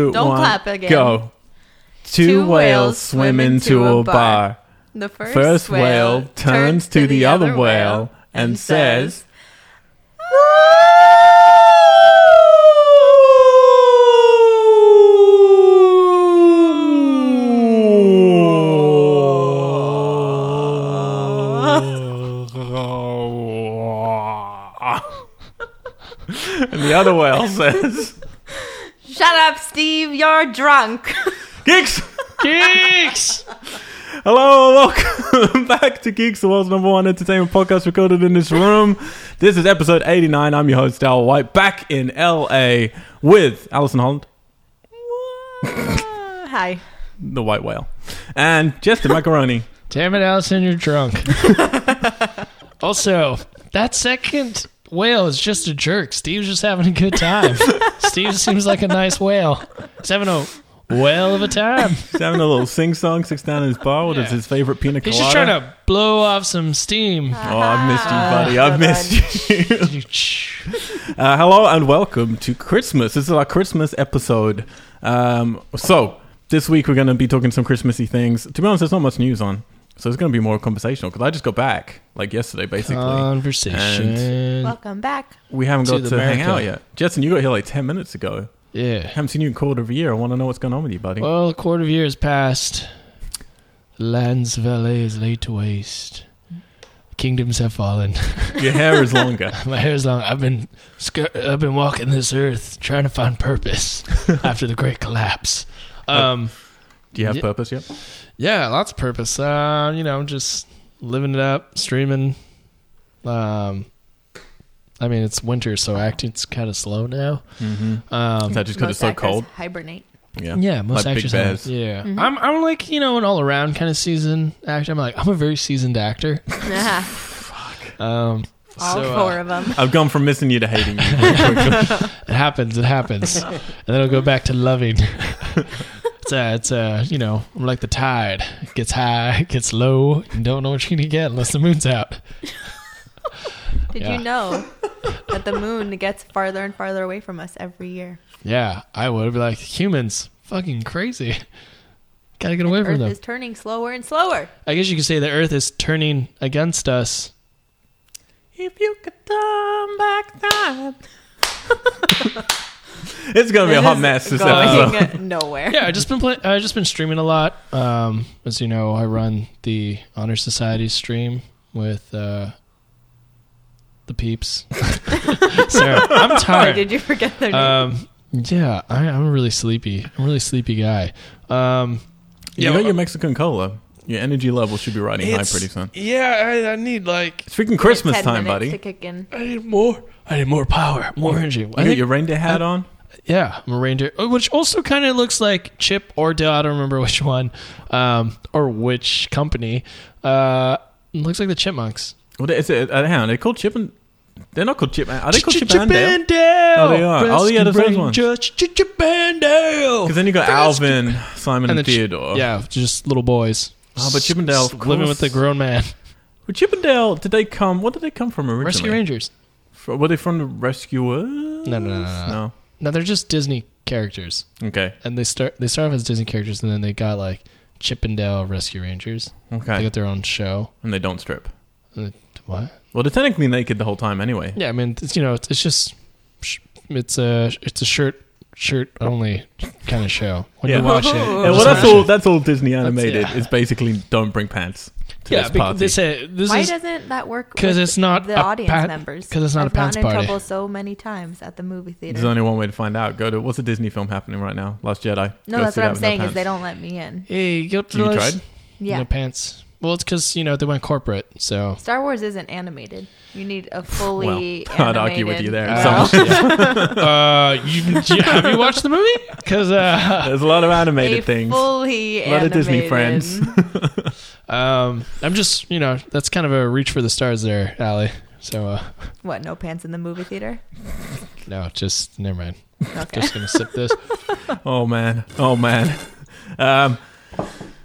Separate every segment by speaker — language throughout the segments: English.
Speaker 1: up again.
Speaker 2: Go. Two,
Speaker 1: Two
Speaker 2: whales swim into a bar.
Speaker 1: The first,
Speaker 2: First whale turns to the other whale and says, and the other whale says,
Speaker 1: "Shut up, Steve. You're drunk."
Speaker 2: Geeks!
Speaker 3: Geeks!
Speaker 2: Hello, welcome back to Geeks, the world's number one entertainment podcast recorded in this room. This is episode 89. I'm your host, Al White, back in LA with Alison Holland,
Speaker 1: Hi.
Speaker 2: the white whale, and Justin Macaroni.
Speaker 3: Damn it, Allison, you're drunk. also, that second whale is just a jerk. Steve's just having a good time. Steve seems like a nice whale. He's having a whale of a time.
Speaker 2: He's having a little sing song, sits down in his bar. What is
Speaker 3: Yeah.
Speaker 2: his favorite pina colada?
Speaker 3: He's just trying to blow off some steam.
Speaker 2: Oh, I've missed you, buddy.
Speaker 3: Ah,
Speaker 2: I've missed you.
Speaker 3: Shh.
Speaker 2: Uh, hello and welcome to Christmas. This is our Christmas episode. Um, so this week we're going to be talking some Christmassy things. To be honest, there's not much news on, so it's going to be more conversational because I just got back like yesterday, basically. Mm.
Speaker 3: Conversation.
Speaker 1: Welcome back.
Speaker 2: we haven't
Speaker 3: Uh, to
Speaker 2: got to,
Speaker 3: the
Speaker 2: hang
Speaker 3: America.
Speaker 2: out yet. Jetson, you got here like ten minutes ago.
Speaker 3: Yeah.
Speaker 2: haven't seen you in quarter of a year. I want to know what's going on with you, buddy.
Speaker 3: Well, a quarter of a year has passed. Land's valet is laid to waste. Kingdoms have fallen.
Speaker 2: Your hair is longer.
Speaker 3: My hair's long. I've been sc- I've been walking this earth trying to find purpose after the great collapse. Um,
Speaker 2: Do you have
Speaker 3: Ye-
Speaker 2: purpose yet?
Speaker 3: yeah, lots of purpose. Uh, you know, just living it up, streaming. Um, I mean, it's winter, so acting's kind of slow now.
Speaker 2: Mm-hmm.
Speaker 3: Um,
Speaker 2: Is that just because it's
Speaker 1: Most
Speaker 2: so
Speaker 1: actors
Speaker 2: cold?
Speaker 1: Hibernate.
Speaker 2: Yeah.
Speaker 3: yeah, most
Speaker 2: Like big
Speaker 3: actors. have-
Speaker 2: bears.
Speaker 3: yeah, I'm. I'm like you know an all around kind of seasoned actor. I'm like I'm a very seasoned actor.
Speaker 1: Nah,
Speaker 3: Um,
Speaker 1: all
Speaker 3: so, uh,
Speaker 1: four of them.
Speaker 2: I've gone from missing you to hating you. very quickly.
Speaker 3: It happens. It happens, and then it'll go back to loving. it's a, it's a, you know, I'm like the tide. It gets high, it gets low. You don't know what you're gonna get unless the moon's out.
Speaker 1: Did
Speaker 3: Yeah.
Speaker 1: you know that the moon gets farther and farther away from us every year?
Speaker 3: Yeah, I would be like humans, fucking crazy. Gotta get away from
Speaker 1: Earth
Speaker 3: them.
Speaker 1: is turning slower and slower.
Speaker 3: I guess you could say the Earth is turning against us.
Speaker 2: If you could turn back time. it's gonna be a hot
Speaker 1: is
Speaker 2: mess. This
Speaker 1: going
Speaker 2: episode.
Speaker 1: nowhere.
Speaker 3: Yeah, I just been play- I just been streaming a lot. Um, as you know, I run the honor society stream with uh, the peeps. Sarah, I'm
Speaker 1: Sorry,
Speaker 3: tired.
Speaker 1: did you forget
Speaker 2: Uh,
Speaker 1: their name?
Speaker 3: Um, yeah, I, I'm a really sleepy. I'm a really sleepy guy. Um,
Speaker 2: You
Speaker 3: yeah,
Speaker 2: got
Speaker 3: well,
Speaker 2: your Mexican cola. Your energy level should be riding high
Speaker 3: it's-
Speaker 2: pretty soon.
Speaker 3: Yeah, I, I need like
Speaker 2: It's freaking Christmas
Speaker 1: Ten
Speaker 2: time,
Speaker 1: minutes
Speaker 2: buddy.
Speaker 1: To
Speaker 2: You
Speaker 1: kick in.
Speaker 3: I need more. I need more power, more energy. I
Speaker 2: got
Speaker 3: think-
Speaker 2: your reindeer hat
Speaker 3: uh,
Speaker 2: on.
Speaker 3: yeah, I'm a reindeer, uh, which also kind of looks like Chip or Dale. I don't remember which one, um, or which company. Uh, it looks like the Chipmunks.
Speaker 2: What is it? Uh, hang on, they're called Chip and they're not called Chip. and- Are they called Chip, and Dale?
Speaker 3: and Dale.
Speaker 2: Oh, they are. Oh, yeah,
Speaker 3: Rescue
Speaker 2: there's those ones.
Speaker 3: Rangers, Ch- Chip and Dale.
Speaker 2: Because then you got
Speaker 3: Rescue-
Speaker 2: Alvin, Simon, and,
Speaker 3: the Ch-
Speaker 2: Theodore.
Speaker 3: Yeah, just little boys.
Speaker 2: Oh, but Chip and Dale,
Speaker 3: S-
Speaker 2: of
Speaker 3: living
Speaker 2: course.
Speaker 3: with the grown man.
Speaker 2: Well, Chip and Dale, did they come? What did they come from originally?
Speaker 3: Rescue Rangers.
Speaker 2: Fr- Were they from the Rescuers?
Speaker 3: No, no, no, no,
Speaker 2: no.
Speaker 3: No, they're just Disney characters,
Speaker 2: No. Okay.
Speaker 3: and they start they start off as Disney characters, and then they got like Chippendale Rescue Rangers. They
Speaker 2: Okay.
Speaker 3: got their own show.
Speaker 2: And they don't strip.
Speaker 3: Uh, What?
Speaker 2: Well, they're technically naked the whole time anyway.
Speaker 3: Yeah, I mean, it's, you know, it's, it's just sh- it's a it's a shirt shirt only kind of show. When
Speaker 2: Yeah.
Speaker 3: you watch it,
Speaker 1: Yeah,
Speaker 2: Yeah,
Speaker 3: it's
Speaker 2: well, that's
Speaker 3: not-
Speaker 2: all. That's all Disney animated.
Speaker 3: yeah.
Speaker 2: It's basically don't bring pants to
Speaker 3: Yeah,
Speaker 2: this
Speaker 3: bec-
Speaker 2: party.
Speaker 3: they say this
Speaker 1: Why
Speaker 3: is
Speaker 1: doesn't that work?
Speaker 3: because
Speaker 1: with
Speaker 3: it's not
Speaker 1: the
Speaker 3: a
Speaker 1: audience
Speaker 3: pat-
Speaker 1: members.
Speaker 3: 'cause it's not a
Speaker 1: I've gotten
Speaker 3: pants
Speaker 1: in
Speaker 3: party.
Speaker 1: trouble so many times at the movie theater.
Speaker 2: There's only one way to find out. Go to what's the Disney film happening right now? Last Jedi.
Speaker 1: no,
Speaker 2: Go
Speaker 1: that's
Speaker 2: see that
Speaker 1: what I'm
Speaker 2: with
Speaker 1: saying
Speaker 2: no
Speaker 1: is they
Speaker 2: pants.
Speaker 1: don't let me in.
Speaker 3: hey, you go to
Speaker 2: You
Speaker 3: the
Speaker 2: tried?
Speaker 1: Yeah,
Speaker 3: no pants. Well, it's because you know they went corporate, so
Speaker 1: Star Wars isn't animated. You need a
Speaker 2: Well,
Speaker 1: fully.
Speaker 2: I'd argue with
Speaker 1: animated-
Speaker 2: you there.
Speaker 3: Uh,
Speaker 2: So-
Speaker 3: uh, you, you- have you watched the movie? Because uh,
Speaker 2: There's a lot of animated
Speaker 1: a
Speaker 2: things.
Speaker 1: fully
Speaker 2: A lot of Disney
Speaker 1: animated-
Speaker 2: friends.
Speaker 3: Um, I'm just, you know, that's kind of a reach for the stars there, Allie. So, uh,
Speaker 1: What? No pants in the movie theater?
Speaker 3: no, just never mind.
Speaker 1: Okay.
Speaker 3: Just gonna sip this.
Speaker 2: oh man. Oh man. Um,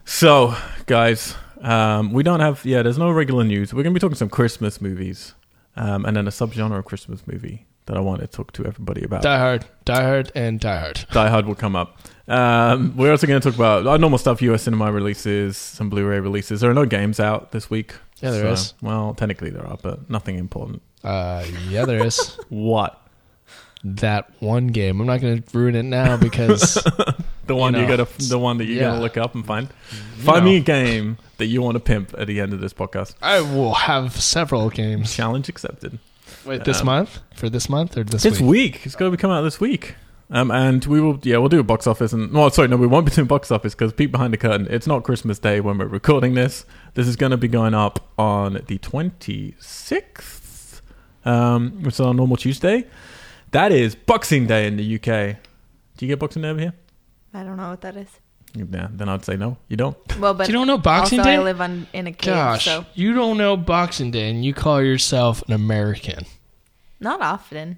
Speaker 2: so guys, um, we don't have yeah. There's no regular news. We're gonna be talking some Christmas movies, um, and then a subgenre of Christmas movie that I want to talk to everybody about.
Speaker 3: Die Hard, Die Hard, and Die Hard.
Speaker 2: Die Hard will come up. Um, we're also going to talk about our normal stuff: US cinema releases, some Blu-ray releases. There are no games out this week.
Speaker 3: Yeah, there is.
Speaker 2: Well, technically there are, but nothing important.
Speaker 3: Uh, yeah, there is
Speaker 2: What?
Speaker 3: that one game. I'm not going to ruin it now because
Speaker 2: The one you,
Speaker 3: know,
Speaker 2: gotta, the one that you're
Speaker 3: yeah.
Speaker 2: gonna look up and find.
Speaker 3: you
Speaker 2: Find me a
Speaker 3: know,
Speaker 2: game that you want to pimp at the end of this podcast.
Speaker 3: I will have several games.
Speaker 2: Challenge accepted.
Speaker 3: Wait, this
Speaker 2: Um,
Speaker 3: month for this month or this,
Speaker 2: This
Speaker 3: week?
Speaker 2: week. It's going to be coming out this week. Um, and we will, yeah, we'll do a box office and, well, sorry, no, we won't be doing box office because peek behind the curtain. It's not Christmas Day when we're recording this. This is going to be going up on the 26th, um, which is our normal Tuesday. That is Boxing Day in the UK. Do you get Boxing Day over here?
Speaker 1: I don't know what that is.
Speaker 2: Yeah, then I'd say no, you don't.
Speaker 1: Well, but
Speaker 3: you don't know Boxing
Speaker 1: also
Speaker 3: Day?
Speaker 1: I live on in a cave,
Speaker 3: Gosh,
Speaker 1: so
Speaker 3: you don't know Boxing Day and you call yourself an American.
Speaker 1: not often.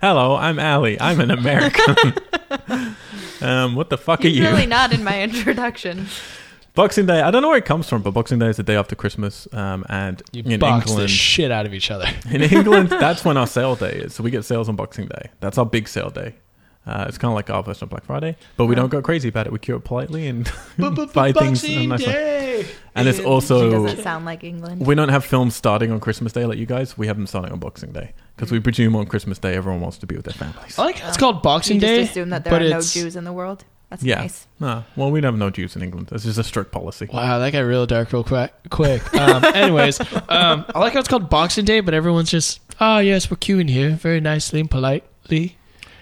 Speaker 2: Hello, I'm Ali. I'm an American. um, what the fuck
Speaker 1: He's
Speaker 2: are you?
Speaker 1: really not in my introduction.
Speaker 2: Boxing Day. I don't know where it comes from, but Boxing Day is the day after Christmas. Um, and
Speaker 3: You
Speaker 2: in
Speaker 3: box the
Speaker 2: England,
Speaker 3: shit out of each other.
Speaker 2: in England, that's when our sale day is. So we get sales on Boxing Day. That's our big sale day. Uh, it's kind of like our version of Black Friday, but we don't go crazy about it. We cure it politely and buy things in a nice way.
Speaker 3: Day.
Speaker 2: And it's
Speaker 1: She
Speaker 2: also
Speaker 1: doesn't sound like England.
Speaker 2: we don't have films starting on Christmas Day like you guys. We have them starting on Boxing Day because we presume on Christmas Day everyone wants to be with their families.
Speaker 3: I like how it's called Boxing
Speaker 1: you
Speaker 3: Day.
Speaker 1: just assume that there
Speaker 3: but
Speaker 1: are no
Speaker 3: it's-
Speaker 1: Jews in the world. That's
Speaker 2: Yeah.
Speaker 1: nice.
Speaker 2: Nah, well, we don't have no Jews in England. That's just a strict policy.
Speaker 3: Wow, that got real dark real quick. Quick. Um, anyways, um, I like how it's called Boxing Day, but everyone's just, oh yes, we're queuing here, very nicely and politely,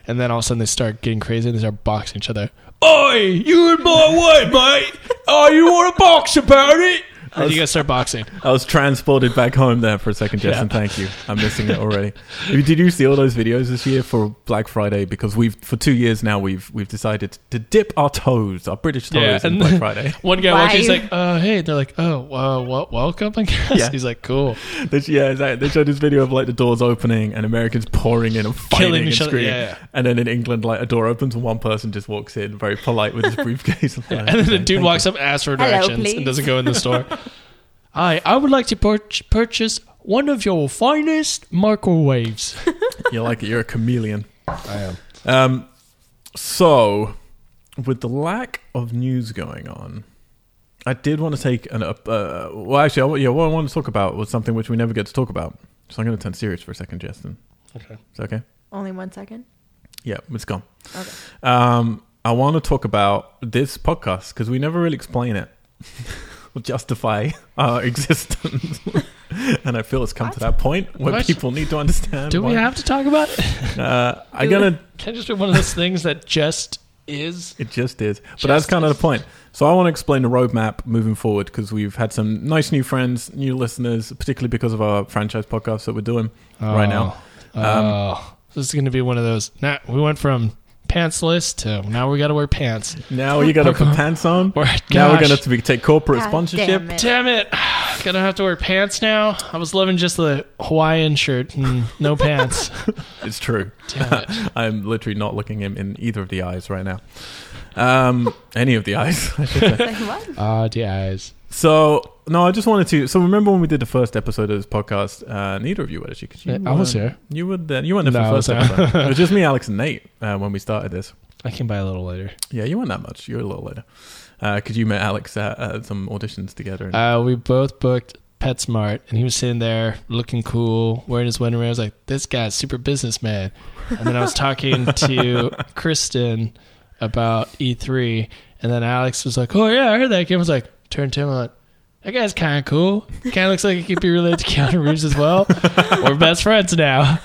Speaker 3: and then all of a sudden they start getting crazy and they start boxing each other. Oi, you in my way, mate? Oh, you want to box about it? And you guys start boxing.
Speaker 2: I was transported back home there for a second,
Speaker 3: Yeah.
Speaker 2: Justin. Thank you. I'm missing it already. Did you see all those videos this year for Black Friday? Because we've for two years now we've we've decided to dip our toes, our British toes,
Speaker 3: Yeah,
Speaker 2: in
Speaker 3: and
Speaker 2: Black Friday.
Speaker 3: One guy
Speaker 1: Why?
Speaker 3: walks, in, he's like, "Oh, hey," and they're like, "Oh, uh, well, welcome." I guess
Speaker 2: Yeah.
Speaker 3: he's like, "Cool."
Speaker 2: They- yeah, exactly. they showed this video of like the doors opening and Americans pouring in and fighting
Speaker 3: Killing
Speaker 2: and
Speaker 3: each other.
Speaker 2: screaming.
Speaker 3: Yeah, yeah.
Speaker 2: And then in England, like a door opens and one person just walks in, very polite with his briefcase.
Speaker 3: And then the dude walks up, asks for
Speaker 1: Hello,
Speaker 3: directions,
Speaker 1: please.
Speaker 3: and doesn't go in the store. I I would like to pur- purchase one of your finest microwaves.
Speaker 2: You're like you're a chameleon.
Speaker 3: I am.
Speaker 2: Um, so, with the lack of news going on, I did want to take an up. Uh, well, actually, I, wa- yeah, what I want to talk about was something which we never get to talk about. So I'm going to turn serious for a second, Justin.
Speaker 3: Okay.
Speaker 2: Is that okay?
Speaker 1: Only one second.
Speaker 2: Yeah, it's gone.
Speaker 1: Okay.
Speaker 2: Um, I want to talk about this podcast because we never really explain it or justify our existence. and I feel it's come to
Speaker 1: What?
Speaker 2: that point where
Speaker 3: What?
Speaker 2: people need to understand.
Speaker 3: Do we
Speaker 2: why-
Speaker 3: have to talk about it?
Speaker 2: Uh, I'm
Speaker 3: Do we-
Speaker 2: going to
Speaker 3: Can it just be one of those things that just is?
Speaker 2: It just is. But that's
Speaker 3: Just
Speaker 2: kind of
Speaker 3: is.
Speaker 2: the point. So I want to explain the roadmap moving forward because we've had some nice new friends, new listeners, particularly because of our franchise podcast that we're doing right now. Um,
Speaker 3: Oh. Oh. this is going to be one of those. Now we went from pantsless to now we got to wear pants.
Speaker 2: Now you got to put pants on.
Speaker 3: We're,
Speaker 2: Now we're
Speaker 3: Uh-huh. gosh.
Speaker 2: going to have to be- take corporate
Speaker 1: God
Speaker 2: sponsorship.
Speaker 1: damn it.
Speaker 3: Damn it. Gonna have to wear pants now. I was loving just the Hawaiian shirt and no pants.
Speaker 2: It's true.
Speaker 3: Damn it.
Speaker 2: I'm literally not looking him in either of the eyes right now. Um, any of the eyes, I should say.
Speaker 1: Like, what?
Speaker 3: Ah, the eyes.
Speaker 2: So, no, I just wanted to. So, remember when we did the first episode of this podcast? Uh, neither of you were actually. 'cause you
Speaker 3: I was
Speaker 2: were-
Speaker 3: here.
Speaker 2: You were there. You weren't there
Speaker 3: No, I
Speaker 2: for the first
Speaker 3: was there.
Speaker 2: episode. It was just me, Alex, and Nate uh, when we started this.
Speaker 3: I came by a little later.
Speaker 2: Yeah, you weren't that much. You were a little later. Because you met Alex at uh, some auditions together. And,
Speaker 3: Uh, we both booked PetSmart, and he was sitting there looking cool, wearing his wedding ring. I was like, this guy's super businessman. And then I was talking to Kristen about E3, and then Alex was like, oh, yeah, I heard that game. I was like, turned to him, I'm like, that guy's kind of cool. Kind of looks like he could be related to Keanu Reeves as well. We're best friends now.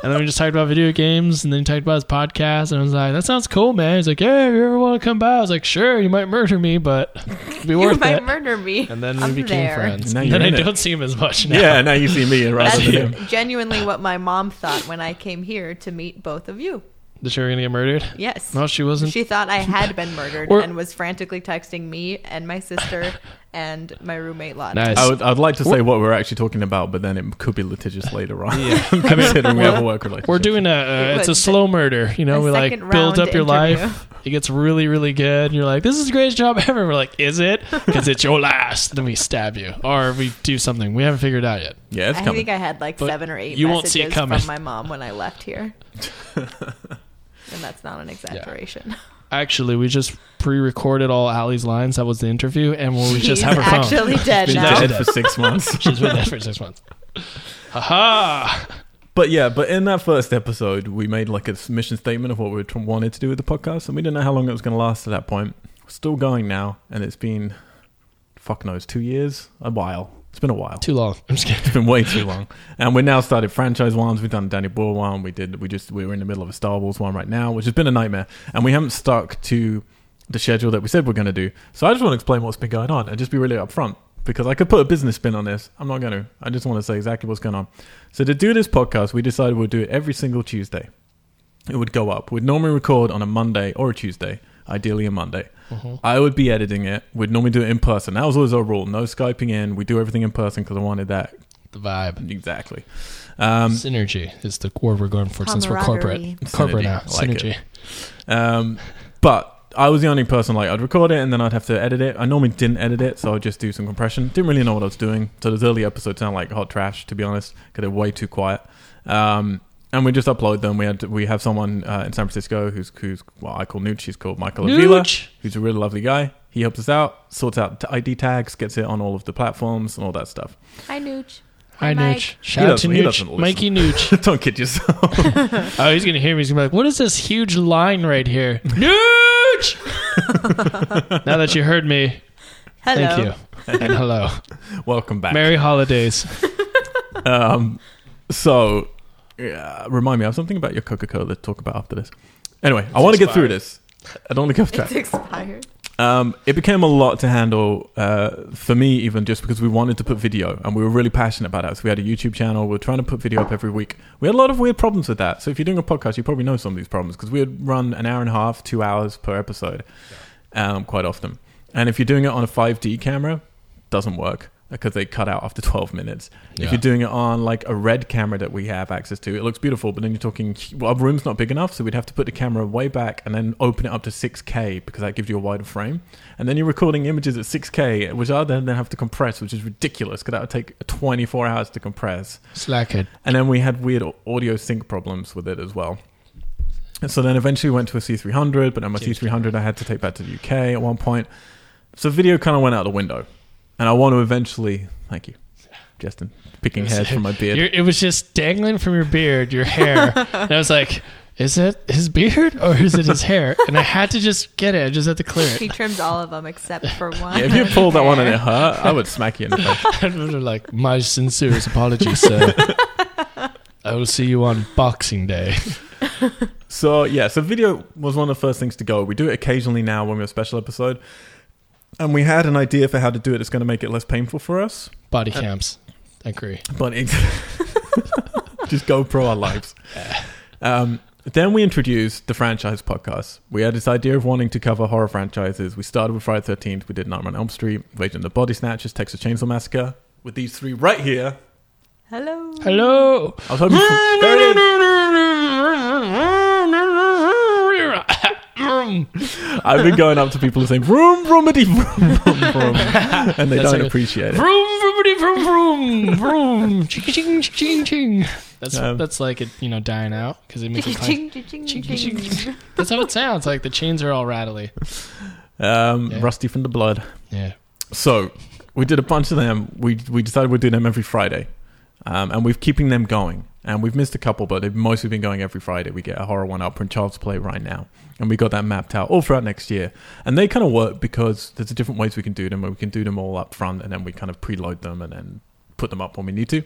Speaker 3: And then we just talked about video games, and then he talked about his podcast, and I was like, "That sounds cool, man." He's like, "Yeah, if you ever want to come by?" I was like, "Sure, you might murder me, but it'd be
Speaker 1: You
Speaker 3: worth
Speaker 1: might
Speaker 3: it."
Speaker 1: murder me.
Speaker 3: And then we
Speaker 1: I'm
Speaker 3: became
Speaker 1: there.
Speaker 3: friends.
Speaker 2: Now
Speaker 3: And
Speaker 2: you're
Speaker 3: then I
Speaker 2: in it.
Speaker 3: don't see him as much now.
Speaker 2: yeah, now you see me rather
Speaker 1: That's
Speaker 2: than him.
Speaker 1: genuinely what my mom thought when I came here to meet both of you.
Speaker 3: That you were gonna get murdered?
Speaker 1: Yes.
Speaker 3: No, she wasn't.
Speaker 1: She thought I had been murdered
Speaker 3: Or-
Speaker 1: and was frantically texting me and my sister and my roommate Lottie.
Speaker 3: Nice.
Speaker 2: I would, I'd like to say what we're actually talking about, but then it could be litigious later on.
Speaker 3: Yeah.
Speaker 2: Considering we have a work relationship.
Speaker 3: We're doing a. Uh,
Speaker 1: It
Speaker 3: it's a
Speaker 1: was
Speaker 3: slow murder. You know,
Speaker 1: a
Speaker 3: we like
Speaker 1: second
Speaker 3: build
Speaker 1: round
Speaker 3: up your
Speaker 1: interview.
Speaker 3: life. It gets really, really good. And you're like, this is the greatest job ever. We're like, is it? Because it's your last. Then we stab you. Or we do something. We haven't figured it out yet.
Speaker 2: Yeah, it's
Speaker 1: I
Speaker 2: coming.
Speaker 1: think I had like
Speaker 3: But
Speaker 1: seven or eight
Speaker 3: you won't
Speaker 1: messages
Speaker 3: see it coming.
Speaker 1: from my mom when I left here. and that's not an exaggeration.
Speaker 3: Actually, we just pre recorded all Allie's lines. That was the interview. And we'll we
Speaker 1: He's
Speaker 3: just have her phone.
Speaker 1: actually dead
Speaker 2: Been
Speaker 1: now.
Speaker 2: dead for six months.
Speaker 3: She's been there for six months. Haha.
Speaker 2: But yeah, but in that first episode, we made like a mission statement of what we tr- wanted to do with the podcast, and we didn't know how long it was going to last at that point. We're still going now, and it's been fuck knows two years, a while. It's been a while.
Speaker 3: Too long. I'm just kidding.
Speaker 2: It's been way too long. And we now started franchise ones. We've done Danny Boyle one. We did. We just we were in the middle of a Star Wars one right now, which has been a nightmare. And we haven't stuck to the schedule that we said we're going to do. So I just want to explain what's been going on and just be really upfront because I could put a business spin on this. I'm not going to. I just want to say exactly what's going on. So to do this podcast, we decided we'll do it every single Tuesday. It would go up. We'd normally record on a Monday or a Tuesday, ideally a Monday. I would be editing it. We'd normally do it in person. That was always our rule. No Skyping in. We do everything in person because I wanted that
Speaker 3: The vibe.
Speaker 2: Exactly. Um,
Speaker 3: Synergy is the word we're going for since we're corporate.
Speaker 2: Synergy.
Speaker 1: Camaraderie.
Speaker 3: Corporate now.
Speaker 2: I like it.
Speaker 3: Synergy.
Speaker 2: um, but I was the only person like I'd record it and then I'd have to edit it. I normally didn't edit it, so I'd just do some compression. Didn't really know what I was doing, so those early episodes sound like hot trash to be honest, because they're way too quiet. Um, and we just upload them. We had we have someone uh, in San Francisco who's who's well, I call Nooch. He's called Michael Avila.
Speaker 3: Nooch.
Speaker 2: who's a really lovely guy. He helps us out, sorts out t- ID tags, gets it on all of the platforms and all that stuff.
Speaker 1: Hi, Nooch.
Speaker 3: Hi,
Speaker 1: Mike.
Speaker 3: Nooch. Shout out to
Speaker 2: doesn't- he doesn't
Speaker 3: Nooch.
Speaker 2: listen.
Speaker 3: Mikey Nooch.
Speaker 2: Don't kid yourself.
Speaker 3: Oh, he's gonna hear me. He's gonna be like, "What is this huge line right here?" Nooch. now that you heard me,
Speaker 1: Hello.
Speaker 3: thank you and hello.
Speaker 2: Welcome back.
Speaker 3: Merry holidays.
Speaker 2: um, so yeah, remind me, I have something about your Coca Cola to talk about after this. Anyway, I want to get through
Speaker 3: expired.
Speaker 2: this. I don't want to go off
Speaker 1: It's
Speaker 2: track.
Speaker 1: expired.
Speaker 2: Um, it became a lot to handle uh, for me, even just because we wanted to put video and we were really passionate about that. So we had a YouTube channel. We were trying to put video up every week. We had a lot of weird problems with that. So if you're doing a podcast, you probably know some of these problems because we would run an hour and a half, two hours per episode, um, quite often. And if you're doing it on a 5D camera, doesn't work because they cut out after 12 minutes. If
Speaker 3: Yeah.
Speaker 2: you're doing it on like a red camera that we have access to, it looks beautiful, but then you're talking, well, our room's not big enough, so we'd have to put the camera way back and then open it up to 6K because that gives you a wider frame. And then you're recording images at 6K, which I then then have to compress, which is ridiculous because that would take 24 hours to compress.
Speaker 3: Slacker.
Speaker 2: And then we had weird audio sync problems with it as well. And so then eventually went to a C300, but then my C300 I had to take back to the UK at one point. So video kind of went out the window. And I want to eventually, thank you, Justin, picking hairs from my beard.
Speaker 3: Your- it was just dangling from your beard, your hair, and I was like, "Is it his beard or is it his hair?" And I had to just get it. I just had to clear
Speaker 1: He
Speaker 3: it.
Speaker 1: trims all of them except for one.
Speaker 2: Yeah, if you pulled that one and it hurt, I would smack you in the face.
Speaker 3: and we were like, "My sincerest apologies, sir." I will see you on Boxing Day.
Speaker 2: So yeah, so video was one of the first things to go. We do it occasionally now when we have a special episode. And we had an idea for how to do it that's going to make it less painful for us.
Speaker 3: Body cams. I agree.
Speaker 2: But it, just GoPro our lives. Um, then we introduced the franchise podcast. We had this idea of wanting to cover horror franchises. We started with Friday the 13th. We did Nightmare on Elm Street, Agent of the Body Snatchers, Texas Chainsaw Massacre. With these three right here.
Speaker 1: Hello.
Speaker 3: Hello.
Speaker 2: I was hoping for- There it is. I've been going up to people and saying, vroom, vroomity, vroom, vroom, vroom. And they
Speaker 3: That's
Speaker 2: don't
Speaker 3: like a-
Speaker 2: appreciate it.
Speaker 3: Vroom, vroomity, vroom, vroom, vroom, ching, ching, ching, ching. That's
Speaker 2: Um,
Speaker 3: that's like it, you know, dying out because it makes it. clang.
Speaker 1: Ching, ching, ching,
Speaker 3: Ching,
Speaker 1: ching.
Speaker 3: That's how it sounds. Like the chains are all rattly.
Speaker 2: Um,
Speaker 3: Yeah.
Speaker 2: Rusty from the blood.
Speaker 3: Yeah.
Speaker 2: So we did a bunch of them. We we decided we'd do them every Friday, um, and we're keeping them going. And we've missed a couple, but they've mostly been going every Friday. We get a horror one up from Child's Play right now, and we got that mapped out all throughout next year. And they kind of work because there's different ways we can do them. Where we can do them all up front, and then we kind of preload them and then put them up when we need to.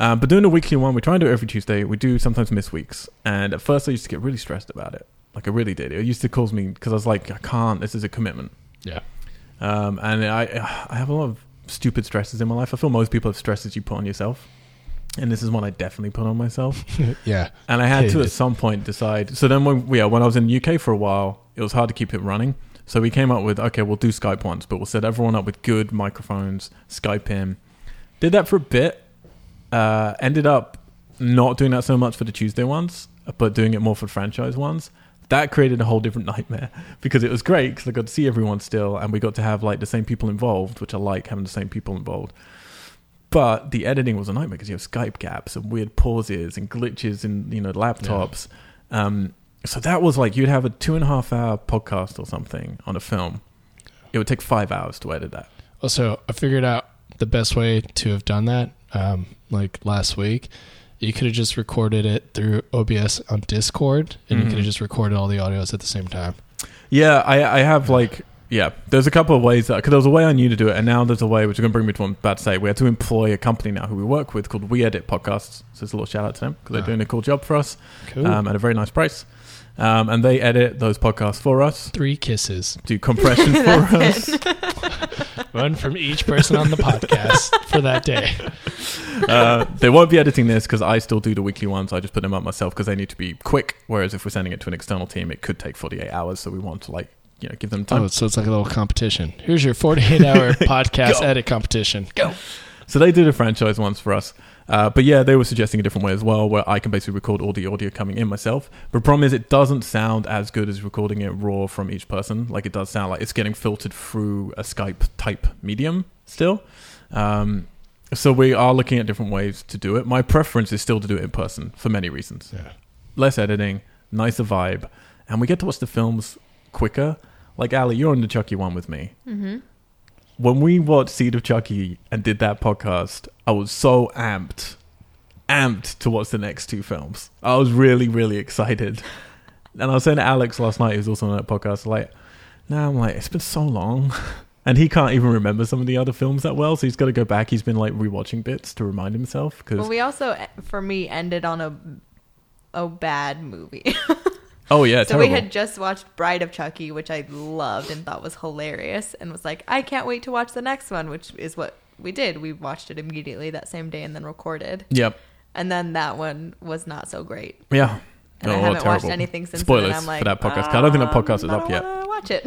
Speaker 2: Um, but doing a weekly one, we try and do it every Tuesday. We do sometimes miss weeks. And at first, I used to get really stressed about it. Like I really did. It used to cause me because I was like, I can't. This is a commitment.
Speaker 3: Yeah.
Speaker 2: Um, and I, I have a lot of stupid stresses in my life. I feel most people have stresses you put on yourself. And this is one I definitely put on myself.
Speaker 3: Yeah.
Speaker 2: And I had to
Speaker 3: Dude.
Speaker 2: at some point decide. So then, when, yeah, when I was in the UK for a while, it was hard to keep it running. So we came up with okay, we'll do Skype once, but we'll set everyone up with good microphones, Skype in. Did that for a bit. Uh, ended up not doing that so much for the Tuesday ones, but doing it more for franchise ones. that created a whole different nightmare because it was great because I got to see everyone still and we got to have like the same people involved, which I like having the same people involved. But the editing was a nightmare because you have Skype gaps and weird pauses and glitches in you know laptops. Um, so that was like you'd have a two and a half hour podcast or something on a film. It would take five hours to edit that.
Speaker 3: Also, I figured out the best way to have done that. Um, like last week, you could have just recorded it through OBS on Discord, and you could have just recorded all the audios at the same time.
Speaker 2: Yeah, I, I have like yeah. There's a couple of ways that because there was a way I knew to do it, and now there's a way which is going to bring me to what I'm about to say. We had to employ a company now who we work with called We Edit Podcasts. So it's a little shout out to them because they're
Speaker 3: Ah.
Speaker 2: doing a cool job for us
Speaker 3: Cool.
Speaker 2: um, at a very nice price, um, and they edit those podcasts for us,
Speaker 3: Three kisses,
Speaker 2: do compression for us.
Speaker 3: one from each person on the podcast for that day.
Speaker 2: Uh, they won't be editing this because I still do the weekly ones. I just put them up myself because they need to be quick. Whereas if we're sending it to an external team, it could take 48 hours. So we want to like you know give them time.
Speaker 3: Oh, so it's like a little competition. Here's your 48 hour podcast
Speaker 2: Go.
Speaker 3: edit competition. Go.
Speaker 2: So they did a franchise once for us. Uh, but yeah, they were suggesting a different way as well, where I can basically record all the audio coming in myself. But the problem is, it doesn't sound as good as recording it raw from each person. Like it does sound like it's getting filtered through a Skype type medium still. Um, so we are looking at different ways to do it. My preference is still to do it in person for many reasons.
Speaker 3: Yeah.
Speaker 2: Less editing, nicer vibe, and we get to watch the films quicker. Like Ali, you're on the Chucky one with me
Speaker 1: Mm-hmm.
Speaker 2: when we watched Seed of Chucky and did that podcast, I was so amped, amped to watch the next two films. I was really, really excited. And I was saying to Alex last night, who's also on that podcast, like, now I'm like, it's been so long. And he can't even remember some of the other films that well, so he's got to go back. He's been like rewatching bits to remind himself because
Speaker 1: Well, we also, eh, for me, ended on a a bad movie.
Speaker 2: oh yeah,
Speaker 1: so
Speaker 2: terrible.
Speaker 1: we had just watched Bride of Chucky, which I loved and thought was hilarious, and was like, I can't wait to watch the next one, which is what we did. We watched it immediately that same day and then recorded,
Speaker 2: yep,
Speaker 1: and then that one was not so great.
Speaker 2: yeah.
Speaker 1: And I
Speaker 2: Oh,
Speaker 1: haven't watched
Speaker 2: terrible.
Speaker 1: anything since. then,
Speaker 2: Spoilers
Speaker 1: and I'm like,
Speaker 2: for that podcast. 'cause I don't think that
Speaker 1: um,
Speaker 2: podcast is
Speaker 1: I
Speaker 2: up
Speaker 1: don't
Speaker 2: yet.
Speaker 1: wanna Watch it.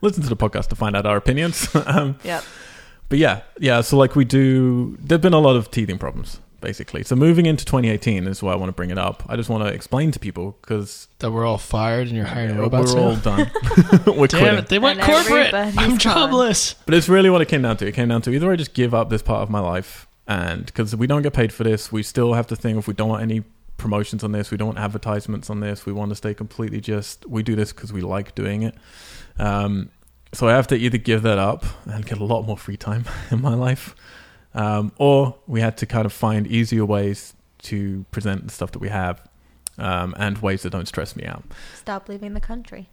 Speaker 2: Listen to the podcast to find out our opinions. um,
Speaker 1: yep.
Speaker 2: But yeah, yeah. So like we do, there've been a lot of teething problems basically. So moving into 2018 is why I want to bring it up. I just want to explain to people because
Speaker 3: That we're all fired and you're hiring
Speaker 2: we're
Speaker 3: robots. now?
Speaker 2: all done. we're
Speaker 3: Damn
Speaker 2: quitting.
Speaker 3: it, they went
Speaker 1: And
Speaker 3: corporate.
Speaker 1: everybody's
Speaker 3: I'm
Speaker 1: gone.
Speaker 3: jobless.
Speaker 2: But it's really what it came down to. It came down to either I just give up this part of my life, and because we don't get paid for this, we still have the thing if we don't want any promotions on this, we don't want advertisements on this, we want to stay completely just we do this because we like doing it. Um, so I have to either give that up and get a lot more free time in my life, um, or we had to kind of find easier ways to present the stuff that we have um, and ways that don't stress me out.
Speaker 1: Stop leaving the country.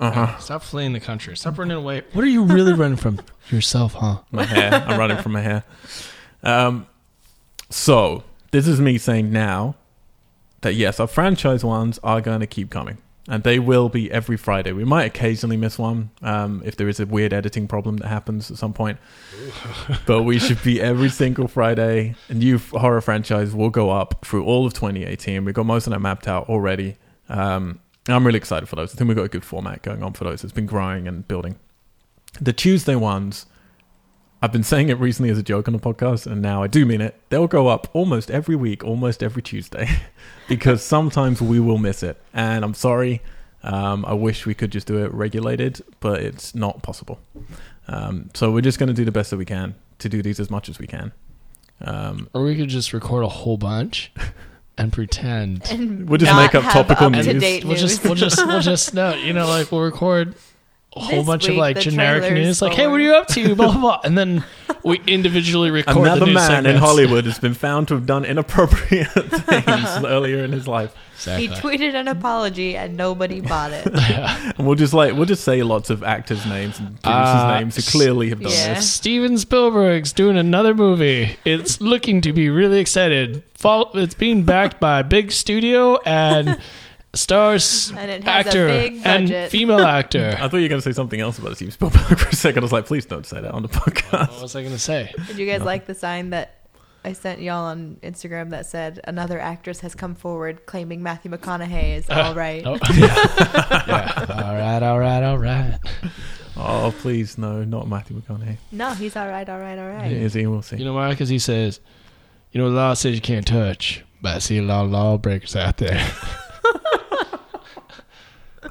Speaker 2: Uh huh.
Speaker 3: Stop fleeing the country. Stop running away. Uh-huh. What are you really running from? Yourself, huh?
Speaker 2: my hair. I'm running from my hair. Um, so this is me saying now that yes, our franchise ones are going to keep coming, and they will be every Friday. We might occasionally miss one um, if there is a weird editing problem that happens at some point, but we should be every single Friday. A new f- horror franchise will go up through all of 2018. We've got most of that mapped out already. Um, I'm really excited for those. I think we've got a good format going on for those. It's been growing and building. The Tuesday ones I've been saying it recently as a joke on the podcast, and now I do mean it. They'll go up almost every week, almost every Tuesday, because sometimes we will miss it. And I'm sorry. Um, I wish we could just do it regulated, but it's not possible. Um, so we're just going to do the best that we can to do these as much as we can. Um,
Speaker 3: Or we could just record a whole bunch and pretend.
Speaker 1: And
Speaker 2: We'll just
Speaker 1: not
Speaker 2: make up
Speaker 1: have
Speaker 2: topical news.
Speaker 1: up-to-date
Speaker 3: we'll just we'll just we'll just know, you know, like we'll record a whole
Speaker 1: This
Speaker 3: bunch of
Speaker 1: week,
Speaker 3: like
Speaker 1: the
Speaker 3: generic
Speaker 1: trailers
Speaker 3: news, like, hey,
Speaker 1: for-
Speaker 3: what are you up to? Blah blah blah. And then we individually record
Speaker 2: another
Speaker 3: the news
Speaker 2: man in
Speaker 3: segments.
Speaker 2: Hollywood has been found to have done inappropriate things earlier in his life.
Speaker 1: He
Speaker 3: Exactly.
Speaker 1: tweeted an apology and nobody bought it.
Speaker 2: And we'll just like we'll just say lots of actors' names and producers'
Speaker 3: Uh,
Speaker 2: names who clearly have done
Speaker 1: Yeah.
Speaker 2: this.
Speaker 3: If Steven Spielberg's doing another movie, it's looking to be really excited. Fol- It's being backed by a big studio and stars
Speaker 1: And it has a
Speaker 3: actor
Speaker 1: big
Speaker 3: and
Speaker 1: budget.
Speaker 3: female actor.
Speaker 2: I thought you were going to say something else about Steven Spielberg for a second. I was like, please don't say that on the podcast.
Speaker 3: what was I going to say?
Speaker 1: Did you guys like the sign that I sent y'all on Instagram that said another actress has come forward claiming Matthew McConaughey is all right?
Speaker 3: Oh. Yeah. All right, all right, all right.
Speaker 2: Oh, please, no, not Matthew McConaughey.
Speaker 1: No, he's all right, all right, all right.
Speaker 2: Is he? We'll see.
Speaker 3: You know why? Because he says, you know, the law says you can't touch, but I see a lot of lawbreakers out there.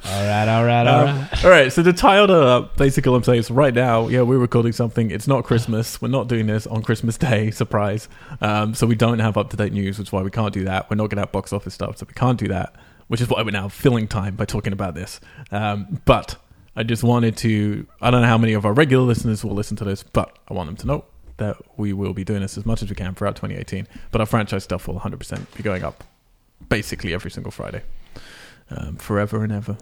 Speaker 3: All right, all right, all right.
Speaker 2: Um, all right, so to tie it up, basically, what I'm saying is right now, yeah, we're recording something. It's not Christmas. We're not doing this on Christmas Day, surprise. Um, so we don't have up to date news, which is why we can't do that. We're not going to have box office stuff, so we can't do that, which is why we're now filling time by talking about this. Um, but I just wanted to, I don't know how many of our regular listeners will listen to this, but I want them to know that we will be doing this as much as we can throughout 2018. But our franchise stuff will 100% be going up basically every single Friday, um, forever and ever.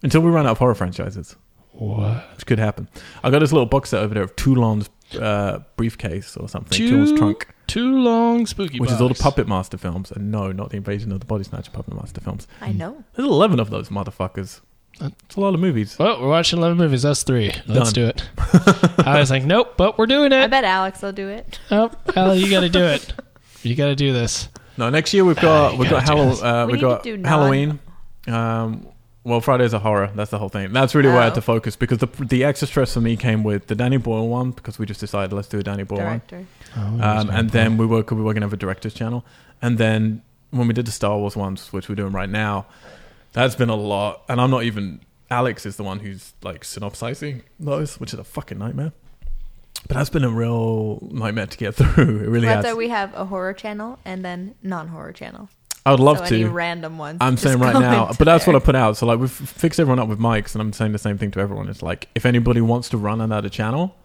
Speaker 2: Until we run out of horror franchises,
Speaker 3: What?
Speaker 2: which could happen. I got this little box set over there of Toulon's uh, briefcase or something, Toulon's trunk,
Speaker 3: Too long, spooky.
Speaker 2: which is all the
Speaker 3: box.
Speaker 2: Puppet Master films. And no, not the Invasion of the Body Snatcher Puppet Master films.
Speaker 1: I know.
Speaker 2: There's 11 of those motherfuckers. It's a lot of movies.
Speaker 3: Uh, Well, we're watching eleven movies. That's three.
Speaker 2: Done.
Speaker 3: Let's do it. I was like, nope, but we're doing
Speaker 1: I
Speaker 3: it.
Speaker 1: bet Alex will do it.
Speaker 3: Oh, Allie, you got to do it. You got to do this.
Speaker 2: No, next year we've got we've got,
Speaker 3: Ah, gotta do
Speaker 2: Hallow-
Speaker 3: this.
Speaker 2: uh,
Speaker 1: We
Speaker 2: we've
Speaker 1: need to
Speaker 2: got
Speaker 1: do non-
Speaker 2: Halloween. Um, well, Friday's a horror. That's the whole thing. That's really where I had
Speaker 1: Oh.
Speaker 2: to focus because the the extra stress for me came with the Danny Boyle one because we just decided let's do a Danny Boyle one.
Speaker 1: Director.
Speaker 2: um, and then we were 'cause we were going to have a director's channel, and then when we did the Star Wars ones, which we're doing right now, that's been a lot. And I'm not even Alex is the one who's like synopsizing those, which is a fucking nightmare. But that's been a real nightmare to get through. It really
Speaker 1: That's
Speaker 2: has.
Speaker 1: why we have a horror channel and then non-horror channel.
Speaker 2: I would love
Speaker 1: so
Speaker 2: to.
Speaker 1: any random ones.
Speaker 2: I'm
Speaker 1: just
Speaker 2: saying right
Speaker 1: go
Speaker 2: now,
Speaker 1: into
Speaker 2: but that's
Speaker 1: there.
Speaker 2: what I put out. So like we've fixed everyone up with mics, and I'm saying the same thing to everyone. It's like if anybody wants to run another channel,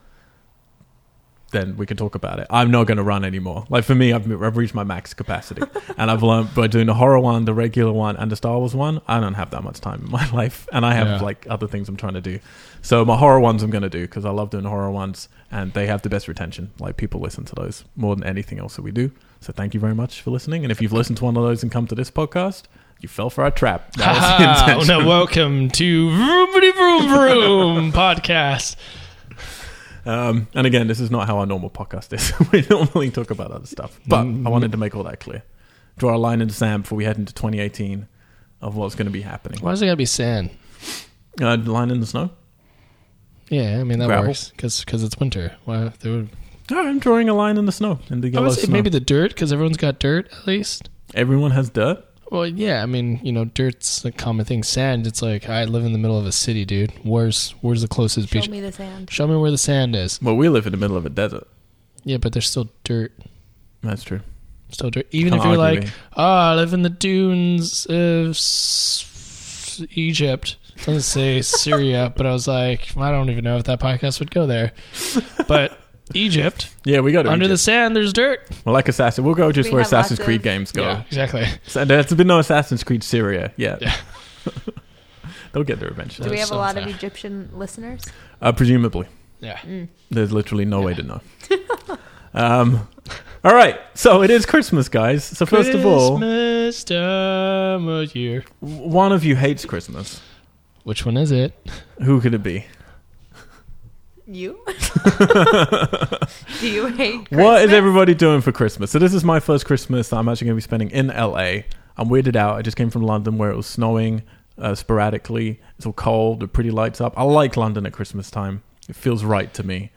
Speaker 2: then we can talk about it. I'm not going to run anymore. Like for me, I've, I've reached my max capacity, and I've learned by doing the horror one, the regular one, and the Star Wars one. I don't have that much time in my life, and I have
Speaker 3: Yeah.
Speaker 2: like other things I'm trying to do. So my horror ones I'm going to do because I love doing horror ones, and they have the best retention. Like people listen to those more than anything else that we do. So thank you very much for listening. And if you've listened to one of those and come to this podcast, you fell for our trap. That was the
Speaker 3: Ha-ha.
Speaker 2: intention.
Speaker 3: Oh, no, welcome to Vroomity Vroom Vroom podcast.
Speaker 2: Um, and again, this is not how our normal podcast is. we normally talk about other stuff, but I wanted to make all that clear. Draw a line in the sand before we head into 2018 of what's going to be happening.
Speaker 3: Why is it got to be sand?
Speaker 2: Uh, line in the snow.
Speaker 3: Yeah, I mean that
Speaker 2: Gravel.
Speaker 3: works because it's winter. Why they would?
Speaker 2: Oh, I'm drawing a line in the snow in the
Speaker 3: I
Speaker 2: yellow
Speaker 3: would say
Speaker 2: snow.
Speaker 3: maybe the dirt because everyone's got dirt at least.
Speaker 2: Everyone has dirt.
Speaker 3: Well, yeah, I mean you know dirt's a common thing. Sand, it's like I live in the middle of a city, dude. Where's where's the closest
Speaker 1: Show
Speaker 3: beach?
Speaker 1: me the sand.
Speaker 3: Show me where the sand is.
Speaker 2: Well, we live in the middle of a desert.
Speaker 3: Yeah, but there's still dirt.
Speaker 2: That's true.
Speaker 3: Still dirt. Even
Speaker 2: Can't
Speaker 3: if you're
Speaker 2: argue
Speaker 3: like,
Speaker 2: me.
Speaker 3: ah, I live in the dunes of S- Egypt. I was gonna say Syria, but I was like, I don't even know if that podcast would go there. But Egypt,
Speaker 2: Yeah, we go to
Speaker 3: under the
Speaker 2: Egypt.
Speaker 3: sand, there's dirt.
Speaker 2: Well, like Assassin, we'll go just
Speaker 1: We
Speaker 2: where
Speaker 1: have
Speaker 2: Assassin's
Speaker 1: lots of-
Speaker 2: Creed games go.
Speaker 3: Yeah, exactly.
Speaker 2: So there's been no Assassin's Creed Syria yet.
Speaker 3: Yeah.
Speaker 2: They'll get there eventually.
Speaker 1: Do we have a
Speaker 3: Sounds
Speaker 1: lot of
Speaker 3: there.
Speaker 1: Egyptian listeners?
Speaker 2: Uh, presumably.
Speaker 3: Yeah.
Speaker 2: There's literally no way to know. um, all right. So it is Christmas, guys. So first of all,
Speaker 3: Christmas time of year.
Speaker 2: one of you hates Christmas.
Speaker 3: Which one is it?
Speaker 2: Who could it be?
Speaker 1: You? Do you hate? Christmas?
Speaker 2: What is everybody doing for Christmas? So this is my first Christmas that I'm actually going to be spending in LA. I'm weirded out. I just came from London where it was snowing uh, sporadically. It's all cold. The pretty lights up. I like London at Christmas time. It feels right to me.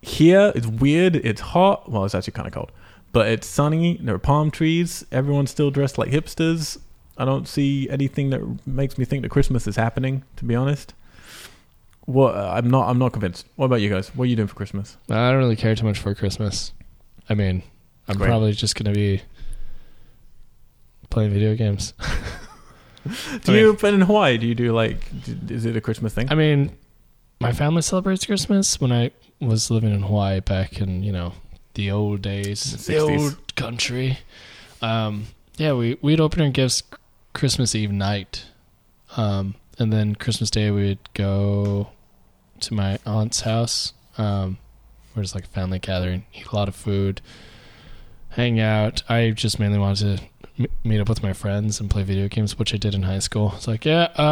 Speaker 2: Here it's weird. It's hot. Well, it's actually kind of cold, but it's sunny. There are palm trees. Everyone's still dressed like hipsters. I don't see anything that makes me think that Christmas is happening. To be honest, what uh, I'm not. I'm not convinced. What about you guys? What are you doing for Christmas?
Speaker 3: I don't really care too much for Christmas. I mean, I'm
Speaker 2: Great.
Speaker 3: probably just going to be playing video games.
Speaker 2: Do
Speaker 3: I mean-
Speaker 2: you but in Hawaii? Do you do like? d- Is it a Christmas thing?
Speaker 3: I mean, my family celebrates Christmas when I was living in Hawaii back in, you know, the old days,
Speaker 2: The
Speaker 3: the
Speaker 2: 60s.
Speaker 3: old country. Um, yeah, we, we'd open our gifts Christmas Eve night. Um, and then Christmas Day, we'd go to my aunt's house. Um, we're just like a family gathering, eat a lot of food, hang out. I just mainly wanted to m- meet up with my friends and play video games, which I did in high school. It's like, yeah, uh,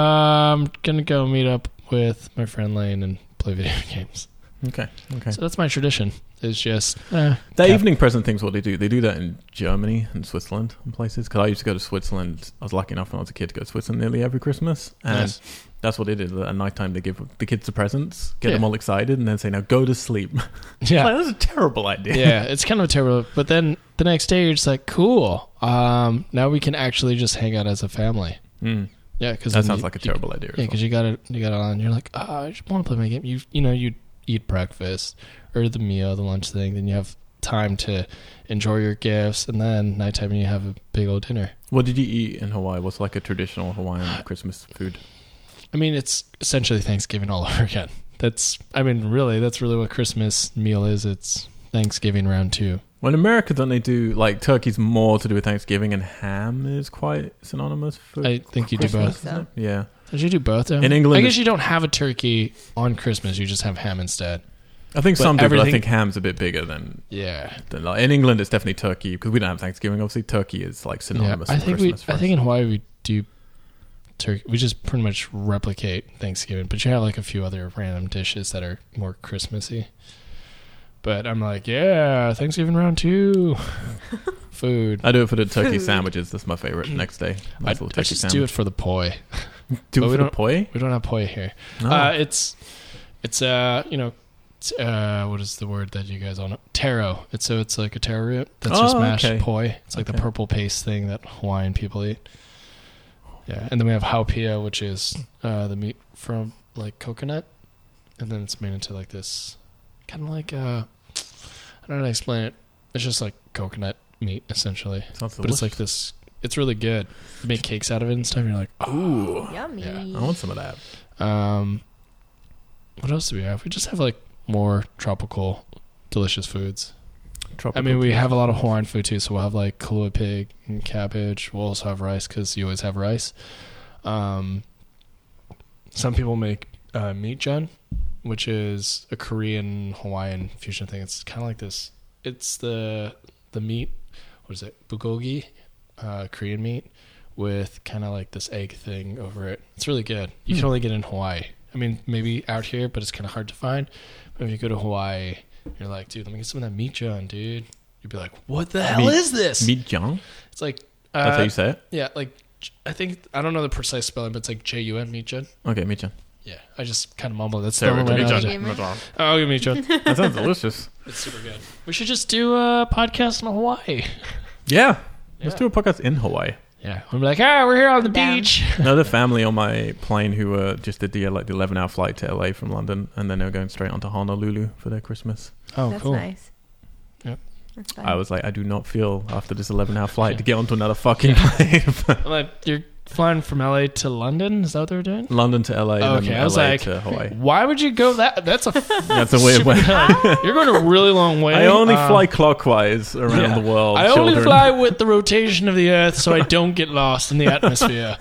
Speaker 3: I'm gonna go meet up with my friend Lane and play video games.
Speaker 2: okay, okay.
Speaker 3: So that's my tradition. It's just eh,
Speaker 2: that
Speaker 3: Cap-
Speaker 2: evening present thing's what they do. They do that in Germany and Switzerland and places. Because I used to go to Switzerland. I was lucky enough when I was a kid to go to Switzerland nearly every Christmas, and
Speaker 3: nice.
Speaker 2: that's what they did. At nighttime, they give the kids the presents, get
Speaker 3: Yeah.
Speaker 2: them all excited, and then say, "Now go to sleep."
Speaker 3: yeah,
Speaker 2: Like, that's a terrible idea.
Speaker 3: yeah. It's kind of terrible, but then the next day you're just like, cool. Um, now we can actually just hang out as a family.
Speaker 2: Mm.
Speaker 3: Yeah, because
Speaker 2: That sounds like a terrible idea.
Speaker 3: Yeah, because you got it, you got it on. You're like, oh, I just want to play my game. You you know you eat breakfast or the meal, the lunch thing. Then you have time to enjoy your gifts, and then nighttime you have a big old dinner.
Speaker 2: What did you eat in Hawaii? What's like a traditional Hawaiian Christmas food?
Speaker 3: I mean, it's essentially Thanksgiving all over again. That's I mean, really, that's really what Christmas meal is. It's Thanksgiving round two.
Speaker 2: Well, in America, don't they do like turkey's more to do with Thanksgiving and ham is quite synonymous for
Speaker 3: I think you do
Speaker 2: Christmas,
Speaker 3: both.
Speaker 1: both.
Speaker 2: isn't it? Yeah.
Speaker 3: Did you do both? though?
Speaker 2: In England-
Speaker 3: I guess you don't have a turkey on Christmas. You just have ham instead.
Speaker 2: I think
Speaker 3: But
Speaker 2: some do, but I
Speaker 3: everything-
Speaker 2: think ham's a bit bigger than,
Speaker 3: Yeah.
Speaker 2: than like, in England. It's definitely turkey because we don't have Thanksgiving. Obviously, turkey is like
Speaker 3: Yeah,
Speaker 2: synonymous.
Speaker 3: I
Speaker 2: with
Speaker 3: think
Speaker 2: Christmas
Speaker 3: we.
Speaker 2: for
Speaker 3: I
Speaker 2: us.
Speaker 3: think in Hawaii we do turkey. We just pretty much replicate Thanksgiving, but you have like a few other random dishes that are more Christmassy. But I'm like, yeah, Thanksgiving round two, food.
Speaker 2: I do it for the turkey
Speaker 1: Food.
Speaker 2: sandwiches. That's my favorite. Next day,
Speaker 3: I,
Speaker 2: nice little
Speaker 3: I
Speaker 2: turkey
Speaker 3: just
Speaker 2: sandwich.
Speaker 3: do it for the poi.
Speaker 2: Do
Speaker 3: but
Speaker 2: it
Speaker 3: we
Speaker 2: for the
Speaker 3: don't-
Speaker 2: poi?
Speaker 3: We don't have poi here.
Speaker 2: No.
Speaker 3: Uh, it's it's uh you know. it's, Uh, what is the word that you guys all know? Taro. It's so it's like a taro root that's just
Speaker 2: Oh,
Speaker 3: mashed
Speaker 2: okay.
Speaker 3: poi. It's like
Speaker 2: Okay.
Speaker 3: the purple paste thing that Hawaiian people eat. Yeah, and then we have haupia, which is uh, the meat from like coconut, and then it's made into like this kind of like uh, I don't know how to explain it. It's just like coconut meat essentially,
Speaker 2: Sounds
Speaker 3: but it's like
Speaker 2: delicious.
Speaker 3: this. It's really good. You make cakes out of it and stuff. And you're like,
Speaker 2: Ooh,
Speaker 1: Yummy.
Speaker 3: Yeah.
Speaker 2: I want some of that.
Speaker 3: um, what else do we have? We just have like more tropical, delicious foods. I
Speaker 2: Tropical
Speaker 3: mean, we
Speaker 2: pizza.
Speaker 3: have a lot of Hawaiian food too. So we'll have like kalua pig and cabbage. We'll also have rice because you always have rice. Um, some people make uh, meat jun, which is a Korean Hawaiian fusion thing. It's kind of like this. It's the the meat. What is it? Bulgogi, uh, Korean meat with kind of like this egg thing over it. It's really good. You can
Speaker 2: Hmm.
Speaker 3: only get it in Hawaii. I mean, maybe out here, but it's kind of hard to find. But if you go to Hawaii, you're like, dude, let me get some of that meat john, dude. You'd be like, what the hell
Speaker 2: Meat-
Speaker 3: is this?
Speaker 2: meat junk.
Speaker 3: It's like,
Speaker 2: That's how
Speaker 3: uh,
Speaker 2: you say it.
Speaker 3: yeah, like j- I think I don't know the precise spelling, but it's like J U N meat john.
Speaker 2: Okay, meat junk.
Speaker 3: Yeah, I just kind of mumbled. That's
Speaker 2: There
Speaker 3: the
Speaker 2: we
Speaker 3: only
Speaker 2: go.
Speaker 3: way
Speaker 2: Meat
Speaker 3: I know
Speaker 1: John.
Speaker 3: how to do
Speaker 1: Meat
Speaker 3: it.
Speaker 1: John.
Speaker 2: junk.
Speaker 3: Oh, give me john.
Speaker 2: That sounds delicious.
Speaker 3: It's super good. We should just do a podcast in Hawaii.
Speaker 2: Yeah. Let's
Speaker 3: Yeah.
Speaker 2: do a podcast in Hawaii.
Speaker 3: Yeah, I'm like, ah, we're here on the
Speaker 1: Down.
Speaker 3: beach.
Speaker 2: Another family on my plane who uh, just did the uh, like the eleven hour flight to LA from London, and then they were going straight on to Honolulu for their Christmas.
Speaker 3: Oh,
Speaker 1: That's
Speaker 3: cool.
Speaker 1: nice.
Speaker 3: Yep.
Speaker 1: That's fine.
Speaker 2: I was like, I do not feel after this eleven hour flight to get onto another fucking plane.
Speaker 3: I'm like, you're flying from LA to London? Is that what they were doing?
Speaker 2: London to LA, and
Speaker 3: Okay,
Speaker 2: then
Speaker 3: I was
Speaker 2: LA
Speaker 3: like-
Speaker 2: to Hawaii.
Speaker 3: Why would you go that? That's a
Speaker 2: That's a weird way.
Speaker 3: You're going a really long way.
Speaker 2: I only
Speaker 3: Um,
Speaker 2: fly clockwise around
Speaker 3: yeah.
Speaker 2: the world.
Speaker 3: I only
Speaker 2: children.
Speaker 3: fly with the rotation of the Earth, so I don't get lost in the atmosphere.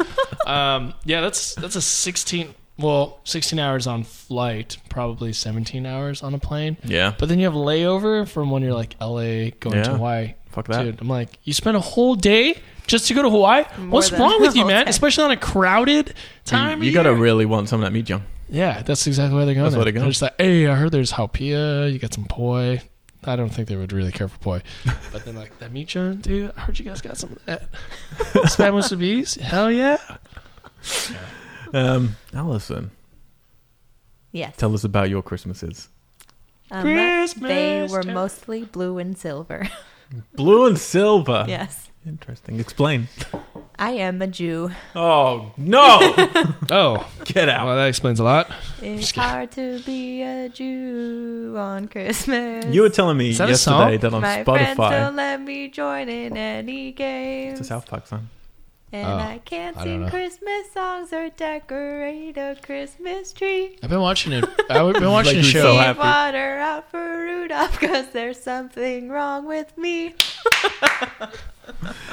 Speaker 3: um, yeah, that's that's a 16 well 16 hours on flight, probably 17 hours on a plane.
Speaker 2: Yeah,
Speaker 3: But then you have layover from when you're like LA going
Speaker 2: Yeah.
Speaker 3: to Hawaii.
Speaker 2: fuck that.
Speaker 3: Dude, I'm like, you spent a whole day just to go to Hawaii.
Speaker 1: More
Speaker 3: What's
Speaker 1: than
Speaker 3: wrong with
Speaker 1: a
Speaker 3: you,
Speaker 1: whole
Speaker 3: man?
Speaker 1: day.
Speaker 3: Especially on a crowded time.
Speaker 2: You,
Speaker 3: of
Speaker 2: you gotta
Speaker 3: year.
Speaker 2: really want some of that meat junk.
Speaker 3: Yeah, that's exactly why they're going.
Speaker 2: That's why they're
Speaker 3: there.
Speaker 2: going.
Speaker 3: They're just like, hey, I heard there's haupia. You got some poi. I don't think they would really care for poi, but then like that meat churn, dude. I heard you guys got some of that spam with some bees. Hell yeah!
Speaker 2: Um, Allison,
Speaker 1: yes.
Speaker 2: tell us about your Christmases.
Speaker 1: Um, They
Speaker 3: Christmas
Speaker 1: were
Speaker 3: time.
Speaker 1: mostly blue and silver.
Speaker 2: Blue and silver.
Speaker 1: yes.
Speaker 2: Interesting. Explain.
Speaker 1: I am a Jew.
Speaker 2: Oh no!
Speaker 3: Oh,
Speaker 2: Get out.
Speaker 3: well, that explains a lot.
Speaker 1: It's
Speaker 3: Just kidding.
Speaker 1: hard to be a Jew on Christmas.
Speaker 2: You were telling me
Speaker 3: Is that a
Speaker 2: yesterday
Speaker 3: song?
Speaker 2: that on
Speaker 1: My friends
Speaker 2: Spotify.
Speaker 1: don't let me join in any
Speaker 2: It's
Speaker 1: games.
Speaker 2: a South Park song.
Speaker 1: And
Speaker 3: Oh,
Speaker 1: I can't
Speaker 3: I don't
Speaker 1: sing
Speaker 3: know.
Speaker 1: Christmas songs or decorate a Christmas tree.
Speaker 3: I've been watching it. I've been watching
Speaker 2: Like we
Speaker 3: a show.
Speaker 2: So
Speaker 1: Need
Speaker 2: happy.
Speaker 1: water out for Rudolph because there's something wrong with me.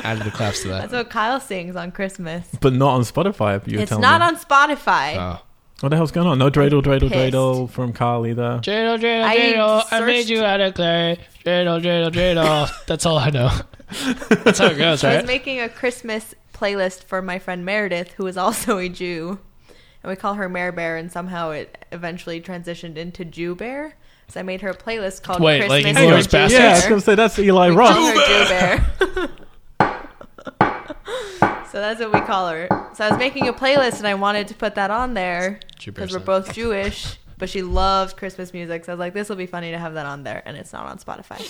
Speaker 3: Added the claps to that.
Speaker 1: That's what Kyle sings on Christmas.
Speaker 2: But not on Spotify. You were
Speaker 1: it's
Speaker 2: telling
Speaker 1: not
Speaker 2: me.
Speaker 1: on Spotify.
Speaker 3: Oh.
Speaker 2: What the hell's going on? No dreidel, dreidel,
Speaker 1: Pissed.
Speaker 2: dreidel from Carl either.
Speaker 3: Dreidel, dreidel,
Speaker 1: I
Speaker 3: dreidel. I, made
Speaker 1: searched-
Speaker 3: you out of clay. Dreidel, dreidel, dreidel. That's all I know. That's how it goes,
Speaker 1: I was
Speaker 3: right?
Speaker 1: making a Christmas playlist for my friend Meredith, who is also a Jew. And we call her Mare Bear, and somehow it eventually transitioned into Jew Bear. So I made her a playlist called
Speaker 3: Wait, like
Speaker 1: Christmas
Speaker 3: Inglourious
Speaker 1: with Jew
Speaker 3: Bastards?
Speaker 2: yeah, I was
Speaker 1: Bear.
Speaker 2: gonna say that's Eli
Speaker 1: We
Speaker 2: Roth.
Speaker 1: call her Jew Bear. so that's what we call her. So I was making a playlist, and I wanted to put that on there
Speaker 3: Jew Bear
Speaker 1: because we're
Speaker 3: song.
Speaker 1: both Jewish. But she loves Christmas music, so I was like, "This will be funny to have that on there," and it's not on Spotify.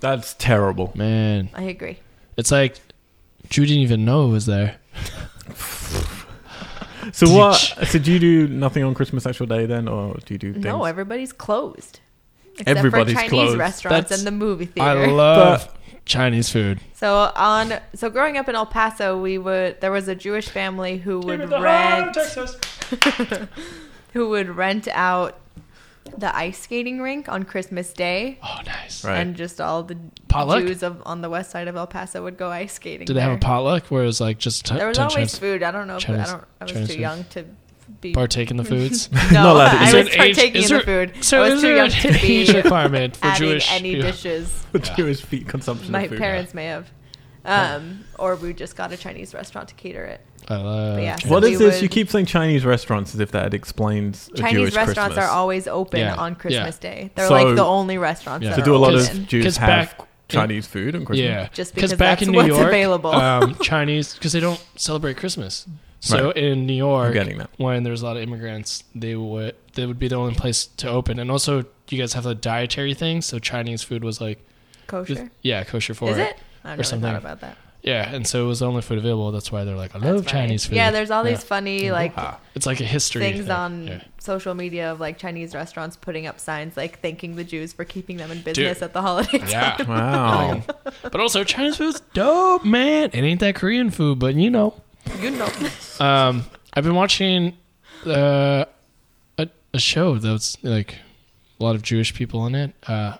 Speaker 2: That's terrible.
Speaker 3: Man,
Speaker 1: I agree.
Speaker 3: It's like Drew didn't even know it was there.
Speaker 2: So what? So do you do nothing on Christmas actual day then, or do you do things?
Speaker 1: No, everybody's closed. Except
Speaker 2: Everybody's
Speaker 1: for Chinese
Speaker 2: closed.
Speaker 1: restaurants
Speaker 3: That's-
Speaker 1: and the movie
Speaker 3: I
Speaker 1: theater.
Speaker 3: love Chinese food.
Speaker 1: so on so growing up in El Paso, we would there was a Jewish family who would
Speaker 3: the
Speaker 1: rent
Speaker 3: heart of Texas.
Speaker 1: who would rent out the ice skating rink on Christmas Day.
Speaker 3: Oh, nice.
Speaker 2: Right.
Speaker 1: And just all the
Speaker 3: Potluck?
Speaker 1: Jews of, on the west side of El Paso would go ice skating.
Speaker 3: Did they have a
Speaker 1: there.
Speaker 3: potluck where it was like just t-
Speaker 1: There was
Speaker 3: ten
Speaker 1: always
Speaker 3: Chinese-
Speaker 1: food. I don't know. If, I
Speaker 3: Chinese-
Speaker 1: don't. I was
Speaker 3: Chinese
Speaker 1: too
Speaker 3: food.
Speaker 1: young to be.
Speaker 3: partake in the foods?
Speaker 1: no,
Speaker 2: allowed to eat. Is
Speaker 1: I
Speaker 2: there
Speaker 1: was
Speaker 3: an age-
Speaker 1: partaking
Speaker 3: is
Speaker 1: in the
Speaker 3: there-
Speaker 1: food.
Speaker 3: so
Speaker 1: I
Speaker 3: is
Speaker 1: was too
Speaker 3: there
Speaker 1: young
Speaker 3: an
Speaker 1: to be
Speaker 3: age requirement for
Speaker 1: adding
Speaker 3: Jewish
Speaker 1: any
Speaker 3: people?
Speaker 1: dishes.
Speaker 2: The Jewish feet consumption.
Speaker 1: My
Speaker 2: of food.
Speaker 1: parents may have, um, or we just got a Chinese restaurant to cater it.
Speaker 3: I love.
Speaker 1: But yeah,
Speaker 3: Chinese-
Speaker 1: so
Speaker 2: What
Speaker 1: we
Speaker 2: is this?
Speaker 1: would-
Speaker 2: You keep saying Chinese restaurants as if that explains a
Speaker 1: Chinese
Speaker 2: Jewish
Speaker 1: restaurants
Speaker 2: Christmas.
Speaker 1: are always open
Speaker 3: Yeah.
Speaker 1: on
Speaker 3: Yeah.
Speaker 1: Christmas Day. They're
Speaker 2: So-
Speaker 1: like the only restaurants.
Speaker 3: Yeah.
Speaker 1: That
Speaker 2: So
Speaker 1: are
Speaker 2: do a lot
Speaker 1: open.
Speaker 2: of Jews
Speaker 3: Because
Speaker 2: have
Speaker 3: back-
Speaker 2: Chinese food on Christmas?
Speaker 3: Yeah,
Speaker 1: Just
Speaker 3: because
Speaker 1: because
Speaker 3: back
Speaker 1: that's
Speaker 3: in New
Speaker 1: what's
Speaker 3: York,
Speaker 1: available.
Speaker 3: um, Chinese because they don't celebrate Christmas. So
Speaker 2: Right.
Speaker 3: in New York,
Speaker 2: getting that.
Speaker 3: when there's a lot of immigrants, they would they would be the only place to open. And also, you guys have the dietary thing, so Chinese food was like,
Speaker 1: kosher.
Speaker 3: yeah, kosher for
Speaker 1: Is it? I
Speaker 3: or
Speaker 1: don't
Speaker 3: something.
Speaker 1: know about that.
Speaker 3: Yeah, and so it was the only food available. That's why they're like, I
Speaker 1: That's
Speaker 3: love
Speaker 1: funny.
Speaker 3: Chinese food.
Speaker 1: Yeah, there's all these
Speaker 3: Yeah. Mm-hmm.
Speaker 1: funny like
Speaker 2: Ah.
Speaker 3: it's like a history
Speaker 1: things
Speaker 3: thing.
Speaker 1: on
Speaker 3: Yeah.
Speaker 1: social media of like Chinese restaurants putting up signs like thanking the Jews for keeping them in business at the holidays.
Speaker 3: Yeah.
Speaker 2: Wow.
Speaker 3: but also Chinese food's dope, man. It ain't that Korean food, but you know.
Speaker 1: you know,
Speaker 3: Um, I've been watching uh, a, a show that's like a lot of Jewish people in it. Uh,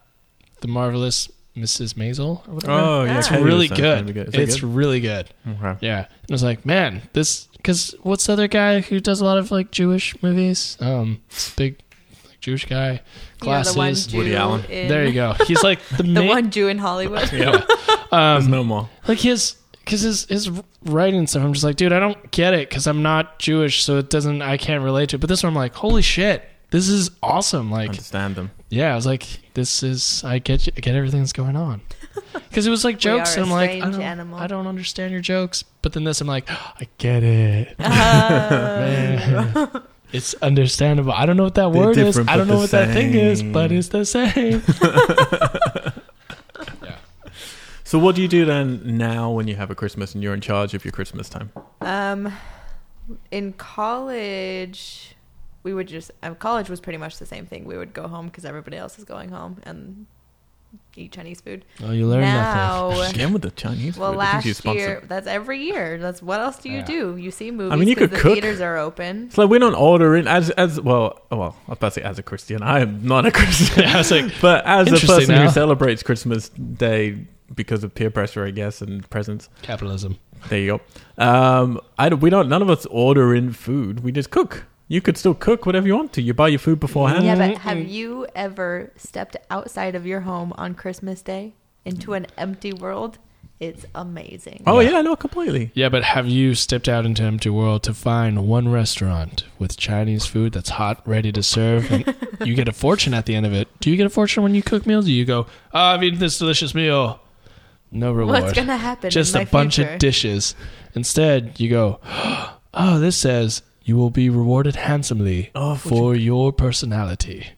Speaker 3: the marvelous Mrs. Maisel. or whatever.
Speaker 2: oh yeah,
Speaker 1: It's
Speaker 3: it's
Speaker 2: Katie
Speaker 3: really
Speaker 2: was saying it's
Speaker 3: good.
Speaker 2: gonna be Is it
Speaker 3: It's really good.
Speaker 2: good? Okay.
Speaker 3: Yeah, and I was like, man, this because what's the other guy who does a lot of like Jewish movies? Um, this big like, Jewish guy,
Speaker 1: the one
Speaker 3: glasses.
Speaker 1: Jew
Speaker 2: Woody Allen.
Speaker 1: in-
Speaker 3: there you go. He's like the,
Speaker 1: The
Speaker 3: main.
Speaker 1: one Jew in Hollywood.
Speaker 2: Yeah. Um, There's no more.
Speaker 3: like his because his his writing stuff i'm just like dude i don't get it because i'm not jewish so it doesn't i can't relate to it but this one i'm like holy shit this is awesome like
Speaker 2: Understand them.
Speaker 3: yeah i was like this is i get you- I get everything that's going on because it was like jokes
Speaker 1: are
Speaker 3: and i'm
Speaker 1: a
Speaker 3: like I
Speaker 1: strange
Speaker 3: don't,
Speaker 1: animal.
Speaker 3: I don't understand your jokes but then this i'm like "Oh, i get it
Speaker 1: Um,
Speaker 3: Man. it's understandable i don't know what that
Speaker 2: They're
Speaker 3: word is
Speaker 2: different,
Speaker 3: i
Speaker 2: but
Speaker 3: don't know
Speaker 2: the
Speaker 3: what that thing is but
Speaker 2: same.
Speaker 3: it's the same
Speaker 2: So what do you do then now when you have a Christmas and you're in charge of your Christmas time?
Speaker 1: Um, in college, we would just um, college was pretty much the same thing. We would go home because everybody else is going home and eat Chinese food.
Speaker 3: oh you learn nothing
Speaker 1: now,
Speaker 2: Again with the Chinese
Speaker 1: uh, well,
Speaker 2: food. I think you
Speaker 1: last
Speaker 2: sponsor-
Speaker 1: year that's every year. That's what else do you
Speaker 3: Yeah.
Speaker 1: do? You see movies.
Speaker 2: you
Speaker 1: 'cause
Speaker 2: could
Speaker 1: the
Speaker 2: cook.
Speaker 1: Theaters are open.
Speaker 2: It's like we're not ordering as as well. oh, Well, I was about to say as a Christian, I am not a Christian.
Speaker 3: i was like
Speaker 2: But as a
Speaker 3: Interesting
Speaker 2: person
Speaker 3: now.
Speaker 2: who celebrates Christmas Day because of peer pressure, I guess, and presents.
Speaker 3: capitalism
Speaker 2: There you go. Um, I don't- we don't. None of us order in food. We just cook. You could still cook whatever you want to. You buy your food beforehand.
Speaker 1: Yeah,
Speaker 3: Mm-mm.
Speaker 1: but have you ever stepped outside of your home on Christmas Day into an empty world? It's amazing.
Speaker 2: Oh yeah, no, completely.
Speaker 3: Yeah, but have you stepped out into empty world to find one restaurant with Chinese food that's hot, ready to serve, and you get a fortune at the end of it? Do you get a fortune when you cook meals? Do you go, oh, I've eaten this delicious meal? No reward.
Speaker 1: What's gonna happen? in
Speaker 3: Just a
Speaker 1: my
Speaker 3: bunch
Speaker 1: future?
Speaker 3: of dishes. Instead, you go, oh, this says you will be rewarded handsomely
Speaker 2: Oh,
Speaker 3: for your personality.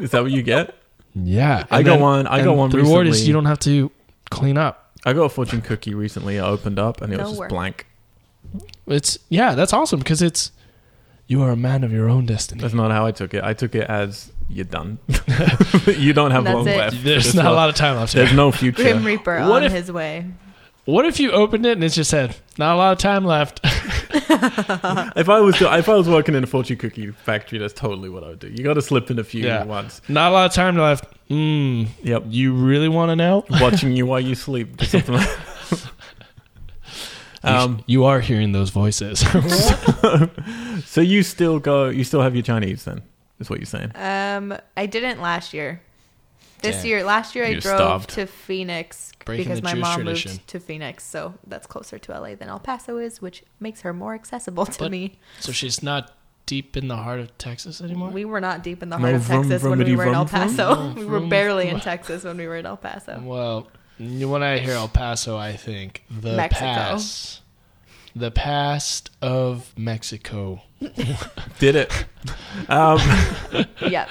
Speaker 2: Is that what you get?
Speaker 3: Yeah,
Speaker 2: I
Speaker 3: And
Speaker 2: got one- I
Speaker 3: and
Speaker 2: got one
Speaker 3: The reward is
Speaker 2: recently.
Speaker 3: you don't have to clean up.
Speaker 2: I got a fortune cookie recently. I opened up and it
Speaker 1: No
Speaker 2: was just
Speaker 1: work.
Speaker 2: blank.
Speaker 3: It's yeah, that's awesome because it's you are a man of your own destiny.
Speaker 2: That's not how I took it. I took it as you're done. you don't have
Speaker 1: That's
Speaker 2: long
Speaker 1: it.
Speaker 2: left.
Speaker 3: There's
Speaker 2: It's
Speaker 3: not a lot of time left.
Speaker 2: There's
Speaker 3: Here.
Speaker 2: no future.
Speaker 1: Grim Reaper
Speaker 3: What
Speaker 1: on
Speaker 3: if-
Speaker 1: his way.
Speaker 3: What if you opened it and it just said, "Not a lot of time left"?
Speaker 2: If I was if I was working in a fortune cookie factory, that's totally what I would do. You got to slip in a few
Speaker 3: Yeah.
Speaker 2: once.
Speaker 3: Not a lot of time left. Hmm.
Speaker 2: Yep,
Speaker 3: You really want to know?
Speaker 2: watching you while you sleep. Just something like um,
Speaker 3: you are hearing those voices.
Speaker 2: so you still go? You still have your Chinese then? Is what you're saying?
Speaker 1: Um, I didn't last year. This
Speaker 3: Damn.
Speaker 1: year, last year I
Speaker 2: You
Speaker 1: drove
Speaker 2: starved.
Speaker 1: to Phoenix
Speaker 3: Breaking
Speaker 1: because
Speaker 3: the
Speaker 1: my
Speaker 3: Jewish
Speaker 1: mom
Speaker 3: tradition.
Speaker 1: moved to Phoenix, so that's closer to LA than El Paso is, which makes her more accessible to
Speaker 3: But-
Speaker 1: me.
Speaker 3: so she's not deep in the heart of Texas anymore.
Speaker 1: We were not deep in the
Speaker 2: No
Speaker 1: heart of
Speaker 2: vroom,
Speaker 1: Texas when
Speaker 2: vroomity
Speaker 1: we were in El
Speaker 2: vroom, vroom?
Speaker 1: Paso.
Speaker 3: No
Speaker 1: we were
Speaker 3: vroom,
Speaker 1: barely in
Speaker 3: vroom.
Speaker 1: Texas when we were in El Paso.
Speaker 3: well, when I hear El Paso, I think the
Speaker 1: Mexico.
Speaker 3: pass. the past of Mexico.
Speaker 2: Did it. Um,
Speaker 1: yep.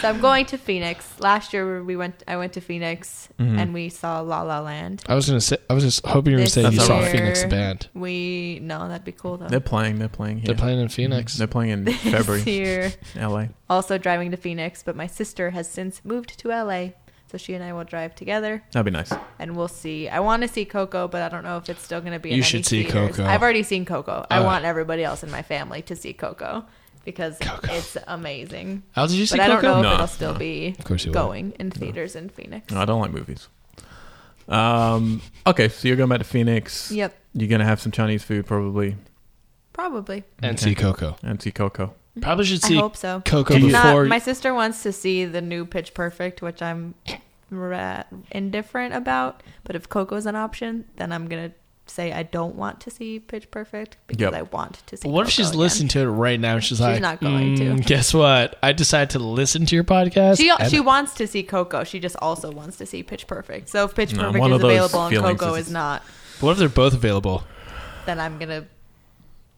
Speaker 1: So I'm going to Phoenix. Last year we went. I went to Phoenix
Speaker 3: Mm-hmm.
Speaker 1: and we saw La La Land.
Speaker 3: I was gonna say. I was just hoping you were
Speaker 1: This
Speaker 3: saying you
Speaker 2: That's
Speaker 3: saw
Speaker 2: alright.
Speaker 3: Phoenix the
Speaker 1: year-
Speaker 3: band.
Speaker 1: We no, that'd be cool though.
Speaker 2: they're playing. They're playing here.
Speaker 3: They're playing in Phoenix.
Speaker 2: They're playing in
Speaker 1: This
Speaker 2: February,
Speaker 1: year,
Speaker 2: LA.
Speaker 1: also driving to Phoenix, but my sister has since moved to LA, so she and I will drive together
Speaker 2: That'd be nice.
Speaker 1: and we'll see. I want to see Coco, but I don't know if it's still going to be. in
Speaker 3: You
Speaker 1: any
Speaker 3: should see
Speaker 1: theaters.
Speaker 3: Coco.
Speaker 1: I've already seen Coco. I
Speaker 3: Uh.
Speaker 1: want everybody else in my family to see Coco because
Speaker 3: Coco.
Speaker 1: it's amazing.
Speaker 3: Al, did you see
Speaker 1: But I don't
Speaker 3: Coco?
Speaker 1: know if
Speaker 2: No,
Speaker 1: it'll still
Speaker 2: no.
Speaker 1: be
Speaker 3: Of course you will.
Speaker 1: going in theaters in Phoenix.
Speaker 2: No, I don't like movies. Um, okay, so you're going back to Phoenix.
Speaker 1: Yep,
Speaker 2: You're going to have some Chinese food probably
Speaker 1: probably.
Speaker 3: And
Speaker 2: Okay.
Speaker 3: see Coco.
Speaker 2: and see Coco.
Speaker 3: Probably should
Speaker 1: I
Speaker 3: see
Speaker 1: hope so.
Speaker 3: Coco
Speaker 2: Do you-
Speaker 1: It's not-
Speaker 3: before.
Speaker 1: my sister wants to see the new Pitch Perfect, which I'm ra- indifferent about. But if Coco's an option, then I'm gonna say I don't want to see Pitch Perfect because
Speaker 2: Yep.
Speaker 1: I want to see.
Speaker 3: But what if
Speaker 1: Coco
Speaker 3: she's
Speaker 1: again.
Speaker 3: listening to it right now? and She's, like,
Speaker 1: not going to.
Speaker 3: "Mm, Guess what? I decided to listen to your podcast.
Speaker 1: She
Speaker 3: and
Speaker 1: she wants to see Coco. She just also wants to see Pitch Perfect. So if Pitch
Speaker 2: No,
Speaker 1: Perfect
Speaker 2: one
Speaker 1: is
Speaker 2: of those
Speaker 1: available and
Speaker 2: feelings
Speaker 1: Coco
Speaker 2: is-
Speaker 1: is not,
Speaker 3: what if they're both available?
Speaker 1: then I'm gonna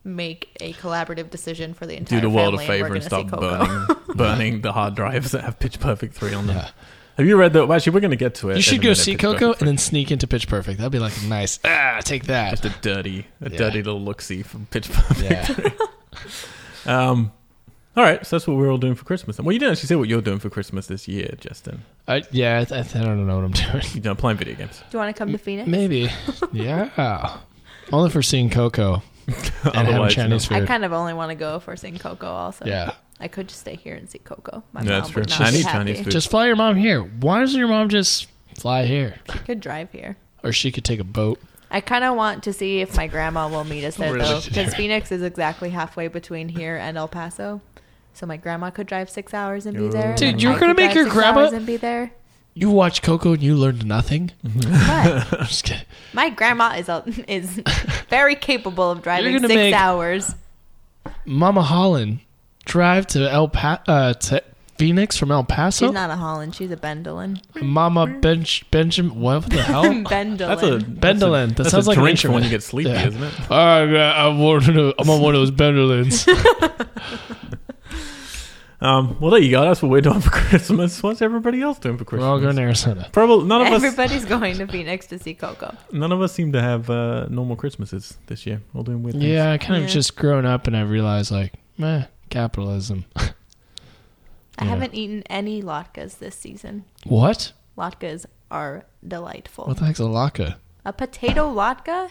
Speaker 1: make a collaborative decision for the entire
Speaker 2: Do the world a
Speaker 1: family and
Speaker 2: favor
Speaker 1: we're
Speaker 2: and stop
Speaker 1: gonna see Coco.
Speaker 2: burning, burning the hard drives that have Pitch Perfect 3 on them.
Speaker 3: Yeah.
Speaker 2: Have you read the. well, Actually, we're going to get to it.
Speaker 3: You
Speaker 2: in
Speaker 3: should
Speaker 2: a
Speaker 3: go
Speaker 2: minute,
Speaker 3: see
Speaker 2: Pitch
Speaker 3: Coco
Speaker 2: Perfect
Speaker 3: and then sneak into Pitch Perfect. That'd be like a nice. Ah, take that.
Speaker 2: Just a dirty, a
Speaker 3: Yeah.
Speaker 2: dirty little look see from Pitch Perfect.
Speaker 3: Yeah.
Speaker 2: Um, all right, so that's what we're all doing for Christmas. Well, you didn't actually say what you're doing for Christmas this year, Justin.
Speaker 3: I, yeah. I, th- I th- I don't know what I'm doing.
Speaker 2: You're done playing video games.
Speaker 1: Do you want to come to Phoenix?
Speaker 3: Maybe. yeah. Only for seeing Coco and having
Speaker 2: Otherwise,
Speaker 3: Chinese
Speaker 1: I
Speaker 3: food.
Speaker 1: kind of only want to go if we're seeing Coco. Also,
Speaker 3: yeah.
Speaker 1: I could just stay here and see Coco. My
Speaker 2: Yeah,
Speaker 1: mom
Speaker 2: that's
Speaker 1: would
Speaker 2: true.
Speaker 1: not
Speaker 2: I
Speaker 1: be
Speaker 2: need
Speaker 1: happy.
Speaker 2: Chinese food.
Speaker 3: Just fly your mom here. Why doesn't your mom just fly here?
Speaker 1: She could drive here.
Speaker 3: Or she could take a boat.
Speaker 1: I kind of want to see if my grandma will meet us there
Speaker 3: Really?
Speaker 1: though, because Phoenix is exactly halfway between here and El Paso. So my grandma could drive six hours and be there. and
Speaker 3: Dude,
Speaker 1: then
Speaker 3: you're
Speaker 1: I
Speaker 3: gonna
Speaker 1: could
Speaker 3: make
Speaker 1: drive
Speaker 3: your
Speaker 1: six
Speaker 3: grandma-
Speaker 1: hours and be there.
Speaker 3: You watch Coco and you learned nothing.
Speaker 1: But
Speaker 3: I'm just kidding.
Speaker 1: my grandma is a, is very capable of driving
Speaker 3: gonna
Speaker 1: six
Speaker 3: make-
Speaker 1: hours.
Speaker 3: Mama Holland drive to El pa- uh, to Phoenix from El Paso.
Speaker 1: She's not a Holland. She's a Bendelin.
Speaker 3: Mama Bench Benjamin. What the hell?
Speaker 2: Oh, That's a
Speaker 1: Bendelin.
Speaker 3: Bendelin. That
Speaker 2: That's
Speaker 3: sounds
Speaker 2: a
Speaker 3: like an
Speaker 2: drink for when
Speaker 3: instrument.
Speaker 2: you get sleepy,
Speaker 3: Yeah.
Speaker 2: isn't it?
Speaker 3: All right, I'm, one of, I'm on one of those Benderlands.
Speaker 2: Um, well, there you go. That's what we're doing for Christmas. What's everybody else doing for
Speaker 3: We're
Speaker 2: Christmas?
Speaker 3: all going to Arizona.
Speaker 2: Probably none of us.
Speaker 1: Everybody's going to Phoenix to see Coco.
Speaker 2: None of us seem to have uh, normal Christmases this year. All doing weird things.
Speaker 3: Yeah, I kind of
Speaker 1: Yeah.
Speaker 3: just grown up and I realized like, meh, capitalism.
Speaker 1: I
Speaker 3: Yeah.
Speaker 1: haven't eaten any latkes this season.
Speaker 3: What?
Speaker 1: Latkes are delightful.
Speaker 3: What the heck's a laka?
Speaker 1: A potato latke?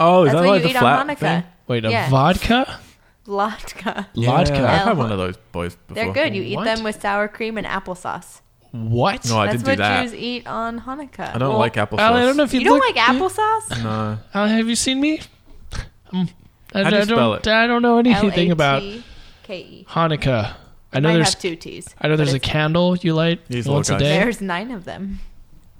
Speaker 2: Oh, is
Speaker 1: That's
Speaker 2: that
Speaker 1: what
Speaker 2: like
Speaker 1: you
Speaker 2: the
Speaker 1: eat
Speaker 2: flat
Speaker 1: on Hanukkah.
Speaker 2: thing?
Speaker 3: Wait, a
Speaker 1: Yeah.
Speaker 3: vodka?
Speaker 1: Latke.
Speaker 2: Yeah,
Speaker 3: Vodka.
Speaker 2: I've had
Speaker 1: Well,
Speaker 2: one of those boys before.
Speaker 1: They're good. You eat
Speaker 3: What?
Speaker 1: them with sour cream and applesauce.
Speaker 3: What?
Speaker 2: No, Oh, I
Speaker 1: That's
Speaker 2: didn't do
Speaker 1: what
Speaker 2: that.
Speaker 1: Jews eat on Hanukkah.
Speaker 2: I don't
Speaker 3: Well,
Speaker 2: like applesauce.
Speaker 3: Al, I don't know if you,
Speaker 1: You don't
Speaker 3: look-
Speaker 1: like applesauce?
Speaker 2: No.
Speaker 3: Al, have you seen me? Mm. I,
Speaker 2: How do you
Speaker 3: I don't,
Speaker 2: spell it?
Speaker 3: I don't know anything about
Speaker 1: L-A-T-K-E.
Speaker 3: Hanukkah. I know
Speaker 1: E. Might
Speaker 3: there's
Speaker 1: have two T's.
Speaker 3: I know
Speaker 1: but
Speaker 3: there's a
Speaker 1: it's-
Speaker 3: candle you light
Speaker 2: These
Speaker 3: once a
Speaker 2: little
Speaker 3: day.
Speaker 1: There's nine of them.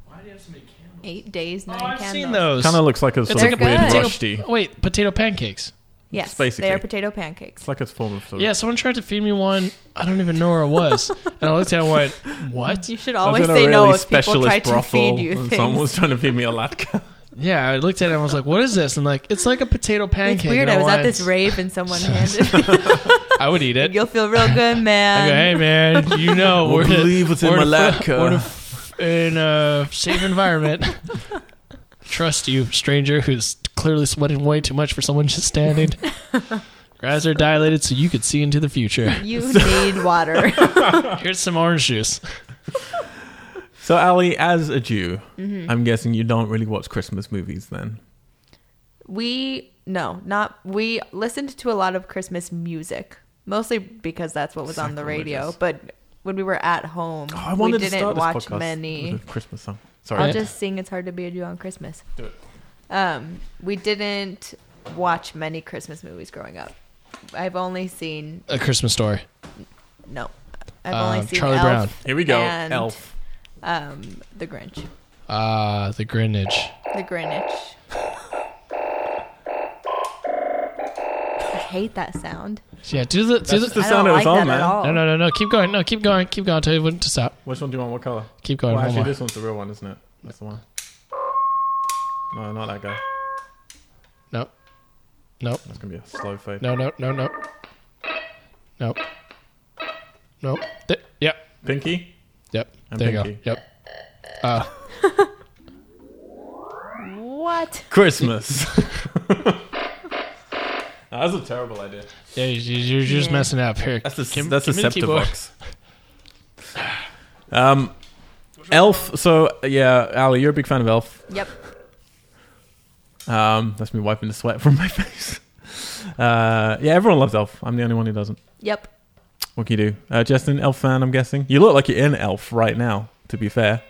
Speaker 3: Why do you have so many candles?
Speaker 1: Eight days,
Speaker 3: Oh,
Speaker 1: nine
Speaker 3: I've
Speaker 1: candles.
Speaker 3: seen those.
Speaker 2: Kind of looks like a
Speaker 3: It's
Speaker 2: sort
Speaker 1: like
Speaker 2: of
Speaker 1: a
Speaker 2: weird
Speaker 1: potato-
Speaker 2: rusty.
Speaker 3: Wait, potato pancakes.
Speaker 1: Yes,
Speaker 2: basically-
Speaker 1: they are potato pancakes.
Speaker 2: It's like a form of sort of.
Speaker 3: Yeah, someone tried to feed me one. I don't even know where it was. and I looked at it and went, what?
Speaker 1: You should
Speaker 2: I was
Speaker 1: always
Speaker 2: in a
Speaker 1: say no
Speaker 2: really
Speaker 1: if people try
Speaker 2: specialist
Speaker 1: to feed
Speaker 2: brothel
Speaker 1: you
Speaker 2: and Someone
Speaker 1: things.
Speaker 2: was trying to feed me a latke.
Speaker 3: Yeah, I looked at it and I was like, what is this? And like, it's like a potato pancake.
Speaker 1: It's weird.
Speaker 3: And
Speaker 1: I was at this
Speaker 3: went,
Speaker 1: rave and someone handed me.
Speaker 3: I would eat it.
Speaker 1: You'll feel real good,
Speaker 3: I
Speaker 1: man.
Speaker 3: go, hey man, you know
Speaker 2: Won't
Speaker 3: we're in-
Speaker 2: believe what's in
Speaker 3: we're
Speaker 2: my
Speaker 3: in a-
Speaker 2: latke."
Speaker 3: we're in a f- in a safe environment. Trust you, stranger, who's clearly sweating way too much for someone just standing. Your eyes are dilated so you could see into the future.
Speaker 1: You need water.
Speaker 3: Here's some orange juice.
Speaker 2: So, Ali, as a Jew,
Speaker 1: Mm-hmm.
Speaker 2: I'm guessing you don't really watch Christmas movies then.
Speaker 1: We no, not we listened to a lot of Christmas music, mostly because that's what was on the radio. But when we were at home,
Speaker 2: Oh, I
Speaker 1: we
Speaker 2: wanted
Speaker 1: didn't
Speaker 2: to start
Speaker 1: watch
Speaker 2: this podcast
Speaker 1: many.
Speaker 2: with a Christmas song.
Speaker 1: I'll
Speaker 2: Sorry.
Speaker 1: just sing "It's Hard to Be a Jew on Christmas."
Speaker 2: Do it.
Speaker 1: Um, we didn't watch many Christmas movies growing up. I've only seen
Speaker 3: A Christmas story.
Speaker 1: no, I've
Speaker 3: Um,
Speaker 2: Uh,
Speaker 1: only seen
Speaker 3: Charlie
Speaker 1: Elf
Speaker 3: Brown.
Speaker 2: Here we go.
Speaker 1: and,
Speaker 2: Elf.
Speaker 1: um, The Grinch,
Speaker 3: Ah, the Greenwich.
Speaker 1: The Greenwich. I hate that sound.
Speaker 3: Yeah, do the do
Speaker 2: That's just the
Speaker 3: the.
Speaker 1: I
Speaker 2: sound
Speaker 1: don't
Speaker 2: it was
Speaker 1: like
Speaker 2: on,
Speaker 1: that
Speaker 2: man.
Speaker 1: at all.
Speaker 3: No, no, no, no. Keep going. No, keep going. Keep going. Tell you when to stop.
Speaker 2: Which one do you want? What color?
Speaker 3: Keep going.
Speaker 2: Well,
Speaker 3: one
Speaker 2: actually,
Speaker 3: more.
Speaker 2: this one's the real one, isn't it? That's the one. No, not that guy.
Speaker 3: Nope. Nope.
Speaker 2: That's gonna be a slow fade.
Speaker 3: No, no, no, no. Nope. Nope. Th- yep.
Speaker 2: Pinky.
Speaker 3: Yep.
Speaker 2: And
Speaker 3: there you
Speaker 2: pinky.
Speaker 3: go. Yep. Uh,
Speaker 1: What?
Speaker 2: Christmas. That's a terrible idea.
Speaker 3: yeah, you- you- you're just
Speaker 1: Yeah.
Speaker 3: messing up. Here.
Speaker 2: That's a
Speaker 3: give-
Speaker 2: that's a
Speaker 3: give me the keyboard.
Speaker 2: Septivox. Um, Elf. So yeah, Ali, you're a big fan of Elf.
Speaker 1: Yep.
Speaker 2: Um, that's me wiping the sweat from my face. Uh, yeah, everyone loves Elf. I'm the only one who doesn't.
Speaker 1: Yep.
Speaker 2: What can you do? Uh, Justin, Elf fan, I'm guessing. You look like you're in Elf right now, to be fair.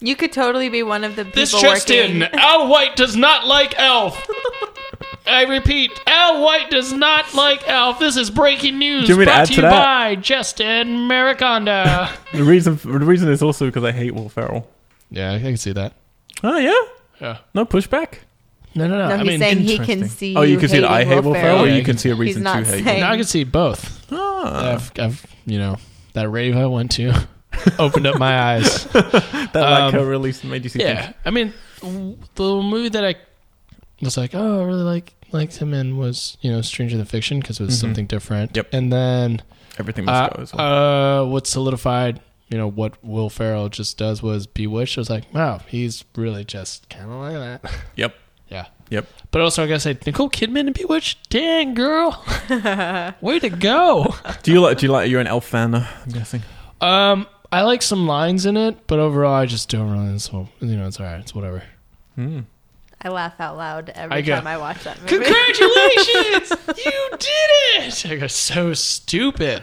Speaker 1: You could totally be one of the people
Speaker 3: This just in.
Speaker 1: working.
Speaker 3: Al White does not like Elf. I repeat, Al White does not like Elf. This is breaking news
Speaker 2: Do you want me to
Speaker 3: brought
Speaker 2: add
Speaker 3: to
Speaker 2: to
Speaker 3: you
Speaker 2: that?
Speaker 3: by Justin Mariconda.
Speaker 2: The reason the reason is also because I hate Will Ferrell.
Speaker 3: yeah, I can see that.
Speaker 2: Oh, yeah?
Speaker 3: Yeah.
Speaker 2: No pushback?
Speaker 3: No, no, no.
Speaker 1: No,
Speaker 3: I
Speaker 1: he's
Speaker 3: mean,
Speaker 1: saying he
Speaker 2: Interesting.
Speaker 1: can see.
Speaker 2: Oh, you, can see
Speaker 1: hating
Speaker 2: that I hate Will Ferrell, or
Speaker 3: Yeah,
Speaker 2: you
Speaker 3: you
Speaker 2: can
Speaker 3: can-
Speaker 2: see a reason
Speaker 1: not
Speaker 2: to hate
Speaker 1: saying-
Speaker 3: now I can see both.
Speaker 2: Ah,
Speaker 3: I've, I've, you know, that rave I went to opened up my eyes.
Speaker 2: That like
Speaker 3: um,
Speaker 2: release made you see
Speaker 3: Yeah, I mean, w- the movie that I was like, oh, I really like liked him in was you know Stranger Than Fiction because it was
Speaker 2: Mhm.
Speaker 3: something different.
Speaker 2: Yep.
Speaker 3: And then
Speaker 2: things. Everything
Speaker 3: uh,
Speaker 2: must go as well.
Speaker 3: uh, what solidified you know what Will Ferrell just does was Bewitched. I was like, wow, he's really just kind of like that.
Speaker 2: Yep.
Speaker 3: Yeah.
Speaker 2: Yep.
Speaker 3: But also, I gotta say, Nicole Kidman in Bewitched, dang girl, way to go.
Speaker 2: Do you like? Do you like? You're an elf fan, though, I'm guessing.
Speaker 3: Um, I like some lines in it, but overall, I just don't really. So you know, it's all right. It's whatever.
Speaker 2: Hmm.
Speaker 1: I laugh out loud every
Speaker 3: I go,
Speaker 1: time I watch that movie.
Speaker 3: Congratulations! you did it! I got so stupid.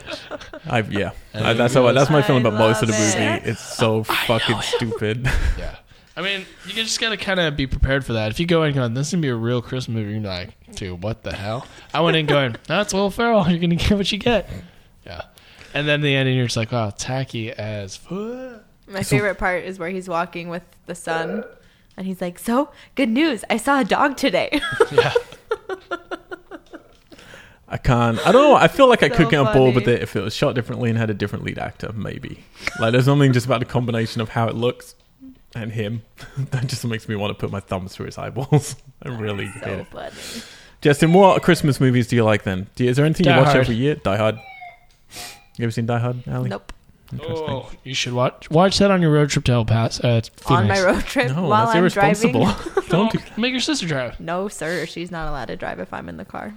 Speaker 2: I yeah. I, that's how. I, that's my feeling about
Speaker 1: I
Speaker 2: most of the
Speaker 1: love
Speaker 2: movie.
Speaker 1: it.
Speaker 2: It's so fucking stupid.
Speaker 3: Yeah. I mean, you just gotta kind of be prepared for that. If you go in going, this is gonna be a real Christmas movie, you're gonna be like, dude, what the hell? I went in going, that's Will Ferrell. You're gonna get what you get. Yeah. And then the ending, you're just like, wow, tacky as fuck.
Speaker 1: My
Speaker 2: So-
Speaker 1: favorite part is where he's walking with the son, and he's like, "So good news! I saw a dog today."
Speaker 3: Yeah.
Speaker 2: I can't. I don't know. I feel like I could
Speaker 1: So
Speaker 2: get on board with
Speaker 1: funny.
Speaker 2: it if it was shot differently and had a different lead actor. Maybe. Like there's something just about the combination of how it looks and him that just makes me want to put my thumbs through his eyeballs. I really hate
Speaker 1: so
Speaker 2: it.
Speaker 1: funny.
Speaker 2: Justin, what Christmas movies do you like then? Do you, is there anything
Speaker 3: Die
Speaker 2: you watch
Speaker 3: Hard.
Speaker 2: every year? Die Hard. You ever seen Die Hard, Ali?
Speaker 1: Nope.
Speaker 2: Interesting.
Speaker 3: Oh, you should watch watch that on your road trip to El Paso. Uh,
Speaker 1: On my
Speaker 3: Phoenix.
Speaker 1: road trip
Speaker 2: No,
Speaker 1: while
Speaker 2: that's
Speaker 1: I'm
Speaker 2: irresponsible.
Speaker 1: driving.
Speaker 2: Don't do
Speaker 3: Make your sister drive.
Speaker 1: No, sir. She's not allowed to drive if I'm in the car.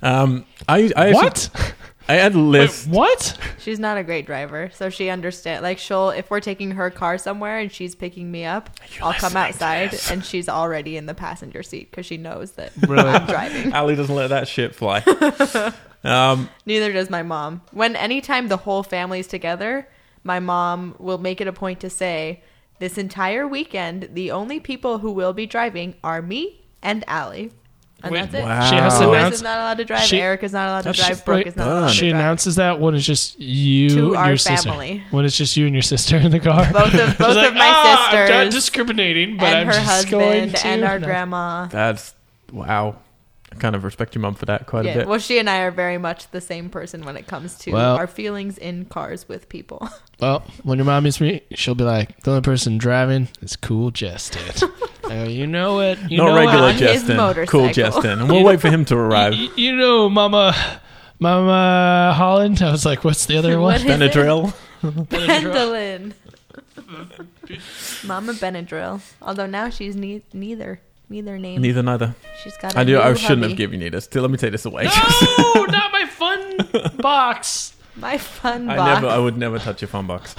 Speaker 2: Um, I, I actually-
Speaker 3: What?
Speaker 2: I had a
Speaker 3: Wait,
Speaker 2: list.
Speaker 3: what?
Speaker 1: She's not a great driver, so she understand. Like she'll, if we're taking her car somewhere and she's picking me up,
Speaker 2: you
Speaker 1: I'll
Speaker 2: listening
Speaker 1: come
Speaker 2: to
Speaker 1: outside
Speaker 2: this?
Speaker 1: and she's already in the passenger seat because she knows that
Speaker 3: Really?
Speaker 1: I'm driving.
Speaker 2: Ali doesn't let that shit fly. um,
Speaker 1: Neither does my mom. When anytime the whole family's together, my mom will make it a point to say, "This entire weekend, the only people who will be driving are me and Allie." And
Speaker 3: Wait,
Speaker 1: that's it.
Speaker 2: wow.
Speaker 3: She has
Speaker 2: Wow.
Speaker 3: to
Speaker 1: Boris
Speaker 3: announce.
Speaker 1: is not allowed to drive.
Speaker 3: she-
Speaker 1: Eric is not allowed to
Speaker 3: That's
Speaker 1: drive.
Speaker 3: just
Speaker 1: Brooke
Speaker 3: like uh,
Speaker 1: is not allowed to
Speaker 2: done.
Speaker 3: She
Speaker 1: drive.
Speaker 3: announces that when it's just you
Speaker 1: To
Speaker 3: and
Speaker 1: our
Speaker 3: your sister.
Speaker 1: family.
Speaker 3: When it's just you and your sister in the car.
Speaker 1: Both of both
Speaker 3: She's like,
Speaker 1: of my
Speaker 3: "Ah, I'm
Speaker 1: sisters.
Speaker 3: not discriminating, but I'm
Speaker 1: and her
Speaker 3: just going
Speaker 1: husband
Speaker 3: to
Speaker 1: and our
Speaker 3: No.
Speaker 1: grandma.
Speaker 2: that's wow. I kind of respect your mum for that quite a
Speaker 1: Yeah,
Speaker 2: bit.
Speaker 1: well, she and I are very much the same person when it comes to
Speaker 3: Well-
Speaker 1: our feelings in cars with people.
Speaker 3: Well, when your mom meets me, she'll be like, "The only person driving is cool Justin." I go, you know it. You
Speaker 2: Not
Speaker 3: know
Speaker 2: regular
Speaker 1: on
Speaker 3: it.
Speaker 1: his
Speaker 2: Justin.
Speaker 1: motorcycle.
Speaker 2: Cool Justin. And we'll wait for him to arrive.
Speaker 3: You, you know, Mama, Mama Holland. I was like, "What's the other
Speaker 1: What is
Speaker 3: one?"
Speaker 1: it?
Speaker 2: Benadryl.
Speaker 1: Benadryl. Mama Benadryl. Although now she's ne- neither. Neither name.
Speaker 2: Neither, neither.
Speaker 1: She's got. I
Speaker 2: I knew I shouldn't
Speaker 1: hubby.
Speaker 2: have given you this. Still, let me take this away.
Speaker 3: No, not my fun box.
Speaker 1: my fun
Speaker 2: I
Speaker 1: box.
Speaker 2: never. I would never touch your phone box.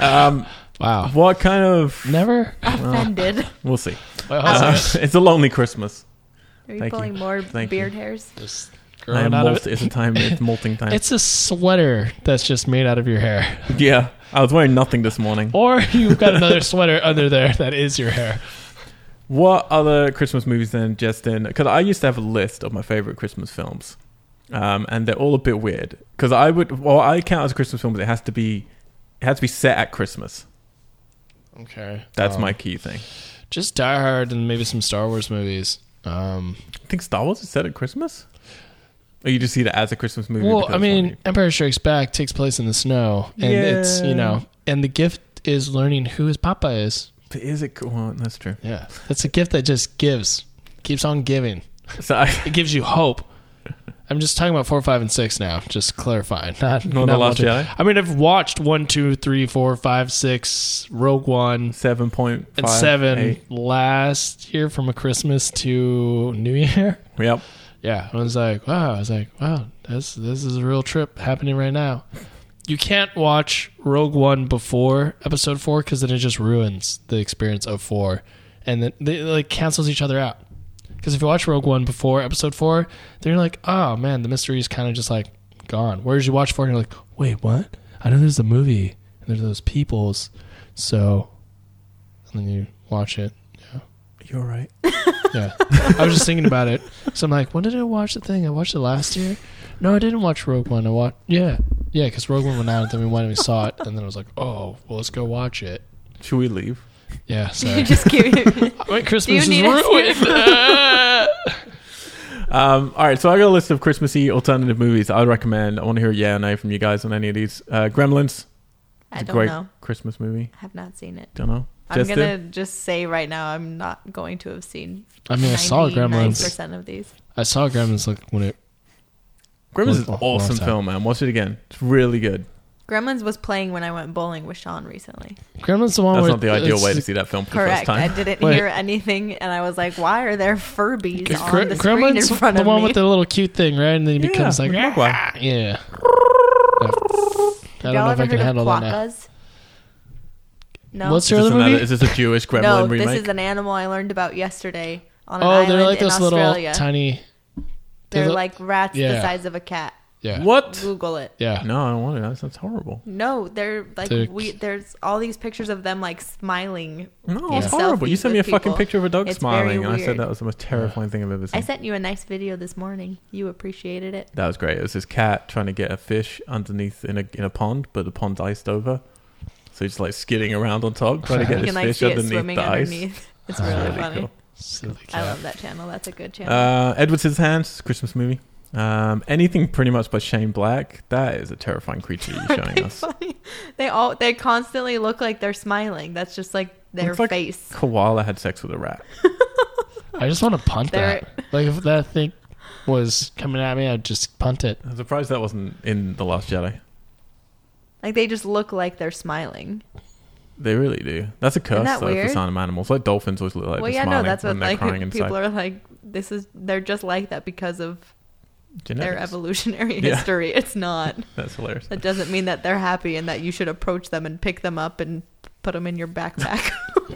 Speaker 2: Um,
Speaker 3: Wow.
Speaker 2: what kind of?
Speaker 3: Never.
Speaker 1: offended.
Speaker 2: We'll see.
Speaker 3: Well,
Speaker 2: Uh, it's a lonely Christmas.
Speaker 1: Are you
Speaker 2: Thank
Speaker 1: pulling
Speaker 2: you.
Speaker 1: more
Speaker 2: Thank you.
Speaker 1: beard hairs?
Speaker 3: just
Speaker 2: I am
Speaker 3: growing out of
Speaker 2: molt-
Speaker 3: it.
Speaker 2: it's a time. It's molting time.
Speaker 3: It's a sweater that's just made out of your hair,
Speaker 2: yeah. I was wearing nothing this morning.
Speaker 3: or you've got another sweater under there that is your hair.
Speaker 2: What other Christmas movies then, Justin? Because I used to have a list of my favorite Christmas films, um, and they're all a bit weird. Because I would, well, I count as a Christmas film, but it has to be, it has to be set at Christmas.
Speaker 3: Okay,
Speaker 2: That's
Speaker 3: Um,
Speaker 2: my key thing.
Speaker 3: Just Die Hard and maybe some Star Wars movies. Um,
Speaker 2: I think Star Wars is set at Christmas. Or you just see it as a Christmas movie.
Speaker 3: well,
Speaker 2: because
Speaker 3: I
Speaker 2: it's
Speaker 3: mean,
Speaker 2: funny.
Speaker 3: Empire Strikes Back takes place in the snow, and it's
Speaker 2: Yeah.
Speaker 3: you know, and the gift is learning who his papa is.
Speaker 2: but is it? Well, that's true.
Speaker 3: Yeah, that's a gift that just gives, keeps on giving.
Speaker 2: So I,
Speaker 3: It gives you hope. I'm just talking about four, five, and six now. Just clarifying. Not,
Speaker 2: Not The
Speaker 3: not
Speaker 2: Last
Speaker 3: one, two.
Speaker 2: Jedi?
Speaker 3: I mean, I've watched one, two, three, four, five, six, Rogue One,
Speaker 2: seven point
Speaker 3: and seven last year from a Christmas to New Year.
Speaker 2: Yep.
Speaker 3: Yeah, I was like, wow. I was like, wow. This this is a real trip happening right now. You can't watch Rogue One before Episode Four because then it just ruins the experience of four, and then they like cancels each other out. Because if you watch Rogue One before Episode Four, then you're like, oh man, the mystery is kind of just like gone. Whereas you watch four, and you're like, wait, what? I know there's a movie and there's those peoples, so, and then you watch it.
Speaker 2: You're right.
Speaker 3: Yeah. I was just thinking about it. So I'm like, when did I watch the thing? I watched it last year. No, I didn't watch Rogue One. I watched, yeah. Yeah, because Rogue One went out, and then we went and we saw it, and then I was like, oh, well, let's go watch it.
Speaker 2: Should we leave?
Speaker 3: Yeah,
Speaker 1: You
Speaker 3: sorry.
Speaker 1: just keep.
Speaker 3: My Christmas
Speaker 1: need
Speaker 3: is
Speaker 1: us?
Speaker 3: ruined. Ah.
Speaker 2: Um, all right, so I got a list of Christmassy alternative movies I'd recommend. I want to hear a yeah or no from you guys on any of these. Uh, Gremlins,
Speaker 1: I
Speaker 2: it's a
Speaker 1: don't
Speaker 2: great
Speaker 1: know.
Speaker 2: Christmas movie.
Speaker 1: I have not seen it.
Speaker 2: Don't know.
Speaker 1: I'm
Speaker 2: Justin?
Speaker 1: gonna just say right now, I'm not going to have seen.
Speaker 3: I mean, I saw
Speaker 1: 99%
Speaker 3: Gremlins.
Speaker 1: of these.
Speaker 3: I saw Gremlins like when it.
Speaker 2: Gremlins is an
Speaker 3: Long- long
Speaker 2: awesome
Speaker 3: time.
Speaker 2: film, man. Watch it again. It's really good.
Speaker 1: Gremlins was playing when I went bowling with Sean recently.
Speaker 3: Gremlins the one
Speaker 2: That's
Speaker 3: where
Speaker 2: not the ideal
Speaker 3: it's-
Speaker 2: way to see that film for
Speaker 1: Correct.
Speaker 2: the
Speaker 1: I
Speaker 2: first time.
Speaker 1: didn't
Speaker 3: Wait.
Speaker 1: hear anything, and I was like, "Why are there Furbies
Speaker 3: Gre-
Speaker 1: on the screen
Speaker 3: Gremlins,
Speaker 1: in front
Speaker 3: the
Speaker 1: of
Speaker 3: one
Speaker 1: me?"
Speaker 3: with the little cute thing, right? And then he
Speaker 2: Yeah,
Speaker 3: becomes like,
Speaker 2: with
Speaker 3: ah.
Speaker 2: Mogwai.
Speaker 3: yeah. I don't
Speaker 1: Y'all
Speaker 3: know if
Speaker 1: ever
Speaker 3: I can
Speaker 1: heard of
Speaker 3: handle that now.
Speaker 1: quokkas? No.
Speaker 3: What's
Speaker 2: Is
Speaker 3: your
Speaker 2: this,
Speaker 3: other
Speaker 2: another,
Speaker 3: movie?
Speaker 2: is this a Jewish Gremlin
Speaker 1: no,
Speaker 2: remake?
Speaker 1: this is an animal I learned about yesterday on an
Speaker 3: Oh,
Speaker 1: island
Speaker 3: they're like
Speaker 1: in
Speaker 3: those little
Speaker 1: Australia.
Speaker 3: tiny.
Speaker 1: they're
Speaker 3: li-
Speaker 1: like rats the
Speaker 3: yeah.
Speaker 1: size of a cat.
Speaker 3: Yeah.
Speaker 2: What?
Speaker 1: Google it.
Speaker 3: Yeah.
Speaker 2: No, I don't want it. That's, that's horrible.
Speaker 1: No, they're like
Speaker 3: They're-
Speaker 1: we. There's all these pictures of them like smiling.
Speaker 2: No,
Speaker 1: Yeah.
Speaker 2: it's horrible. You
Speaker 1: Selfies
Speaker 2: sent me a
Speaker 1: with
Speaker 2: fucking
Speaker 1: people.
Speaker 2: picture of a dog
Speaker 1: It's
Speaker 2: smiling,
Speaker 1: very
Speaker 2: and I said
Speaker 1: weird.
Speaker 2: that was the most terrifying thing I've ever seen.
Speaker 1: I sent you a nice video this morning. You appreciated it.
Speaker 2: that was great. It was this cat trying to get a fish underneath in a in a pond, but the pond's iced over, so he's like skidding around on top trying to
Speaker 1: You
Speaker 2: get
Speaker 1: can
Speaker 2: his
Speaker 1: like
Speaker 2: fish
Speaker 1: see it
Speaker 2: underneath
Speaker 1: swimming
Speaker 2: the ice.
Speaker 1: underneath. It's really
Speaker 3: Oh
Speaker 2: Really
Speaker 1: funny.
Speaker 2: cool.
Speaker 3: Silly
Speaker 1: I
Speaker 3: cat.
Speaker 1: love that channel. That's a good channel.
Speaker 2: Uh, Edward Scissorhands, Christmas movie. Um, anything pretty much by Shane Black. That is a terrifying creature you're showing
Speaker 1: they
Speaker 2: us.
Speaker 1: funny? They all they constantly look like they're smiling. That's just like their
Speaker 2: Looks like-
Speaker 1: face.
Speaker 2: Koala had sex with a rat.
Speaker 3: I just want to punt
Speaker 1: They're-
Speaker 3: that. Like if that thing was coming at me, I'd just punt it.
Speaker 2: I'm surprised that wasn't in The Last Jedi.
Speaker 1: Like they just look like they're smiling.
Speaker 2: They really do. That's a curse
Speaker 1: that
Speaker 2: though
Speaker 1: weird?
Speaker 2: for some animals. Like dolphins always look like they're
Speaker 1: well, yeah, no,
Speaker 2: smiling
Speaker 1: that's what
Speaker 2: when they're
Speaker 1: like
Speaker 2: crying
Speaker 1: people
Speaker 2: inside.
Speaker 1: are like. This is they're just like that because of their
Speaker 2: Genetics.
Speaker 1: evolutionary
Speaker 2: Yeah.
Speaker 1: history. It's not.
Speaker 2: That's hilarious.
Speaker 1: That doesn't mean that they're happy and that you should approach them and pick them up and put them in your backpack.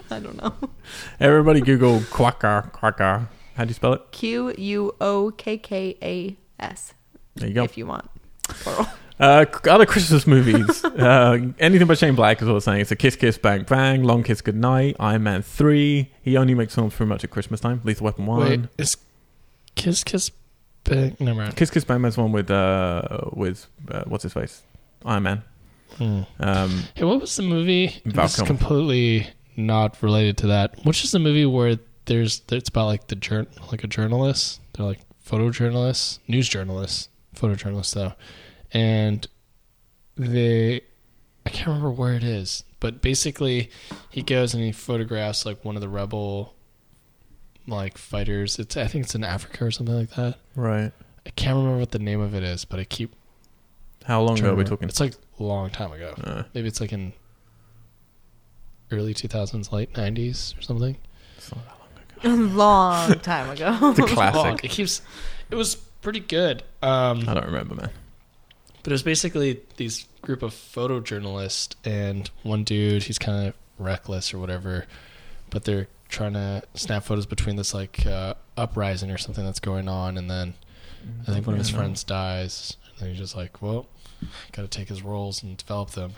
Speaker 1: I don't know.
Speaker 2: Everybody Google quacker quacker. How do you spell it?
Speaker 1: Q U O K K A S
Speaker 2: There you go.
Speaker 1: if you want. Plural.
Speaker 2: Uh, c- other Christmas movies. uh, anything by Shane Black is what I'm saying. It's a Kiss Kiss Bang Bang, Long Kiss Goodnight, Iron Man 3. He only makes films pretty much at Christmas time. Lethal Weapon 1.
Speaker 3: Wait, is kiss kiss bang? Never mind.
Speaker 2: Kiss Kiss Bang Bang's one with, uh, with uh, what's his face? Iron Man.
Speaker 3: Hmm.
Speaker 2: Um,
Speaker 3: Hey, what was the movie?
Speaker 2: Val
Speaker 3: This is
Speaker 2: Kilmer.
Speaker 3: completely not related to that. Which is the movie where there's it's about like the jour- like a journalist. They're like photojournalists, news journalists, photojournalists though, and they I can't remember where it is, but basically he goes and he photographs like one of the rebel like fighters. It's I think it's in Africa or something like that.
Speaker 2: right.
Speaker 3: I can't remember what the name of it is, but I keep
Speaker 2: How long ago are
Speaker 3: trying to
Speaker 2: we
Speaker 3: remember.
Speaker 2: talking?
Speaker 3: It's like a long time ago
Speaker 2: Uh,
Speaker 3: maybe it's like in early 2000s late 90s or something
Speaker 2: it's not that long.
Speaker 1: A long time ago.
Speaker 2: It's a classic. Uh,
Speaker 3: it keeps it was pretty good um,
Speaker 2: I don't remember, man.
Speaker 3: but it was basically these group of photojournalists and one dude he's kind of reckless or whatever but they're trying to snap photos between this like uh, uprising or something that's going on and then i think one of his
Speaker 2: Yeah, no.
Speaker 3: friends dies and then he's just like well gotta take his roles and develop them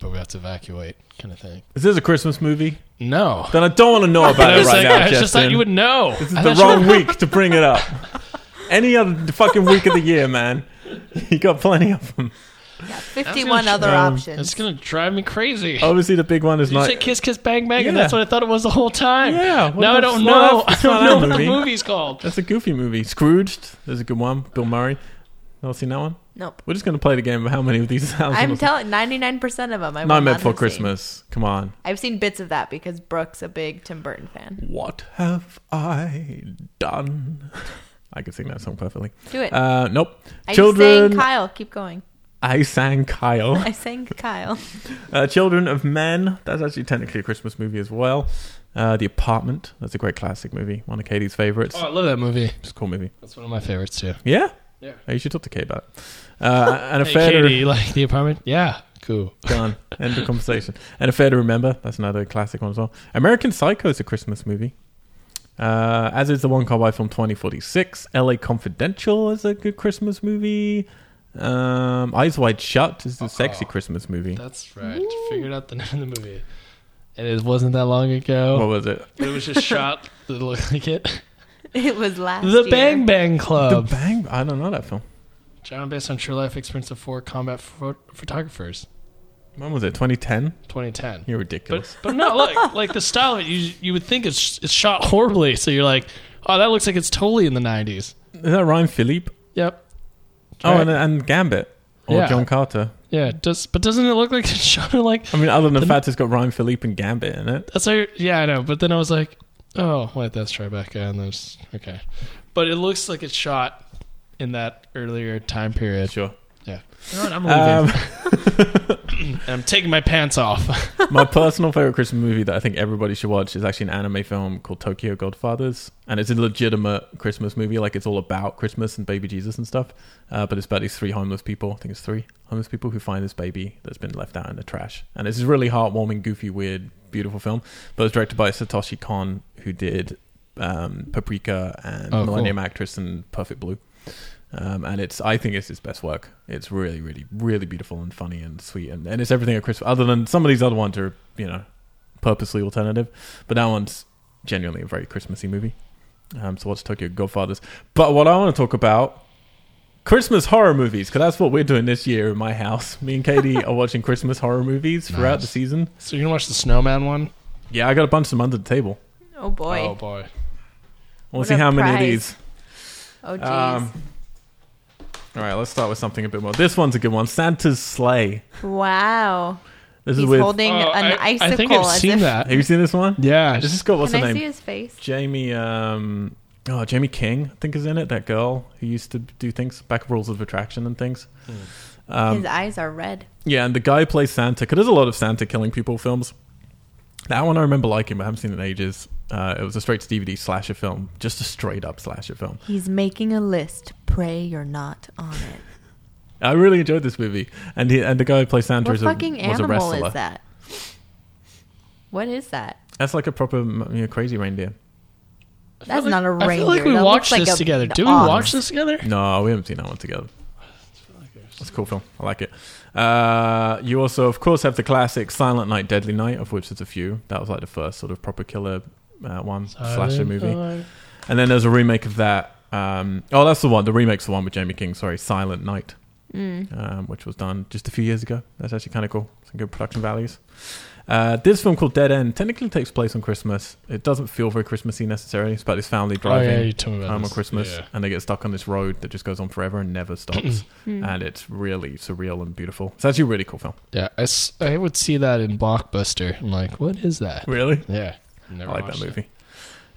Speaker 3: but we have to evacuate kind of thing
Speaker 2: Is this a Christmas movie?
Speaker 3: no
Speaker 2: Then I don't want to know
Speaker 3: But
Speaker 2: about
Speaker 3: I
Speaker 2: it
Speaker 3: was
Speaker 2: right
Speaker 3: like,
Speaker 2: now,
Speaker 3: I just
Speaker 2: Justin.
Speaker 3: thought you would know.
Speaker 2: This is the wrong week to bring it up. Any other fucking week of the year, man. You got plenty of them.
Speaker 1: Yeah, 51 other options.
Speaker 3: It's gonna drive me crazy.
Speaker 2: Obviously, the big one is
Speaker 3: you
Speaker 2: Oh, not.
Speaker 3: said kiss, kiss, bang, bang, and
Speaker 2: Yeah.
Speaker 3: that's what I thought it was the whole time.
Speaker 2: Yeah, well,
Speaker 3: now I
Speaker 2: that's
Speaker 3: don't
Speaker 2: not-
Speaker 3: know. I
Speaker 2: that's not
Speaker 3: don't know
Speaker 2: our
Speaker 3: what the
Speaker 2: movie.
Speaker 3: movie's called.
Speaker 2: That's a goofy movie. Scrooged. There's a good one. Bill Murray. Not seen that one.
Speaker 1: nope.
Speaker 2: We're just gonna play the game of how many of these sounds.
Speaker 1: I'm telling 99% of them. I
Speaker 2: Nightmare
Speaker 1: meant
Speaker 2: Before Christmas. Come on.
Speaker 1: I've seen bits of that because Brooke's a big Tim Burton fan.
Speaker 2: What have I done? I could sing that song perfectly.
Speaker 1: Do it.
Speaker 2: Uh, nope.
Speaker 1: I
Speaker 2: Children.
Speaker 1: sang Kyle. Keep going.
Speaker 2: I sang Kyle.
Speaker 1: I sang Kyle.
Speaker 2: Uh, Children of Men. That's actually technically a Christmas movie as well. Uh, the Apartment. That's a great classic movie. One of Katie's favorites.
Speaker 3: Oh, I love that movie.
Speaker 2: It's a cool movie.
Speaker 3: That's one of my favorites too.
Speaker 2: Yeah.
Speaker 3: Yeah.
Speaker 2: You should talk to Kate about it. Uh, and a
Speaker 3: Hey,
Speaker 2: fair
Speaker 3: Katie, you like the apartment? Yeah, cool.
Speaker 2: done. End of conversation. And a fair to remember. That's another classic one as well. American Psycho is a Christmas movie. Uh, as is the one car by film 2046. LA Confidential is a good Christmas movie. Um, Eyes Wide Shut is a sexy
Speaker 3: Uh-oh.
Speaker 2: Christmas movie.
Speaker 3: That's right. Figured out the name of the movie, and it wasn't that long ago.
Speaker 2: What was it?
Speaker 3: It was just shot that looked like it.
Speaker 1: It was last
Speaker 3: The
Speaker 1: year.
Speaker 3: Bang Bang Club.
Speaker 2: the Bang. I don't know that film.
Speaker 3: John, based on true life experience of four combat pho- photographers,
Speaker 2: When was it? 2010?
Speaker 3: 2010.
Speaker 2: You're
Speaker 3: But
Speaker 2: ridiculous.
Speaker 3: but no, like like the style of it, you you would think it's it's shot horribly. So you're like, oh, that looks like it's totally in the 90s.
Speaker 2: is that Ryan Philippe?
Speaker 3: Yep.
Speaker 2: Oh,
Speaker 3: Right.
Speaker 2: and, and Gambit. Or
Speaker 3: Yeah.
Speaker 2: John Carter.
Speaker 3: Yeah. it Does but doesn't it look like it's shot in like
Speaker 2: I mean, other than the
Speaker 3: The-
Speaker 2: fact it's got Ryan Philippe and Gambit in it.
Speaker 3: That's how you're, yeah, I know. But then I was like, oh, wait, that's Tribeca, and there's okay. But it looks like it's shot in that earlier time period.
Speaker 2: Sure.
Speaker 3: Yeah. You know what? I'm
Speaker 2: Um,
Speaker 3: leaving. And I'm taking my pants off.
Speaker 2: My personal favorite Christmas movie that I think everybody should watch is actually an anime film called Tokyo Godfathers, and it's a legitimate Christmas movie. Like it's all about Christmas and baby Jesus and stuff. Uh, but it's about these three homeless people. I think it's three homeless people who find this baby that's been left out in the trash, and it's a really heartwarming, goofy, weird, beautiful film. But it's directed by Satoshi Kon, who did um, Paprika and
Speaker 3: Oh, cool.
Speaker 2: Millennium Actress and Perfect Blue. Um, and it's, I think it's his best work. It's really, really, really beautiful and funny and sweet, and, and it's everything at Christmas. Other than some of these other ones are, you know, purposely alternative, but that one's genuinely a very Christmassy movie. Um, so watch Tokyo Godfathers. But what I want to talk about Christmas horror movies, because that's what we're doing this year in my house. Me and Katie are watching Christmas horror movies throughout
Speaker 3: Nice.
Speaker 2: the season.
Speaker 3: So you're gonna watch the Snowman one?
Speaker 2: Yeah, I got a bunch of them under the table.
Speaker 1: Oh boy.
Speaker 3: Oh
Speaker 1: Oh,
Speaker 2: I
Speaker 3: boy.
Speaker 2: want
Speaker 1: What
Speaker 2: to see
Speaker 1: a
Speaker 2: how many of
Speaker 1: prize.
Speaker 2: these.
Speaker 1: jeez.
Speaker 2: Um, all right, let's start with something a bit more. This one's a good one. Santa's sleigh.
Speaker 1: wow.
Speaker 2: This
Speaker 1: He's
Speaker 2: is with.
Speaker 1: holding
Speaker 3: Oh,
Speaker 1: an
Speaker 3: I,
Speaker 1: icicle.
Speaker 3: I think I've
Speaker 1: as
Speaker 3: seen
Speaker 1: if-
Speaker 2: have
Speaker 3: that.
Speaker 2: you seen this one?
Speaker 3: Yeah.
Speaker 2: This
Speaker 3: Just
Speaker 2: has got what's
Speaker 1: Can
Speaker 2: her
Speaker 1: I
Speaker 2: name?
Speaker 1: see his face?
Speaker 2: Jamie, um, oh, Jamie King, I think is in it. That girl who used to do things, back rules of attraction and things. Um,
Speaker 1: Hmm. his eyes are red.
Speaker 2: yeah, and the guy who plays Santa. Because there's a lot of Santa killing people films. That one I remember liking, but I haven't seen it in ages. Uh, it was a straight to DVD slasher film, just a straight up slasher film.
Speaker 1: He's making a list. Pray you're not on it.
Speaker 2: I really enjoyed this movie, and he, and the guy who plays Santa
Speaker 1: what
Speaker 2: is a,
Speaker 1: fucking
Speaker 2: was a
Speaker 1: animal
Speaker 2: wrestler.
Speaker 1: is that? What is that?
Speaker 2: That's like a proper you know, crazy reindeer.
Speaker 1: That's not a reindeer.
Speaker 3: I feel like we
Speaker 1: That
Speaker 3: watched
Speaker 1: looks like
Speaker 3: this
Speaker 1: a-
Speaker 3: together.
Speaker 1: an
Speaker 3: Do we
Speaker 1: ox.
Speaker 3: watch this together?
Speaker 2: No, we haven't seen that one together. It's a cool film. I like it. Uh, you also, of course, have the classic Silent Night, Deadly Night, of which there's a few. That was like the first sort of proper killer uh, one slasher movie. And then there's a remake of that. Um, oh, that's the one. The remake's the one with Jamie King. Sorry, Silent Night,
Speaker 1: Mm-hmm.
Speaker 2: um, which was done just a few years ago. That's actually kind of cool. Some good production values. Uh, this film called Dead End technically takes place on Christmas. It doesn't feel very Christmassy necessarily. It's about this family
Speaker 3: Oh
Speaker 2: driving
Speaker 3: yeah, you told me about
Speaker 2: home on
Speaker 3: this.
Speaker 2: Christmas,
Speaker 3: Yeah.
Speaker 2: and they get stuck on this road that just goes on forever and never stops. and it's really surreal and beautiful. It's actually a really cool film.
Speaker 3: Yeah, I, s- I would see that in Blockbuster. I'm like, what is that?
Speaker 2: Really,
Speaker 3: Yeah, never
Speaker 2: I like that
Speaker 3: watched it.
Speaker 2: movie.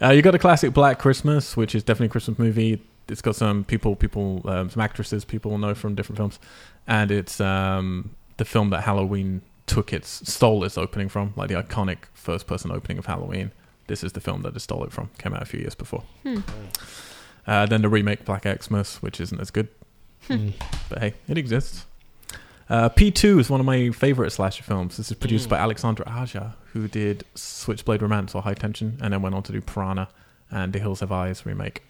Speaker 2: Uh, you got a classic Black Christmas, which is definitely a Christmas movie. It's got some people, people, um, some actresses people know from different films, and it's um, the film that Halloween took its stole its opening from, like the iconic first person opening of Halloween. This is the film that it stole it from. Came out a few years before. Uh, then the remake Black Xmas, which isn't as good,
Speaker 3: Hmm.
Speaker 2: but hey, it exists. Uh, P2 is one of my favorite slasher films. This is produced
Speaker 3: Mm.
Speaker 2: by Alexandra Aja, who did Switchblade Romance or High Tension, and then went on to do Piranha and The Hills Have Eyes remake.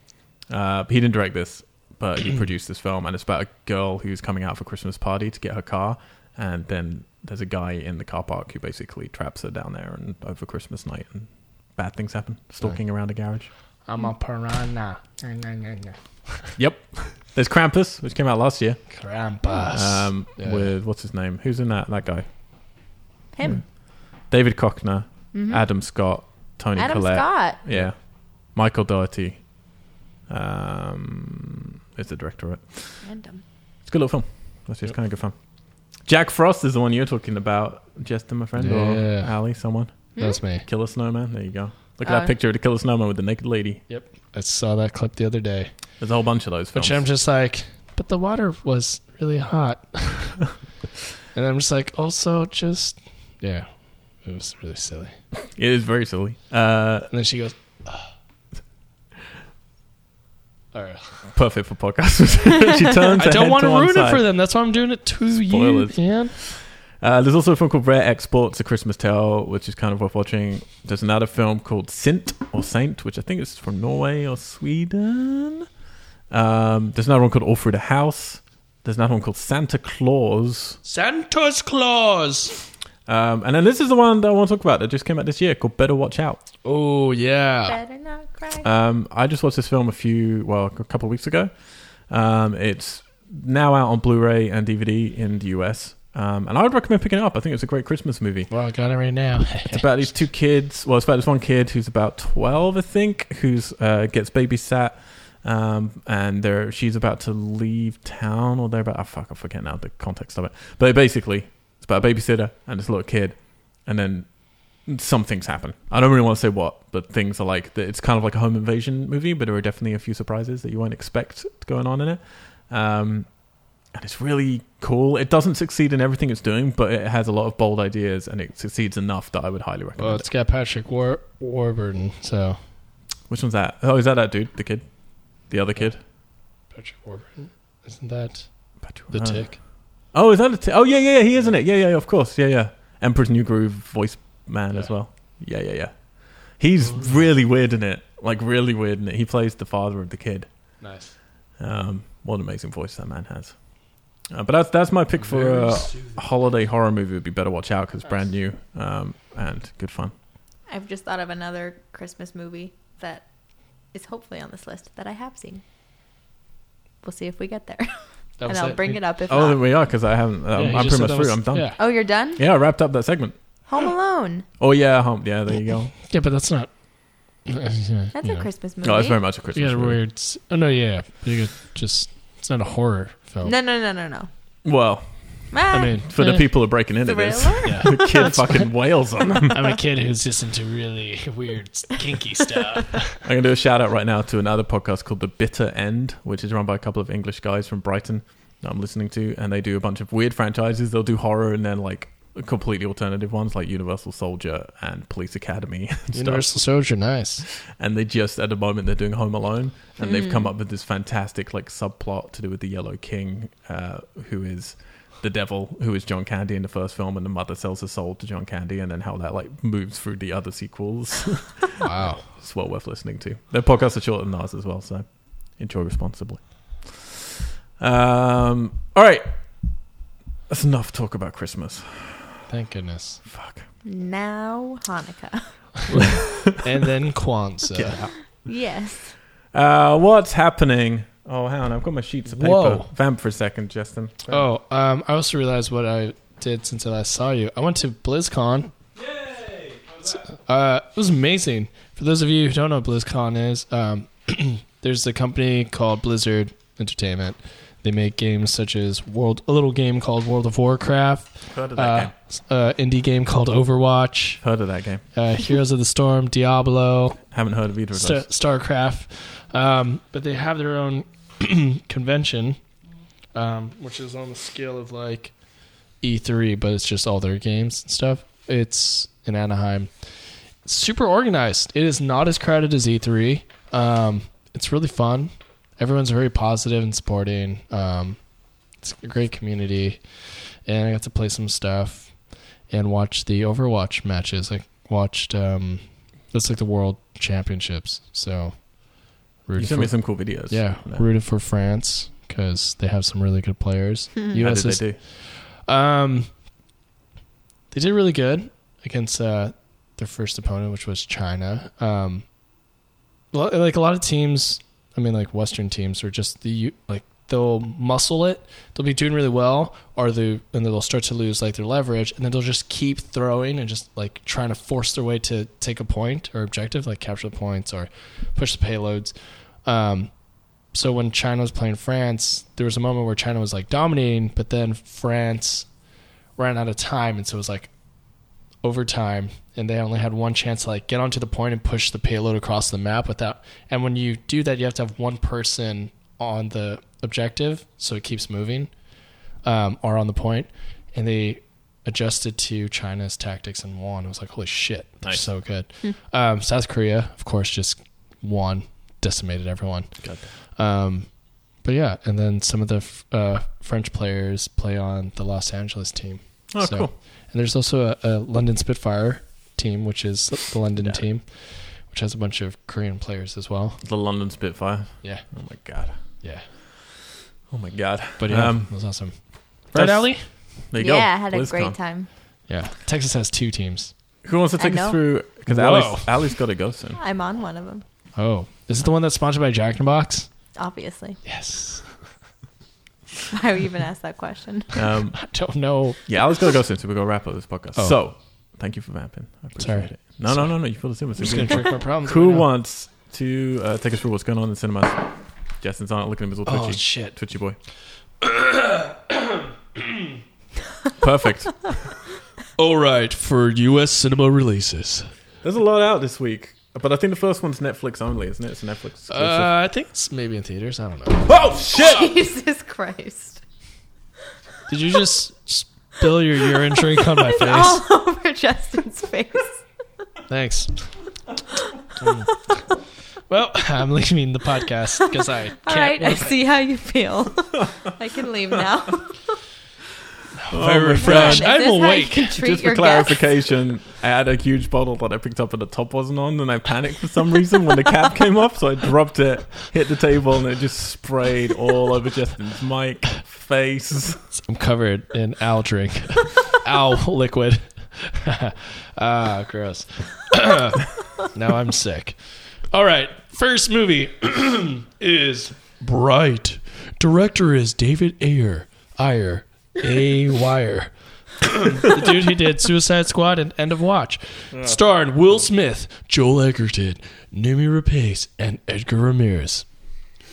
Speaker 2: Uh, he didn't direct this, but he produced this film, and it's about a girl who's coming out for Christmas party to get her car, and then there's a guy in the car park who basically traps her down there, and over Christmas night, and bad things happen, stalking around a garage.
Speaker 3: I'm a piranha.
Speaker 2: Yep. There's Krampus, which came out last year,
Speaker 3: Krampus.
Speaker 2: um,
Speaker 3: Yeah.
Speaker 2: with what's his name? Who's in that? That guy.
Speaker 1: Him. Mm-hmm.
Speaker 2: David Cockner, Adam Scott, Tony
Speaker 1: Adam
Speaker 2: Collette.
Speaker 1: Scott.
Speaker 2: Yeah. Michael Doherty. Um, is the director of it.
Speaker 1: Random.
Speaker 2: It's a good little film. That's just kind of good fun. Jack Frost is the one you're talking about, Justin, my friend, or
Speaker 3: Yeah.
Speaker 2: Ali, someone.
Speaker 3: That's me.
Speaker 2: Killer Snowman. There you go. Look at
Speaker 1: Oh.
Speaker 2: that picture of the Killer Snowman with the naked lady.
Speaker 3: Yep. I saw that clip the other day.
Speaker 2: There's a whole bunch of those films.
Speaker 3: which I'm just like, but the water was really hot. and I'm just like, also just, yeah, it was really silly.
Speaker 2: it is very silly. Uh,
Speaker 3: And then she goes, "Ugh." All right.
Speaker 2: perfect for podcasts. she turns.
Speaker 3: I don't
Speaker 2: want to
Speaker 3: ruin
Speaker 2: side.
Speaker 3: it for them. That's why I'm doing it to
Speaker 2: Spoilers.
Speaker 3: you, man.
Speaker 2: Uh, there's also a film called Rare Exports, A Christmas Tale, which is kind of worth watching. There's another film called Sint or Saint, which I think is from Norway or Sweden. Um, there's another one called All Through the House. There's another one called Santa Claus.
Speaker 3: Santa's Claus.
Speaker 2: Um, and then this is the one that I want to talk about that just came out this year called Better Watch Out.
Speaker 3: Oh yeah.
Speaker 1: Better not cry.
Speaker 2: Um, I just watched this film a few, well, a couple of weeks ago. Um, it's now out on Blu ray and DVD in the US. Um, and I would recommend picking it up. I think it's a great Christmas movie.
Speaker 3: Well, I got it right now.
Speaker 2: It's about these two kids. Well, it's about this one kid who's about twelve, I think, who's uh, gets babysat, um, and they're she's about to leave town, or they're about. Oh, fuck, I forget now the context of it. But basically, it's about a babysitter and this little kid, and then some things happen. I don't really want to say what, but things are like it's kind of like a home invasion movie, but there are definitely a few surprises that you won't expect going on in it. Um, and it's really cool. It doesn't succeed in everything it's doing, but it has a lot of bold ideas, and it succeeds enough that I would highly recommend
Speaker 3: well, it's got Patrick War- Warburton. So
Speaker 2: it. Which one's that? Oh, is that that dude, the kid, the other kid?
Speaker 3: Patrick Warburton, isn't that the
Speaker 2: Uh-huh.
Speaker 3: Tick?
Speaker 2: Oh, is that a tick? Oh, yeah, yeah, yeah, he isn't it? Yeah, yeah, of course, yeah, yeah. Emperor's New Groove voice man as
Speaker 3: Yeah.
Speaker 2: well. Yeah, yeah, yeah. He's really weird in it, like really weird in it. He plays the father of the kid.
Speaker 3: Nice.
Speaker 2: Um, what an amazing voice that man has. Uh, but that's that's my pick for uh,
Speaker 3: Very
Speaker 2: a
Speaker 3: soothing.
Speaker 2: holiday horror movie. Would be better watch out because it's brand new um, and good fun.
Speaker 1: I've just thought of another Christmas movie that is hopefully on this list that I have seen. We'll see if we get there,
Speaker 3: That
Speaker 1: and
Speaker 3: was
Speaker 1: I'll bring
Speaker 3: We-
Speaker 1: it up if
Speaker 2: Oh,
Speaker 1: not.
Speaker 2: then we are because I haven't.
Speaker 3: Yeah,
Speaker 2: Um,
Speaker 3: you
Speaker 2: I'm
Speaker 3: just
Speaker 2: pretty
Speaker 3: said
Speaker 2: much
Speaker 3: that
Speaker 2: through.
Speaker 3: was-
Speaker 2: I'm done. Yeah.
Speaker 3: Yeah.
Speaker 1: Oh, you're done.
Speaker 2: I wrapped up that segment.
Speaker 1: Home Alone.
Speaker 2: Oh yeah, home. Yeah, there you go.
Speaker 3: yeah, but that's not. That's
Speaker 1: That's a Christmas movie.
Speaker 2: No, it's very much a
Speaker 3: You
Speaker 2: Christmas
Speaker 3: got a
Speaker 2: movie.
Speaker 3: weird. s- Oh no, yeah, you could just. It's not a horror film.
Speaker 1: No, no, no, no, no.
Speaker 2: Well,
Speaker 1: Ah,
Speaker 3: I mean,
Speaker 2: for the
Speaker 3: eh,
Speaker 2: people who are breaking into this,
Speaker 1: Thriller?
Speaker 3: Yeah.
Speaker 2: the kid fucking wails on them.
Speaker 3: I'm a kid who's just into really weird, kinky stuff.
Speaker 2: I'm gonna do a shout out right now to another podcast called The Bitter End, which is run by a couple of English guys from Brighton that I'm listening to, and they do a bunch of weird franchises. They'll do horror and then like completely alternative ones like Universal Soldier and Police Academy and stuff.
Speaker 3: Universal Soldier, nice.
Speaker 2: And they just at the moment they're doing Home Alone, and they've come up with this fantastic like subplot to do with the Yellow King, uh, who is the devil, who is John Candy in the first film, and the mother sells her soul to John Candy, and then how that like moves through the other sequels.
Speaker 3: Wow.
Speaker 2: It's well worth listening to. Their podcasts are shorter than ours as well, so enjoy responsibly. Um, all right. That's enough talk about Christmas.
Speaker 3: Thank goodness.
Speaker 2: Fuck.
Speaker 1: Now Hanukkah.
Speaker 3: And then Kwanzaa.
Speaker 1: yes.
Speaker 2: Uh, what's happening? Oh, hang on. I've got my sheets of paper.
Speaker 3: Whoa.
Speaker 2: Vamp for a second, Justin.
Speaker 3: Oh, um, I also realized what I did since I last saw you. I went to BlizzCon. Yay! Uh, it was amazing. For those of you who don't know what BlizzCon is, um, there's a company called Blizzard Entertainment. They make games such as World, a little game called World of Warcraft,
Speaker 2: Heard of that
Speaker 3: uh,
Speaker 2: game.
Speaker 3: s- uh, indie game called Overwatch,
Speaker 2: Heard of that game.
Speaker 3: uh, Heroes of the Storm, Diablo,
Speaker 2: Haven't heard of either of
Speaker 3: Star-
Speaker 2: those.
Speaker 3: Starcraft, um, but they have their own convention, um, which is on the scale of like E3, but it's just all their games and stuff. It's in Anaheim. Super organized. It is not as crowded as E3. Um, it's really fun. Everyone's very positive and supporting. Um, it's a great community, and I got to play some stuff and watch the Overwatch matches. I watched um, that's like the World Championships. So,
Speaker 2: You
Speaker 3: rooted
Speaker 2: sent me
Speaker 3: for-
Speaker 2: some cool videos.
Speaker 3: yeah,
Speaker 2: No.
Speaker 3: rooted for France because they have some really good players.
Speaker 2: How did
Speaker 3: US is,
Speaker 2: they do?
Speaker 3: um, they did really good against uh, their first opponent, which was China. Um, lo- like a lot of teams, I mean, like Western teams are just the U- like they'll muscle it. They'll be doing really well, or they and then they'll start to lose like their leverage, and then they'll just keep throwing and just like trying to force their way to take a point or objective, like capture the points or push the payloads. Um, so when China was playing France, there was a moment where China was like dominating, but then France ran out of time, and so it was like overtime, and they only had one chance to like get onto the point and push the payload across the map without. And when you do that, you have to have one person on the objective, so it keeps moving, um, or on the point, and they adjusted to China's tactics and won. I was like, holy shit, they're
Speaker 2: Nice.
Speaker 3: so good. Um, South Korea, of course, just won, decimated everyone. Um, but yeah, and then some of the f- uh, French players play on the Los Angeles team.
Speaker 2: Oh, cool.
Speaker 3: And there's also a, a London Spitfire team, which is the London
Speaker 2: Yeah.
Speaker 3: team, which has a bunch of Korean players as well.
Speaker 2: The London Spitfire.
Speaker 3: Yeah,
Speaker 2: Oh my god.
Speaker 3: yeah.
Speaker 2: Oh my god.
Speaker 3: But yeah,
Speaker 2: Um,
Speaker 3: that was awesome. Right,
Speaker 2: that's-
Speaker 3: Ali?
Speaker 2: There you go.
Speaker 1: yeah, I had a
Speaker 2: BlizzCon.
Speaker 1: great time.
Speaker 3: Yeah. Texas has two teams.
Speaker 2: Who wants to
Speaker 1: I
Speaker 2: take us
Speaker 1: know.
Speaker 2: through? Because
Speaker 3: Whoa.
Speaker 2: Ali's, Ali's got to go soon.
Speaker 1: I'm on one of them,
Speaker 3: Oh, is it the one that's sponsored by Jack in the Box?
Speaker 1: obviously.
Speaker 3: Yes.
Speaker 1: Why would you even ask that question?
Speaker 2: Um,
Speaker 3: I don't know.
Speaker 2: yeah, Ali's got to go soon, so we're gonna wrap up this podcast.
Speaker 3: Oh.
Speaker 2: So, thank you for vamping. I appreciate
Speaker 3: Sorry.
Speaker 2: it. No, no, no, no. You feel the same. It's
Speaker 3: I'm
Speaker 2: a
Speaker 3: just
Speaker 2: good
Speaker 3: going to drink my problem.
Speaker 2: Who wants to uh, take us through what's going on in the cinemas? Justin's on looking at his little
Speaker 3: Oh,
Speaker 2: twitchy,
Speaker 3: shit.
Speaker 2: twitchy boy. Perfect.
Speaker 3: All right, for U.S. cinema releases.
Speaker 2: There's a lot out this week, but I think the first one's Netflix only, isn't it? It's a Netflix exclusive.
Speaker 3: Uh, I think it's maybe in theaters. I don't know.
Speaker 2: oh shit!
Speaker 1: Jesus Christ.
Speaker 3: Did you just spill your urine drink on my
Speaker 1: It's
Speaker 2: Oh,
Speaker 3: face?
Speaker 1: all over Justin's face.
Speaker 3: Thanks. Mm. well, I'm leaving the podcast because I can't.
Speaker 1: All right, I
Speaker 3: work.
Speaker 1: see how you feel. I can leave now.
Speaker 3: very
Speaker 2: my
Speaker 3: refreshed.
Speaker 1: God. Is
Speaker 3: Oh I'm
Speaker 1: this how you
Speaker 3: awake.
Speaker 1: can treat
Speaker 2: Just for
Speaker 1: your guests?
Speaker 2: clarification, I had a huge bottle that I picked up and the top wasn't on, and I panicked for some reason when the cap came off, so I dropped it, hit the table, and it just sprayed all over Justin's mic, face.
Speaker 3: I'm covered in owl drink, owl liquid. ah, gross. now I'm sick. All right, first movie is Bright. Director is David Ayer. Ayer. A Wire. the dude who did Suicide Squad and End of Watch. Starring Will Smith, Joel Egerton, Nimi Rapace, and Edgar Ramirez.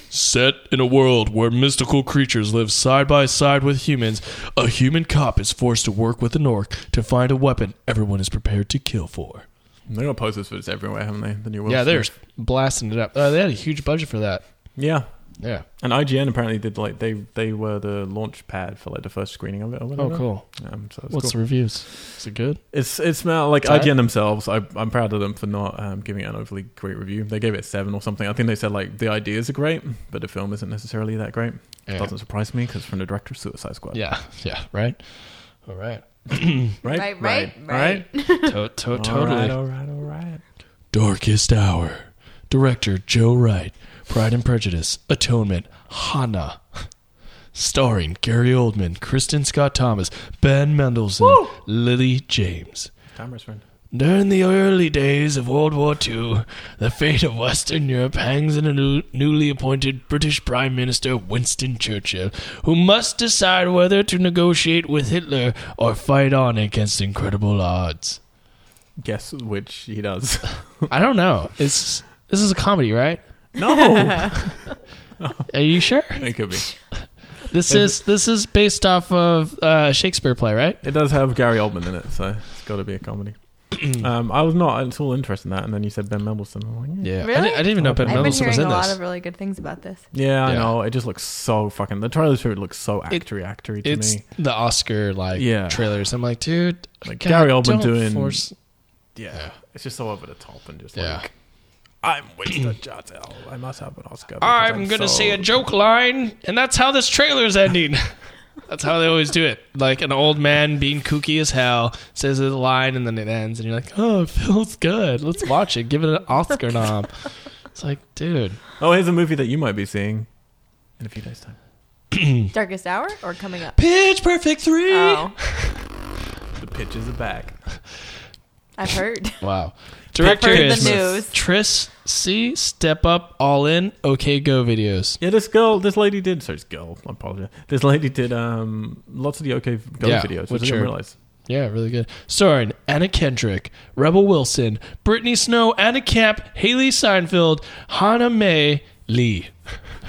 Speaker 3: Set in a world where mystical creatures live side by side with humans, a human cop is forced to work with an orc to find a weapon everyone is prepared to kill for.
Speaker 2: They're gonna post this for this everywhere, haven't they? The new Will
Speaker 3: yeah, they're
Speaker 2: Smith.
Speaker 3: blasting it up. Uh, they had a huge budget for that.
Speaker 2: yeah.
Speaker 3: Yeah.
Speaker 2: And IGN apparently did like they they were the launch pad for like the first screening of it. Or
Speaker 3: Oh,
Speaker 2: whatever.
Speaker 3: cool.
Speaker 2: Um, so it's
Speaker 3: What's
Speaker 2: cool.
Speaker 3: the reviews? Is it good?
Speaker 2: It's it's now like
Speaker 3: Tight?
Speaker 2: IGN themselves. I, I'm proud of them for not um, giving it an overly great review. They gave it a seven or something. I think they said like the ideas are great, but the film isn't necessarily that great.
Speaker 3: Yeah.
Speaker 2: Doesn't surprise me because from the director of Suicide Squad.
Speaker 3: Yeah. Yeah. Right. All right.
Speaker 2: Right.
Speaker 1: Right, right,
Speaker 2: right.
Speaker 3: To- to-
Speaker 2: All
Speaker 3: totally.
Speaker 2: right. All right. All right.
Speaker 3: Darkest Hour. Director Joe Wright. Pride and Prejudice. Atonement. Hannah. Starring Gary Oldman, Kristen Scott Thomas, Ben Mendelsohn, Lily James.
Speaker 2: Cameras friend.
Speaker 3: During the early days of World War II, the fate of Western Europe hangs on a new, newly appointed British Prime Minister Winston Churchill, who must decide whether to negotiate with Hitler or fight on against incredible odds.
Speaker 2: Guess which he does.
Speaker 3: I don't know. It's this is a comedy, right? Oh,
Speaker 2: no,
Speaker 3: Are you sure?
Speaker 2: it could be.
Speaker 3: This is this is based off of uh, Shakespeare play, right?
Speaker 2: It does have Gary Oldman in it, so it's got to be a comedy. um, I was not at all interested in that, and then you said Ben Mendelsohn. I'm like, yeah.
Speaker 3: Yeah. I,
Speaker 1: Really?
Speaker 3: didn't, I didn't even know Ben
Speaker 1: I've been
Speaker 3: Mendelsohn was
Speaker 1: hearing a
Speaker 3: in
Speaker 1: lot
Speaker 3: this.
Speaker 1: of really good things about this.
Speaker 2: Yeah, I
Speaker 3: Yeah.
Speaker 2: know. It just looks so fucking. The trailers for it looks so
Speaker 3: It-
Speaker 2: actory, actory to
Speaker 3: It's
Speaker 2: me.
Speaker 3: the Oscar like
Speaker 2: Yeah.
Speaker 3: trailers. I'm like, dude,
Speaker 2: Like
Speaker 3: God,
Speaker 2: Gary Oldman
Speaker 3: don't
Speaker 2: doing.
Speaker 3: force-
Speaker 2: Yeah, it's just so over the top and just
Speaker 3: Yeah.
Speaker 2: like. I'm Winston Jartell. I must have an Oscar. because
Speaker 3: I'm, gonna
Speaker 2: so-
Speaker 3: say a joke line, and that's how this trailer's ending. that's how they always do it. Like an old man being kooky as hell says a line, and then it ends, and you're like, oh, it feels good. Let's watch it. Give it an Oscar nom. It's like, dude,
Speaker 2: Oh, here's a movie that you might be seeing in a few days' time.
Speaker 3: Hmm.
Speaker 1: Darkest Hour or coming up?
Speaker 3: Pitch Perfect three.
Speaker 1: Oh,
Speaker 2: The pitches are back.
Speaker 1: I've heard.
Speaker 3: Wow. Director
Speaker 1: Heard the
Speaker 3: is
Speaker 1: news.
Speaker 3: Tris C. Step Up, All In, OK Go videos.
Speaker 2: Yeah, this girl, this lady did. Sorry, this girl. I apologize. This lady did um lots of the OK Go
Speaker 3: Yeah,
Speaker 2: videos,
Speaker 3: which
Speaker 2: which I didn't
Speaker 3: are-
Speaker 2: realize.
Speaker 3: Yeah, really good. Starring Anna Kendrick, Rebel Wilson, Brittany Snow, Anna Camp, Haley Seinfeld, Hannah May Lee.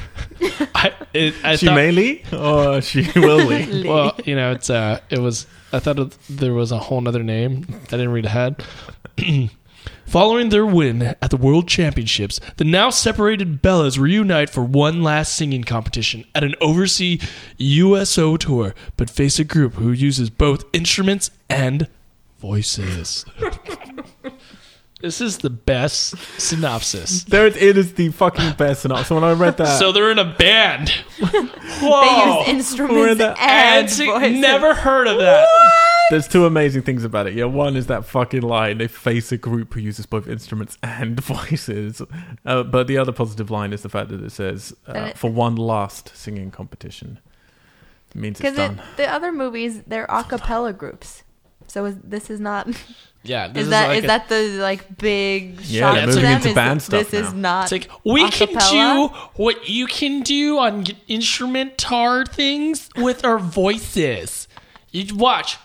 Speaker 3: I, it, I
Speaker 2: she
Speaker 3: thought,
Speaker 2: may leak or she will leak.
Speaker 3: Well, you know, it's uh, it was. I thought it, there was a whole other name. I didn't read ahead. Following their win at the World Championships, the now separated Bellas reunite for one last singing competition at an overseas USO tour, but face a group who uses both instruments and voices. this is the best synopsis.
Speaker 2: There it it is, the fucking best synopsis. When I read that,
Speaker 3: So they're in a band. Whoa.
Speaker 1: They Uh, use instruments
Speaker 2: the-
Speaker 1: and,
Speaker 3: Ads-
Speaker 1: voices.
Speaker 3: Never heard of that.
Speaker 2: there's two amazing things about it. Yeah, one is that fucking line: they face a group who uses both instruments and voices. Uh, but the other positive line is the fact that it says uh,
Speaker 1: it-
Speaker 2: for one last singing competition. It means it's
Speaker 1: Because
Speaker 2: done.
Speaker 1: the other movies, they're a cappella groups. So is, this is not.
Speaker 3: Yeah, this
Speaker 1: Is that is
Speaker 3: like a-
Speaker 1: that the like big
Speaker 2: Yeah,
Speaker 1: shock
Speaker 3: they're
Speaker 1: to
Speaker 3: moving
Speaker 1: them?
Speaker 2: into
Speaker 1: is
Speaker 2: band
Speaker 1: this
Speaker 2: stuff
Speaker 1: is
Speaker 2: now.
Speaker 1: not
Speaker 3: It's like we
Speaker 1: a
Speaker 3: can do
Speaker 1: cappella?
Speaker 3: what you can do on g- instrumentar things with our voices. You watch.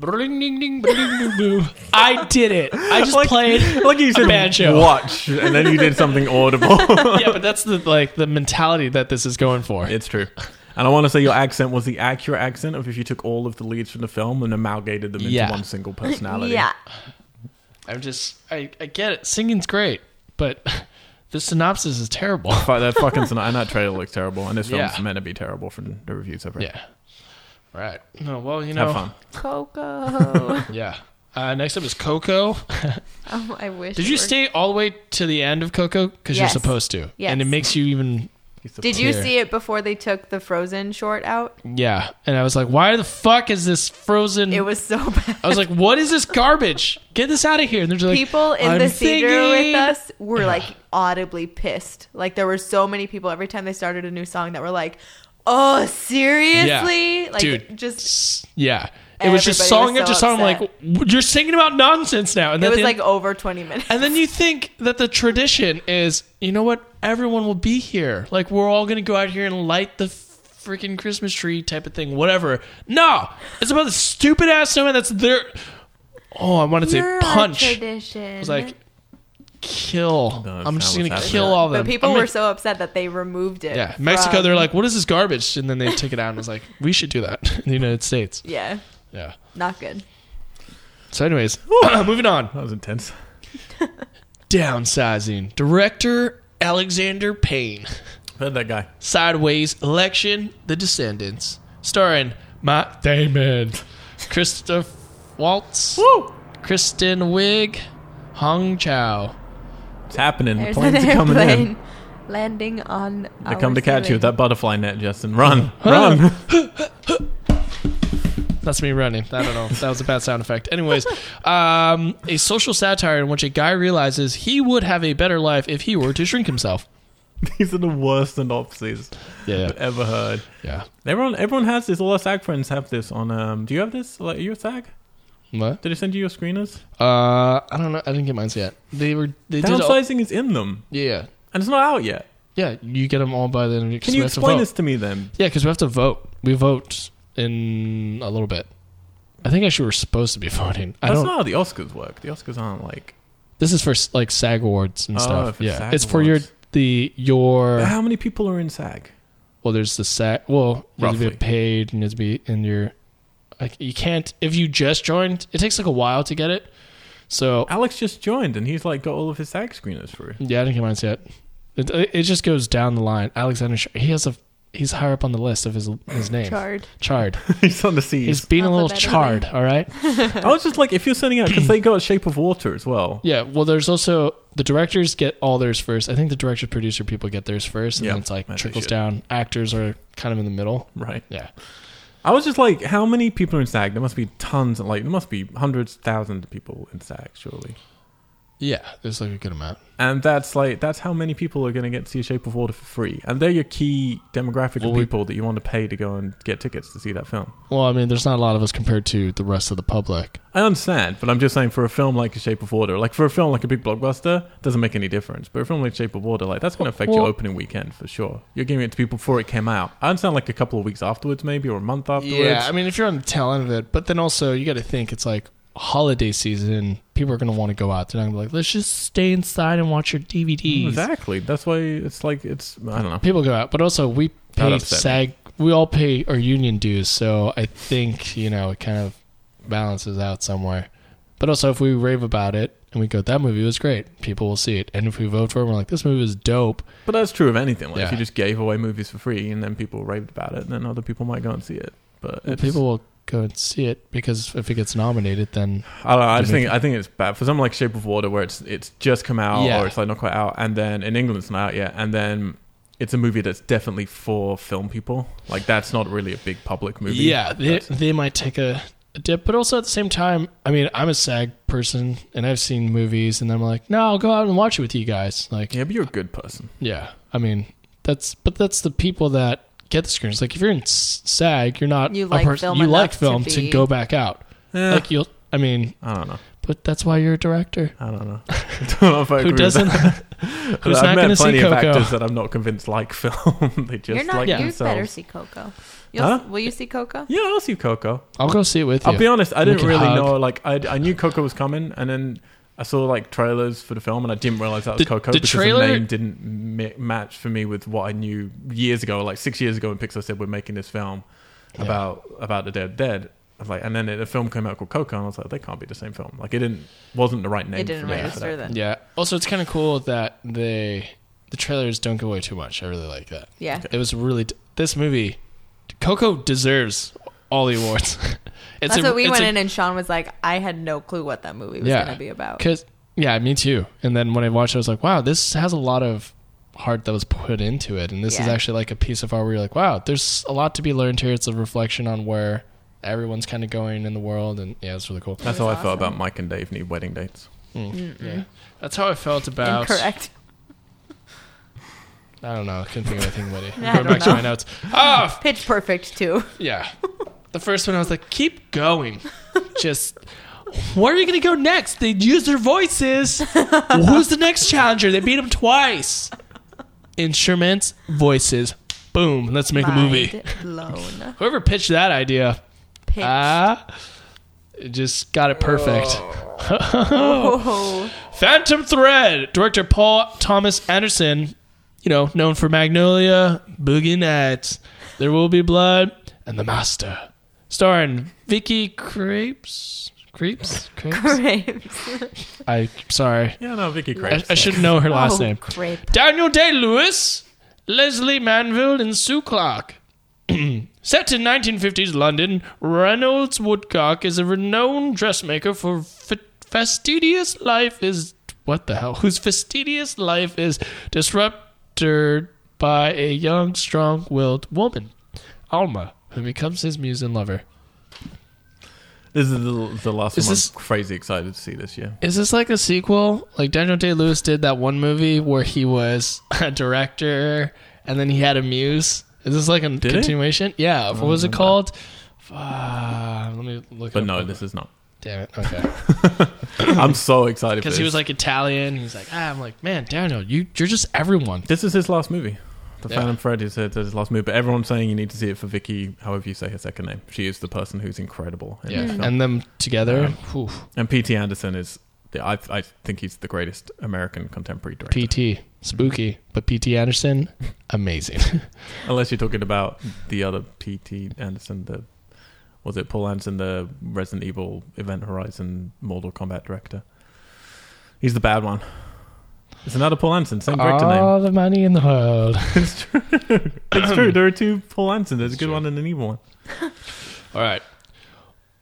Speaker 3: Bling, ding, ding, bling, ding, boom. I did it. I just played
Speaker 2: like you
Speaker 3: a band show.
Speaker 2: watch, and then you did something audible.
Speaker 3: Yeah, but that's the like the mentality that this is going for.
Speaker 2: It's true. And I want to say your accent was the accurate accent of if you took all of the leads from the film and amalgamated them into
Speaker 3: Yeah.
Speaker 2: one single personality.
Speaker 1: yeah.
Speaker 3: I'm just I, I get it. Singing's great, but the synopsis is terrible.
Speaker 2: Fuck, that fucking son- and that trailer looks terrible, and this film's
Speaker 3: Yeah.
Speaker 2: meant to be terrible from the reviews I've read.
Speaker 3: Yeah. Right. No, well, you know.
Speaker 2: Have fun.
Speaker 1: Coco.
Speaker 3: Yeah. Uh, next up is Coco.
Speaker 1: oh, I wish.
Speaker 3: Did
Speaker 1: it
Speaker 3: you
Speaker 1: were-
Speaker 3: stay all the way to the end of Coco? Because
Speaker 1: Yes.
Speaker 3: you're supposed to.
Speaker 1: Yes.
Speaker 3: And it makes you even.
Speaker 1: Did you
Speaker 3: Here.
Speaker 1: see it before they took the Frozen short out?
Speaker 3: Yeah. And I was like, why the fuck is this frozen?
Speaker 1: It was so bad.
Speaker 3: I was like, what is this garbage? Get this out of here. And they're just like,
Speaker 1: people in
Speaker 3: "I'm
Speaker 1: the theater
Speaker 3: singing."
Speaker 1: with us were like audibly pissed. Like there were so many people every time they started a new song that were like, "Oh, seriously?" Like
Speaker 3: Dude.
Speaker 1: just
Speaker 3: S- Yeah. It was
Speaker 1: Everybody
Speaker 3: just
Speaker 1: was
Speaker 3: song
Speaker 1: so
Speaker 3: after song. I'm like,
Speaker 1: upset.
Speaker 3: "W- you're singing about nonsense now. And
Speaker 1: it
Speaker 3: at
Speaker 1: was
Speaker 3: the
Speaker 1: like
Speaker 3: end-
Speaker 1: over 20 minutes.
Speaker 3: And then you think that the tradition is, you know what? Everyone will be here. Like we're all gonna go out here and light the freaking Christmas tree type of thing. Whatever. No, it's about the stupid ass snowman that's there. Oh, I wanted to say
Speaker 1: You're a
Speaker 3: punch. It's
Speaker 1: tradition.
Speaker 3: like kill.
Speaker 2: No, it's
Speaker 3: I'm
Speaker 2: not what's
Speaker 3: just gonna
Speaker 2: happening.
Speaker 3: kill all of them.
Speaker 1: but people
Speaker 3: I'm
Speaker 1: were
Speaker 3: like-
Speaker 1: so upset that they removed it.
Speaker 3: yeah. Mexico,
Speaker 1: from-
Speaker 3: they're like, what is this garbage? And then they took it out and was like, we should do that in the United States.
Speaker 1: yeah,
Speaker 3: Yeah.
Speaker 1: not good.
Speaker 3: So, anyways, moving on.
Speaker 2: That was intense.
Speaker 3: Downsizing. Director Alexander Payne.
Speaker 2: Heard that guy.
Speaker 3: Sideways Election, The Descendants, starring Matt Damon, Christoph Waltz,
Speaker 2: Woo!
Speaker 3: Kristen Wiig, Hong Chow.
Speaker 2: It's happening. The
Speaker 1: There's an
Speaker 2: planes are coming
Speaker 1: airplane
Speaker 2: in.
Speaker 1: landing on.
Speaker 2: They
Speaker 1: our
Speaker 2: come to catch you
Speaker 1: ceiling.
Speaker 2: with that butterfly net, Justin. Run, run.
Speaker 3: That's me running. I don't know. That was a bad sound effect. Anyways, um, a social satire in which a guy realizes he would have a better life if he were to shrink himself.
Speaker 2: These are the worst synopses
Speaker 3: Yeah,
Speaker 2: I've ever heard.
Speaker 3: yeah.
Speaker 2: Everyone, everyone has this. All our SAG friends have this. On, um, do you have this? Like, are you a SAG?
Speaker 3: What?
Speaker 2: Did they send you your screeners?
Speaker 3: Uh, I don't know. I didn't get mine yet. They were. They did. All,
Speaker 2: Downsizing is in them,
Speaker 3: yeah,
Speaker 2: and it's not out yet.
Speaker 3: yeah. You get them all by the end. of the- 'cause
Speaker 2: Can
Speaker 3: we
Speaker 2: you
Speaker 3: have to
Speaker 2: explain
Speaker 3: vote.
Speaker 2: this to me then?
Speaker 3: Yeah, because we have to vote. We vote in a little bit. I think actually we're supposed to be voting. I
Speaker 2: That's
Speaker 3: don't.
Speaker 2: not how the Oscars work. The Oscars aren't like.
Speaker 3: this is for s- like SAG awards and
Speaker 2: Oh,
Speaker 3: stuff.
Speaker 2: for
Speaker 3: Yeah,
Speaker 2: SAG
Speaker 3: it's for your
Speaker 2: awards.
Speaker 3: the your.
Speaker 2: How many people are in SAG?
Speaker 3: Well, there's the SAG. Well, you have to
Speaker 2: Roughly.
Speaker 3: be paid and you have to be in your. Like you can't if you just joined. It takes like a while to get it. So
Speaker 2: Alex just joined, and he's like got all of his SAG screeners through.
Speaker 3: yeah, I didn't get mine yet. It, it just goes down the line. Alexander, Sch- he has a he's higher up on the list of his his name.
Speaker 1: Charred.
Speaker 3: Charred.
Speaker 2: he's on the seas.
Speaker 3: He's being a little
Speaker 1: Alphabetically.
Speaker 3: charred. All right.
Speaker 2: I was just like, if you're sending out, because they got Shape of Water as well.
Speaker 3: Yeah, well, there's also the directors get all theirs first. I think the director, producer people get theirs first, and
Speaker 2: Yeah,
Speaker 3: then it's like
Speaker 2: as they
Speaker 3: trickles
Speaker 2: should.
Speaker 3: down. Actors are kind of in the middle.
Speaker 2: Right.
Speaker 3: Yeah,
Speaker 2: I was just like, how many people are in SAG? There must be tons, like, there must be hundreds, thousands of people in SAG, surely.
Speaker 3: yeah, there's like a good amount.
Speaker 2: And that's like, that's how many people are going to get to see Shape of Water for free. And they're your key demographic
Speaker 3: Well,
Speaker 2: of
Speaker 3: we-
Speaker 2: people that you want to pay to go and get tickets to see that film.
Speaker 3: Well, I mean, there's not a lot of us compared to the rest of the public.
Speaker 2: I understand, but I'm just saying for a film like Shape of Water, like for a film like a big blockbuster, doesn't make any difference. But a film like Shape of Water, like that's going to affect your
Speaker 3: Well-
Speaker 2: opening weekend for sure. You're giving it to people before it came out. I understand, like a couple of weeks afterwards, maybe or a month afterwards.
Speaker 3: Yeah, I mean, if you're on the tail end of it, but then also you got to think it's like holiday season. People are going to want to go out. They're not going to be like, let's just stay inside and watch your DVDs.
Speaker 2: exactly. That's why it's like it's. I don't know.
Speaker 3: People go out, but also we
Speaker 2: That
Speaker 3: pay
Speaker 2: upset me.
Speaker 3: SAG. We all pay our union dues, so I think you know it kind of balances out somewhere. But also, if we rave about it and we go, "That movie was great," people will see it. And if we vote for it, we're like, "This movie was dope."
Speaker 2: But that's true of anything. Like if
Speaker 3: Yeah.
Speaker 2: you just gave away movies for free and then people raved about it, then other people might go and see it. But
Speaker 3: Well,
Speaker 2: it's-
Speaker 3: people will go and see it because if it gets nominated, then
Speaker 2: I don't know. I just
Speaker 3: Didn't
Speaker 2: think I think it's bad for something like Shape of Water, where it's it's just come out
Speaker 3: Yeah.
Speaker 2: or it's like not quite out, and then in England it's not out yet, and then it's a movie that's definitely for film people. Like that's not really a big public movie.
Speaker 3: yeah, they,
Speaker 2: That's-
Speaker 3: they might take a, a dip. But also at the same time, I mean, I'm a SAG person and I've seen movies, and I'm like, no, I'll go out and watch it with you guys. Like,
Speaker 2: yeah, but you're a good person.
Speaker 3: yeah, I mean, that's but that's the people that get the screens. Like, if you're in S- SAG, you're not
Speaker 1: You
Speaker 3: a
Speaker 1: like
Speaker 3: person
Speaker 1: film
Speaker 3: you
Speaker 1: enough
Speaker 3: like
Speaker 1: to
Speaker 3: film to,
Speaker 1: be-
Speaker 3: go back out.
Speaker 2: Eh,
Speaker 3: Like you'll, I mean,
Speaker 2: I don't know.
Speaker 3: but that's why you're a director.
Speaker 2: I don't know. don't know if I agree
Speaker 3: Who
Speaker 2: with that.
Speaker 3: doesn't? who's
Speaker 2: I've
Speaker 3: not going to
Speaker 2: met plenty
Speaker 3: see
Speaker 2: of
Speaker 3: Coco?
Speaker 2: actors that I'm not convinced like film. they just
Speaker 1: you're not.
Speaker 2: like
Speaker 1: you
Speaker 2: themselves.
Speaker 1: better see Coco. You'll,
Speaker 2: Huh?
Speaker 1: Will you see Coco?
Speaker 2: Yeah, I'll see Coco.
Speaker 3: I'll go see it with you.
Speaker 2: I'll be honest, I
Speaker 3: We
Speaker 2: didn't
Speaker 3: can
Speaker 2: really
Speaker 3: hug.
Speaker 2: know. Like, I, I knew Coco was coming, and then I saw like trailers for the film, and I didn't realize that was
Speaker 3: The-
Speaker 2: Coco
Speaker 3: the
Speaker 2: because
Speaker 3: trailer-
Speaker 2: the name didn't ma- match for me with what I knew years ago, like six years ago when Pixar said we're making this film
Speaker 3: Yeah.
Speaker 2: about about the dead dead. I was like, and then the film came out called Coco, and I was like, they can't be the same film. Like, it didn't wasn't the right name.
Speaker 1: It didn't
Speaker 2: for me after
Speaker 1: register
Speaker 2: that.
Speaker 1: then.
Speaker 3: Yeah. Also, it's kind of cool that they the trailers don't give away too much. I really like that.
Speaker 1: Yeah.
Speaker 3: It was really this movie. Coco deserves all the awards. it's
Speaker 1: That's what we
Speaker 3: it's
Speaker 1: went in, and Sean was like, "I had no clue what that movie was
Speaker 3: Yeah.
Speaker 1: going to be about."
Speaker 3: Cause yeah, me too. And then when I watched, it, I was like, wow, this has a lot of heart that was put into it, and this is
Speaker 1: Yeah.
Speaker 3: actually like a piece of art where you're like, wow, there's a lot to be learned here. It's a reflection on where everyone's kind of going in the world, and yeah, it's really cool.
Speaker 2: That's
Speaker 1: It
Speaker 2: how
Speaker 1: was
Speaker 2: I felt
Speaker 1: awesome.
Speaker 2: about Mike and Dave need wedding dates.
Speaker 3: Yeah. That's how I felt about.
Speaker 1: Incorrect.
Speaker 3: I don't know. I couldn't think of anything, buddy.
Speaker 1: Yeah, I
Speaker 3: I'm going
Speaker 1: don't
Speaker 3: back to
Speaker 1: know.
Speaker 3: my notes. Ah,
Speaker 1: Pitch Perfect too.
Speaker 3: Yeah. The first one, I was like, keep going. Just, where are you going to go next? They used their voices. Who's the next challenger? They beat him twice. Instruments, voices. Boom. Let's make a movie.
Speaker 1: Mind Blown.
Speaker 3: Whoever pitched that idea,
Speaker 1: Pitch.
Speaker 3: ah, it just got it perfect.
Speaker 1: Whoa.
Speaker 3: Phantom Thread, director Paul Thomas Anderson, you know, known for Magnolia, Boogie Nights, There Will Be Blood, and The Master. Starring Vicky Creeps. Creeps? Creeps?
Speaker 1: Grapes.
Speaker 3: I, sorry.
Speaker 2: Yeah, no, Vicky
Speaker 3: I,
Speaker 2: Crepes.
Speaker 3: I should know her last
Speaker 1: oh,
Speaker 3: name.
Speaker 1: Grape.
Speaker 3: Daniel Day Lewis, Leslie Manville, and Sue Clark. Set in 1950s London, Reynolds Woodcock is a renowned dressmaker for f- fastidious life is what the hell? Whose fastidious life is disrupted by a young, strong-willed woman, Alma, who becomes his muse and lover.
Speaker 2: This is the, the last
Speaker 3: Is
Speaker 2: one
Speaker 3: this-
Speaker 2: I'm crazy excited to see this year.
Speaker 3: Is this like a sequel? Like Daniel Day Lewis did that one movie where he was a director and then he had a muse. Is this like a
Speaker 2: he?
Speaker 3: continuation? Yeah. What was it
Speaker 2: remember.
Speaker 3: called? Fuck, let me look. it
Speaker 2: But
Speaker 3: up.
Speaker 2: no, this is not.
Speaker 3: Damn it. Okay.
Speaker 2: I'm so excited for
Speaker 3: Because
Speaker 2: this.
Speaker 3: he was like Italian. He's like, ah, I'm like, man, Daniel, you you're just everyone.
Speaker 2: This is his last movie. The
Speaker 3: Yeah.
Speaker 2: Phantom Thread is his, his last movie, but everyone's saying you need to see it for Vicky, however you say her second name. She is the person who's incredible. In
Speaker 3: Yeah.
Speaker 2: this film.
Speaker 3: And them together.
Speaker 2: Um,
Speaker 3: whew,
Speaker 2: And P.T. Anderson is, the, I, I think he's the greatest American contemporary director.
Speaker 3: PT spooky, but PT Anderson, amazing.
Speaker 2: Unless you're talking about the other P.T. Anderson, the was it Paul Anderson, the Resident Evil Event Horizon Mortal Kombat director? He's the bad one. It's another Paul Anderson, same director name.
Speaker 3: All the money in the world.
Speaker 2: It's true. it's true. There are two Paul Anderson. There's a good
Speaker 3: Sure.
Speaker 2: one and an evil one.
Speaker 3: All right.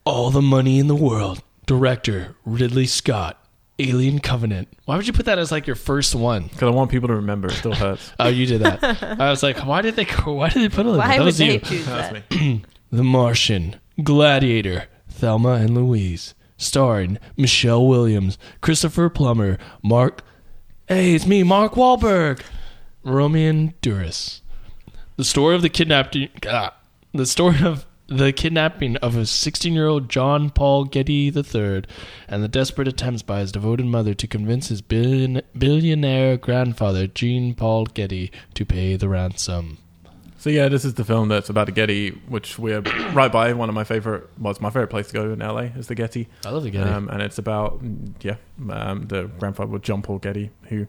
Speaker 3: All the money in the world. Director Ridley Scott. Alien Covenant. Why would you put that as like your first one?
Speaker 2: Because I want people to remember. It still hurts.
Speaker 3: Oh, you did that. I was like, why did they? Why did they put it? Like
Speaker 1: Why
Speaker 3: that? that
Speaker 1: would
Speaker 3: was
Speaker 1: they
Speaker 3: you.
Speaker 1: choose
Speaker 2: That's
Speaker 1: that?
Speaker 2: me.
Speaker 3: The Martian, Gladiator, Thelma and Louise, starring Michelle Williams, Christopher Plummer, Mark. Hey, it's me, Mark Wahlberg, Roman Duras. The story of the kidnapping. ah, the story of the kidnapping of a 16-year-old John Paul Getty III, and the desperate attempts by his devoted mother to convince his billion, billionaire grandfather Jean Paul Getty to pay the ransom.
Speaker 2: So yeah, this is the film that's about the Getty, which we're right by. One of my favorite was my favorite place to go in LA is the Getty,
Speaker 3: I love the
Speaker 2: Um, and it's about mm, yeah um, the grandfather John Paul Getty who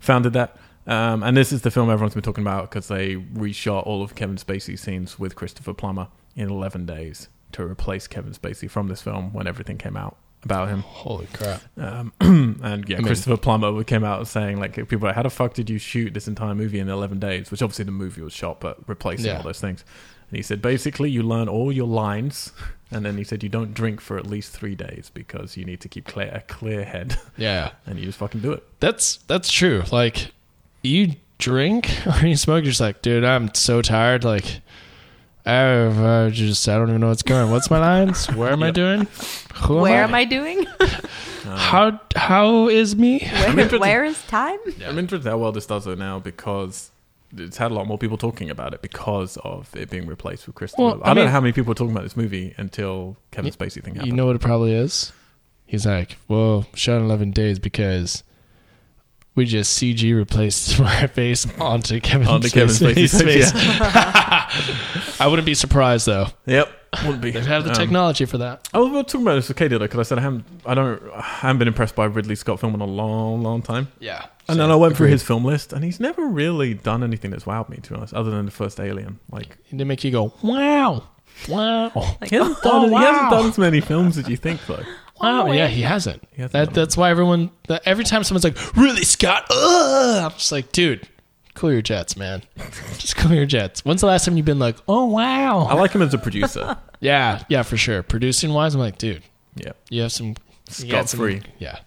Speaker 2: founded that. Um, and this is the film everyone's been talking about because they reshot all of Kevin Spacey's scenes with Christopher Plummer in 11 days to replace Kevin Spacey from this film when everything came out about him.
Speaker 3: Holy crap!
Speaker 2: Um, and yeah,
Speaker 3: I mean-
Speaker 2: Christopher Plummer came out saying like people were like, how the fuck did you shoot this entire movie in eleven days? Which obviously the movie was shot, but replacing
Speaker 3: Yeah.
Speaker 2: all those things. And he said basically you learn all your lines, and then he said you don't drink for at least three days because you need to keep clear a clear head,
Speaker 3: Yeah,
Speaker 2: and you just fucking do it.
Speaker 3: that's that's true. Like you drink or you smoke, you're just like, dude, I'm so tired. Like, I, I just I don't even know what's going. What's my lines? Where am I
Speaker 2: Yep.
Speaker 3: doing? Who
Speaker 1: Where am I doing?
Speaker 3: How how is me?
Speaker 1: Where, where is time?
Speaker 2: I'm interested how well this does though now because it's had a lot more people talking about it because of it being replaced with Christopher.
Speaker 3: Well,
Speaker 2: I,
Speaker 3: I
Speaker 2: don't know
Speaker 3: mean-
Speaker 2: how many people were talking about this movie until Kevin Spacey thing happened.
Speaker 3: You know what it probably is? He's like, well, shot in 11 days because we just CG replaced my face onto Kevin
Speaker 2: Onto Kevin Spacey's face,
Speaker 3: I wouldn't be surprised, though.
Speaker 2: yep, would be.
Speaker 3: They've had the
Speaker 2: Um,
Speaker 3: technology for that.
Speaker 2: I was about talking about this with Katie though, because I said I haven't, I don't, I haven't been impressed by a Ridley Scott film in a long, long time.
Speaker 3: Yeah.
Speaker 2: And then I went through his film list, and he's never really done anything that's wowed me, to be honest, other than the first Alien. Like
Speaker 3: They make you go, wow, wow, wow.
Speaker 1: Like,
Speaker 2: he hasn't,
Speaker 3: Oh,
Speaker 2: done, he hasn't
Speaker 3: wow.
Speaker 2: done as many films as you think, though.
Speaker 3: Oh, Yeah, he hasn't.
Speaker 2: He hasn't done
Speaker 3: that,
Speaker 2: it.
Speaker 3: that's why everyone, that every time someone's like, really, Scott? Ugh! I'm just like, dude, cool your jets, man. just cool your jets. When's the last time you've been like, oh, wow?
Speaker 2: I like him as a producer.
Speaker 3: Yeah, yeah, for sure. Producing wise, I'm like, dude,
Speaker 2: yeah,
Speaker 3: you have some you got
Speaker 2: Scott
Speaker 3: some-
Speaker 2: free.
Speaker 3: Yeah,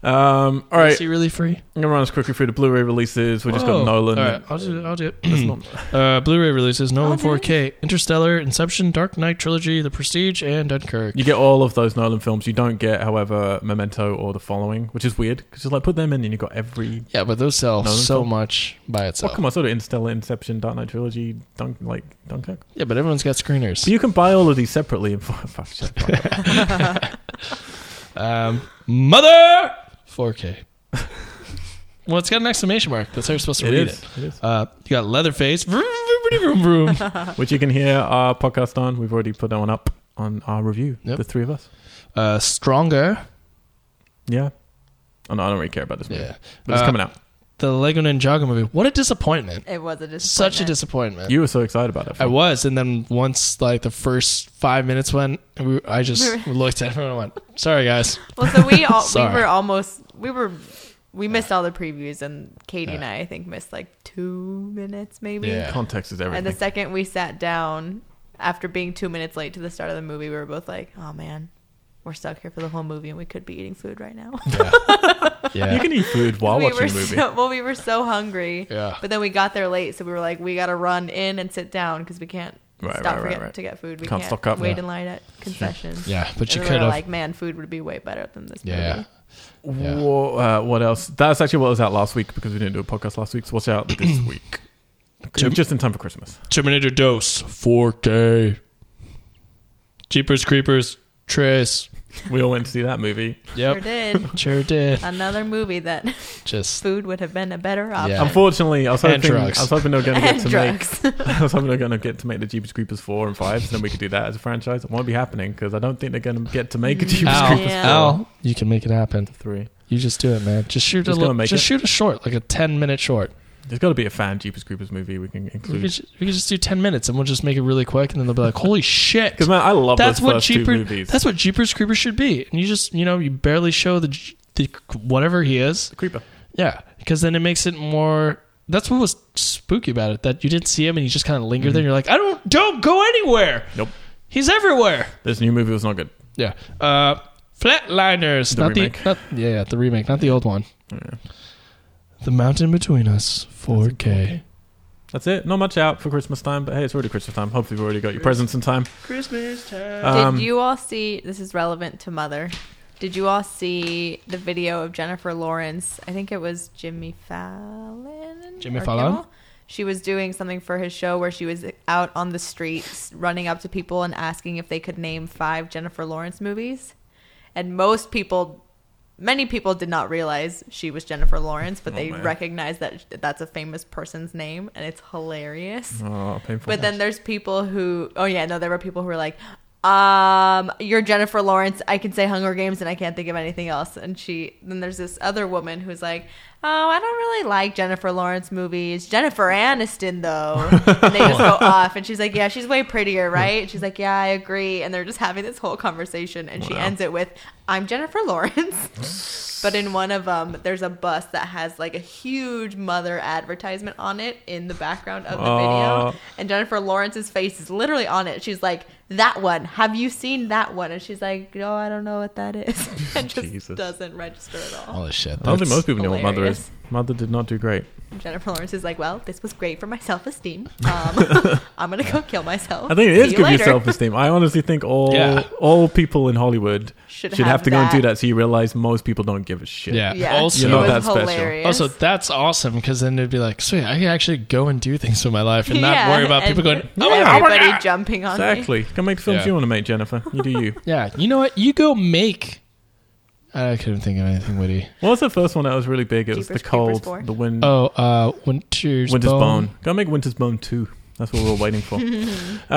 Speaker 2: Um, all
Speaker 3: is
Speaker 2: right,
Speaker 3: he
Speaker 2: I'm
Speaker 3: really free?
Speaker 2: gonna run us quickly through the Blu-ray releases. We just
Speaker 3: Whoa.
Speaker 2: got Nolan.
Speaker 3: Oh, All right, I'll do it. I'll do it. uh, Blu-ray releases: Nolan
Speaker 1: Okay.
Speaker 3: 4K, Interstellar, Inception, Dark Knight trilogy, The Prestige, and Dunkirk.
Speaker 2: You get all of those Nolan films. You don't get, however, Memento or The Following, which is weird because you like put them in and you got every
Speaker 3: Yeah, but those sell
Speaker 2: Nolan
Speaker 3: so
Speaker 2: film?
Speaker 3: much by itself.
Speaker 2: Well, come on, sort of Interstellar, Inception, Dark Knight trilogy, Dunk, like Dunkirk.
Speaker 3: Yeah, but everyone's got screeners.
Speaker 2: So you can buy all of these separately. And fuck, shit, fuck.
Speaker 3: um, mother 4K. well, it's got an exclamation mark. That's how you're supposed to
Speaker 2: It
Speaker 3: read
Speaker 2: is,
Speaker 3: it.
Speaker 2: it is.
Speaker 3: Uh, you got Leatherface. Vroom, vroom, vroom, vroom, vroom.
Speaker 1: Uh-huh.
Speaker 2: Which you can hear our podcast on. We've already put that one up on our review.
Speaker 3: Yep.
Speaker 2: The three of us.
Speaker 3: uh, stronger.
Speaker 2: Yeah. Oh, no, I don't really care about this movie,
Speaker 3: Yeah.
Speaker 2: but it's
Speaker 3: Uh,
Speaker 2: coming out.
Speaker 3: The Lego Ninjago movie. What a disappointment.
Speaker 1: It was a disappointment.
Speaker 3: Such a disappointment.
Speaker 2: You were so excited about it.
Speaker 3: I was, and then once like the first five minutes went, we, I just looked at everyone and went, "Sorry guys,
Speaker 1: Well, so we all we
Speaker 3: Sorry.
Speaker 1: were almost we were we missed all the previews, and Katie and I I think missed like two minutes maybe.
Speaker 3: Yeah.
Speaker 2: Context is
Speaker 1: And
Speaker 2: everything.
Speaker 1: the second we sat down, after being two minutes late to the start of the movie, we were both like, "Oh man, we're stuck here for the whole movie, and we could be eating food right now."
Speaker 3: yeah,
Speaker 2: you can eat food while
Speaker 1: we were
Speaker 2: watching the movie.
Speaker 1: So, well, we were so hungry.
Speaker 3: Yeah.
Speaker 1: But then we got there late, so we were like, "We got to run in and sit down because we can't."
Speaker 2: Right,
Speaker 1: stop
Speaker 2: right,
Speaker 1: for
Speaker 2: right,
Speaker 1: get-
Speaker 2: right.
Speaker 1: to get food. We
Speaker 2: Can't
Speaker 1: can't,
Speaker 2: stock up.
Speaker 1: wait
Speaker 3: Yeah.
Speaker 1: in line at concessions.
Speaker 3: yeah, but you
Speaker 1: and we
Speaker 3: could
Speaker 1: were
Speaker 3: have,
Speaker 1: like, man, food would be way better than this movie.
Speaker 3: yeah, Yeah.
Speaker 2: Wha- uh, what else? That's actually what was out last week because we didn't do a podcast last week. So what's out this week?
Speaker 3: Jim-
Speaker 2: Just in time for Christmas.
Speaker 3: Terminator Dose 4K, Jeepers Creepers, Trace,
Speaker 2: We all went to see that movie.
Speaker 1: Sure
Speaker 3: yep,
Speaker 1: did. Uh,
Speaker 3: sure did,
Speaker 1: Another movie that
Speaker 3: just
Speaker 1: food would have been a better option.
Speaker 3: Yeah.
Speaker 2: Unfortunately, I was
Speaker 3: And
Speaker 2: hoping, I
Speaker 3: drugs.
Speaker 2: was hoping they were going to get
Speaker 1: And
Speaker 2: to make
Speaker 1: drugs.
Speaker 2: I was hoping they're going to get to make the Jeepers Creepers four and five, so then we could do that as a franchise. It won't be happening because I don't think they're going to get to make a Jeepers
Speaker 3: Al,
Speaker 2: Creepers
Speaker 1: Yeah.
Speaker 3: Al, you can make it happen.
Speaker 2: three.
Speaker 3: You just do it, man. Just shoot
Speaker 2: Just
Speaker 3: a
Speaker 2: gonna
Speaker 3: little,
Speaker 2: make
Speaker 3: just
Speaker 2: it.
Speaker 3: shoot a short, like a ten minute short.
Speaker 2: There's got to be a fan Jeepers Creepers movie we can
Speaker 3: We could,
Speaker 2: include.
Speaker 3: ju- we could just do ten minutes, and we'll just make it really quick, and then they'll be like, "Holy shit!"
Speaker 2: Because man, I love
Speaker 3: that's
Speaker 2: those
Speaker 3: what
Speaker 2: first two
Speaker 3: Jeepers.
Speaker 2: movies.
Speaker 3: That's what Jeepers Creepers should be. And you just you know you barely show the j- the whatever he is.
Speaker 2: The Creeper.
Speaker 3: Yeah, because then it makes it more. That's what was spooky about it. That you didn't see him and he just kind of lingered there. You're like, I don't don't go anywhere.
Speaker 2: Nope.
Speaker 3: He's everywhere.
Speaker 2: This new movie was not good.
Speaker 3: Yeah. Uh, Flatliners.
Speaker 2: The
Speaker 3: not
Speaker 2: remake.
Speaker 3: the not, yeah, yeah, the remake, not the old one. The Mountain Between Us, 4K.
Speaker 2: That's it. Not much out for Christmas time, but hey, it's already Christmas time. Hopefully, you've already got your presents in time.
Speaker 3: Christmas time.
Speaker 2: Um,
Speaker 1: Did you all see? This is relevant to Mother. Did you all see the video of Jennifer Lawrence? I think it was Jimmy Fallon.
Speaker 3: Jimmy
Speaker 1: or
Speaker 3: Fallon?
Speaker 1: Kimmel? She was doing something for his show where she was out on the streets running up to people and asking if they could name five Jennifer Lawrence movies. And most people, many people did not realize she was Jennifer Lawrence, but
Speaker 2: Oh,
Speaker 1: they
Speaker 2: man.
Speaker 1: recognized that that's a famous person's name. And it's hilarious.
Speaker 2: Oh, painful.
Speaker 1: But then there's people who, oh yeah, no, there were people who were like, um, you're Jennifer Lawrence. I can say Hunger Games and I can't think of anything else. And she, then there's this other woman who's like, oh, I don't really like Jennifer Lawrence movies. Jennifer Aniston, though. And they just go off. And she's like, yeah, she's way prettier, right? And she's like, yeah, I agree. And they're just having this whole conversation. And she
Speaker 2: Wow.
Speaker 1: ends it with, I'm Jennifer Lawrence. but in one of them, there's a bus that has like a huge mother advertisement on it in the background of the
Speaker 2: Oh.
Speaker 1: video. And Jennifer Lawrence's face is literally on it. She's like, that one. Have you seen that one? And she's like, no, I don't know what that is. and just
Speaker 2: Jesus. Oh.
Speaker 1: doesn't register at all.
Speaker 3: All this shit.
Speaker 2: I don't think
Speaker 3: That's-
Speaker 2: most people know what Mother is. Mother did not do great.
Speaker 1: Jennifer Lawrence is like, well, this was great for my self esteem. Um, I'm gonna go kill myself.
Speaker 2: I think it
Speaker 1: See
Speaker 2: is
Speaker 1: you
Speaker 2: good for your
Speaker 1: later.
Speaker 2: self esteem. I honestly think all
Speaker 3: Yeah.
Speaker 2: all people in Hollywood should,
Speaker 1: Should
Speaker 2: have,
Speaker 1: have
Speaker 2: to go and do
Speaker 1: that.
Speaker 2: that so you realize most people don't give a shit.
Speaker 3: Yeah.
Speaker 1: Yeah,
Speaker 3: Also-
Speaker 1: it
Speaker 2: You're not
Speaker 1: was
Speaker 2: that special.
Speaker 1: hilarious.
Speaker 3: Also, that's awesome because then it'd be like, sweet, I can actually go and do things with my life and not
Speaker 1: Yeah,
Speaker 3: worry about
Speaker 1: and
Speaker 3: people going, oh my, God, oh my
Speaker 1: everybody
Speaker 3: God."
Speaker 1: jumping on me.
Speaker 2: Exactly. Go make the films
Speaker 3: Yeah.
Speaker 2: you want to make, Jennifer. You do you.
Speaker 3: Yeah, you know what? You go make. I couldn't think of anything witty.
Speaker 2: what was the first one that was really big? It was
Speaker 1: Jeepers
Speaker 2: the cold,
Speaker 1: Creepers four.
Speaker 2: the wind,
Speaker 3: Oh, uh, Winter's,
Speaker 2: Winter's Bone.
Speaker 3: Bone.
Speaker 2: Go make Winter's Bone 2. That's what we were waiting for. um,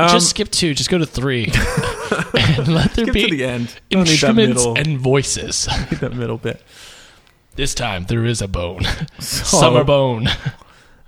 Speaker 3: just skip two. Just go to three. and let there
Speaker 2: skip
Speaker 3: be
Speaker 2: to the end. Don't need that
Speaker 3: instruments
Speaker 2: middle,
Speaker 3: and voices.
Speaker 2: need that middle bit.
Speaker 3: This time there is a bone.
Speaker 2: So,
Speaker 3: Summer bone.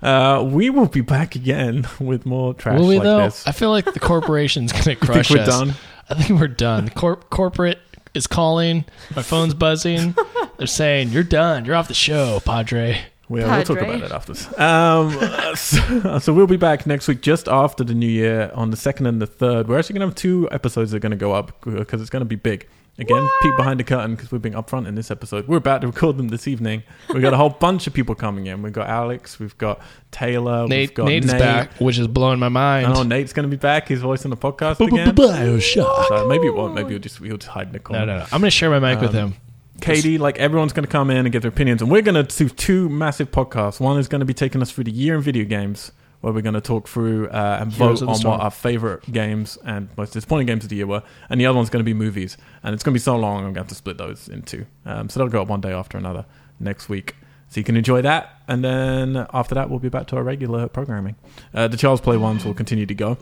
Speaker 2: Uh, we will be back again with more trash
Speaker 3: Will we
Speaker 2: like
Speaker 3: though?
Speaker 2: this.
Speaker 3: I feel like the corporation's gonna
Speaker 2: You think
Speaker 3: crush
Speaker 2: we're
Speaker 3: us.
Speaker 2: done?
Speaker 3: I think we're done. The Corp- corporate is calling. My phone's buzzing. They're saying you're done. You're off the show, Padre.
Speaker 2: We are, we'll talk
Speaker 1: Padre.
Speaker 2: about it after this. Um, so, so we'll be back next week, just after the new year, on the second and the third. We're actually going to have two episodes that are going to go up because it's going to be big. Again, peek behind the curtain because we're being upfront in this episode. We're about to record them this evening. We've got a whole bunch of people coming in. We've got Alex, we've got Taylor, Oh, we've
Speaker 3: Nate,
Speaker 2: got
Speaker 3: Nate's
Speaker 2: Nate.
Speaker 3: back, which is blowing my
Speaker 2: Oh,
Speaker 3: mind.
Speaker 2: Nate's going to be back. His voice on the podcast again.
Speaker 3: Bioshock.
Speaker 2: So maybe it won't. Maybe he'll just he'll just hide in the corner.
Speaker 3: No, no, no. I'm gonna share my mic with
Speaker 2: Um,
Speaker 3: him.
Speaker 2: Katie, like everyone's going to come in and give their opinions, and we're going to do two massive podcasts. One is going to be taking us through the year in video games, where we're going to talk through uh, and
Speaker 3: Heroes
Speaker 2: vote
Speaker 3: of the
Speaker 2: on
Speaker 3: Storm.
Speaker 2: what our favorite games and most disappointing games of the year were, and the other one's going to be movies, and it's going to be so long, I'm going to have to split those into. Um, so they'll go up one day after another next week. So you can enjoy that, and then after that, we'll be back to our regular programming. Uh, the Charles Play ones will continue to go.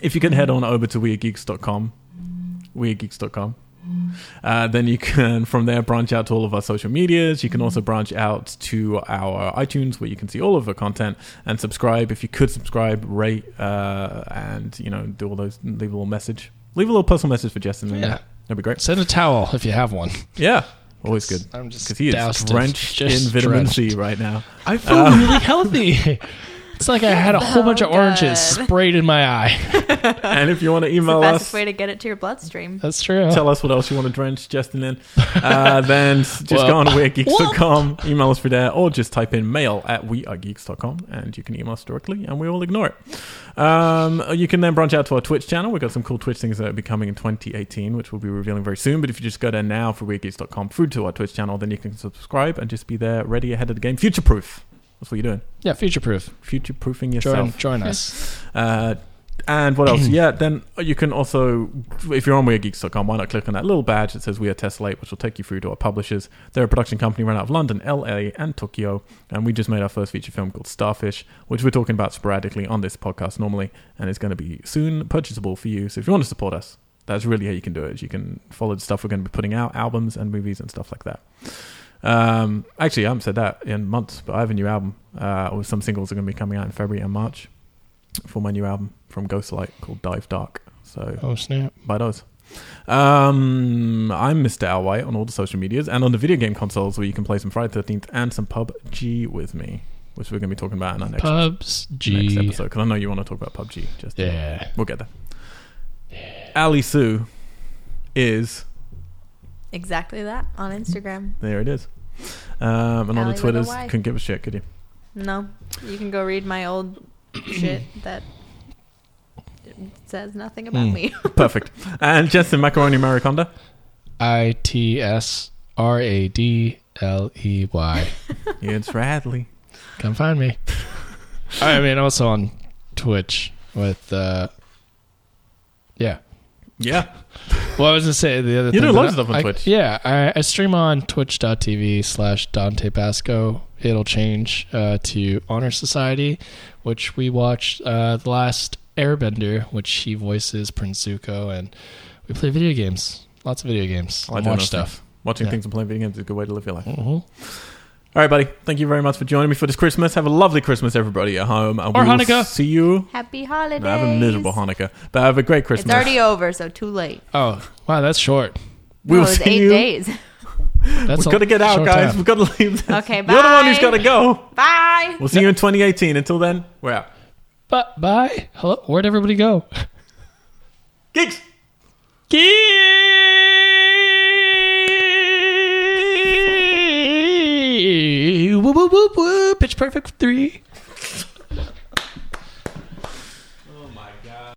Speaker 2: If
Speaker 3: Mm.
Speaker 2: you can head on over to weirdgeeks.com, weirdgeeks.com, uh, then you can from there branch out to all of our social medias. You can
Speaker 3: Mm.
Speaker 2: also branch out to our iTunes where you can see all of our content and subscribe. If you could subscribe, rate, uh, and you know do all those. Leave a little message. Leave a little personal message for Justin. in
Speaker 3: Yeah.
Speaker 2: there. that'd be great.
Speaker 3: Send a towel if you have one.
Speaker 2: Yeah, always good.
Speaker 3: I'm just
Speaker 2: Because he is
Speaker 3: doused in-
Speaker 2: drenched
Speaker 3: just
Speaker 2: in vitamin C
Speaker 3: drenched.
Speaker 2: right now.
Speaker 3: I feel really healthy. Uh, It's like I had a whole bunch of
Speaker 1: Oh,
Speaker 3: oranges
Speaker 1: God.
Speaker 3: sprayed in my eye.
Speaker 2: And if you want to
Speaker 1: It's the
Speaker 2: email
Speaker 1: fastest
Speaker 2: us,
Speaker 1: way to get it to your bloodstream.
Speaker 3: That's true.
Speaker 2: tell us what else you want to drench Justin in, uh, then s- just go on to weirdgeeks.com, email us for there, or just type in mail at wearegeeks.com and you can email us directly and we will ignore it. Um, you can then branch out to our Twitch channel. We've got some cool Twitch things that will be coming in 2018, which we'll be revealing very soon. But if you just go there now for weirdgeeks.com through to our Twitch channel, then you can subscribe and just be there ready ahead of the game. Future proof. That's what you're doing.
Speaker 3: yeah, future proof.
Speaker 2: Future proofing
Speaker 3: Join,
Speaker 2: yourself.
Speaker 3: join us.
Speaker 2: Uh, and what else? yeah, then you can also, if you're on weirdgeeks.com, why not click on that little badge that says We Are Tesla Late, which will take you through to our publishers. They're a production company run out of London, LA, and Tokyo. And we just made our first feature film called Starfish, which we're talking about sporadically on this podcast normally. And it's going to be soon purchasable for you. So if you want to support us, that's really how you can do it. is You can follow the stuff we're going to be putting out, albums and movies and stuff like that. Um, actually, I haven't said that in months, but I have a new album, uh, or some singles are going to be coming out in February and March for my new album from Ghostlight called Dive Dark. So
Speaker 3: Oh, snap.
Speaker 2: buy those. Um, I'm Mr. Al White on all the social medias and on the video game consoles where you can play some Friday Thirteenth and some PUBG with me, which we're going to be talking about in our next,
Speaker 3: Pubs
Speaker 2: next
Speaker 3: G.
Speaker 2: episode because I know you want to talk about PUBG. Just
Speaker 3: Yeah.
Speaker 2: we'll get there. Ali Sue is
Speaker 1: Exactly that on Instagram.
Speaker 2: there. It is. Um, and
Speaker 1: Ally
Speaker 2: on
Speaker 1: with
Speaker 2: the
Speaker 1: a
Speaker 2: Twitters,
Speaker 1: Y.
Speaker 2: couldn't give a shit, could you?
Speaker 1: No, you can go read my old shit that says nothing about
Speaker 3: Hmm.
Speaker 1: me.
Speaker 2: Perfect. And Justin Macaroni Mariconda.
Speaker 3: I T S R A D L E Y.
Speaker 2: Yeah, it's Radley.
Speaker 3: Come find me. I mean, also on Twitch with, uh, yeah.
Speaker 2: Yeah.
Speaker 3: Well, I was gonna say the other.
Speaker 2: You
Speaker 3: thing,
Speaker 2: do
Speaker 3: but
Speaker 2: loads of stuff on
Speaker 3: I-
Speaker 2: Twitch.
Speaker 3: Yeah, I, I stream on twitch.tv slash Dante Basco. It'll change uh, to Honor Society, which we watched uh, the last Airbender, which he voices Prince Zuko, and we play video games, lots of video games,
Speaker 2: I
Speaker 3: and
Speaker 2: don't
Speaker 3: watch
Speaker 2: know
Speaker 3: stuff.
Speaker 2: Watching
Speaker 3: Yeah.
Speaker 2: things and playing video games is a good way to live your life.
Speaker 3: Mhm.
Speaker 2: All right, buddy. Thank you very much for joining me for this Christmas. Have a lovely Christmas, everybody at home. I
Speaker 3: Or
Speaker 2: will
Speaker 3: Hanukkah.
Speaker 2: See you.
Speaker 1: Happy holidays.
Speaker 2: No, have a miserable Hanukkah, but have a great
Speaker 1: It's
Speaker 2: Christmas.
Speaker 1: already over, so too late.
Speaker 3: Oh, wow, that's short.
Speaker 2: we will
Speaker 1: no, it was
Speaker 2: see
Speaker 1: eight
Speaker 2: you.
Speaker 1: days.
Speaker 3: That's
Speaker 2: We've got to get out, guys. We've got to leave. This.
Speaker 1: Okay,
Speaker 2: You're the one who's
Speaker 1: bye.
Speaker 2: got to go.
Speaker 1: Bye.
Speaker 2: We'll see you in 2018. Until then, we're out.
Speaker 3: But bye. Hello. Where'd everybody go?
Speaker 2: Geeks.
Speaker 3: Gee! Whoop, whoop, whoop, whoop. Pitch perfect three.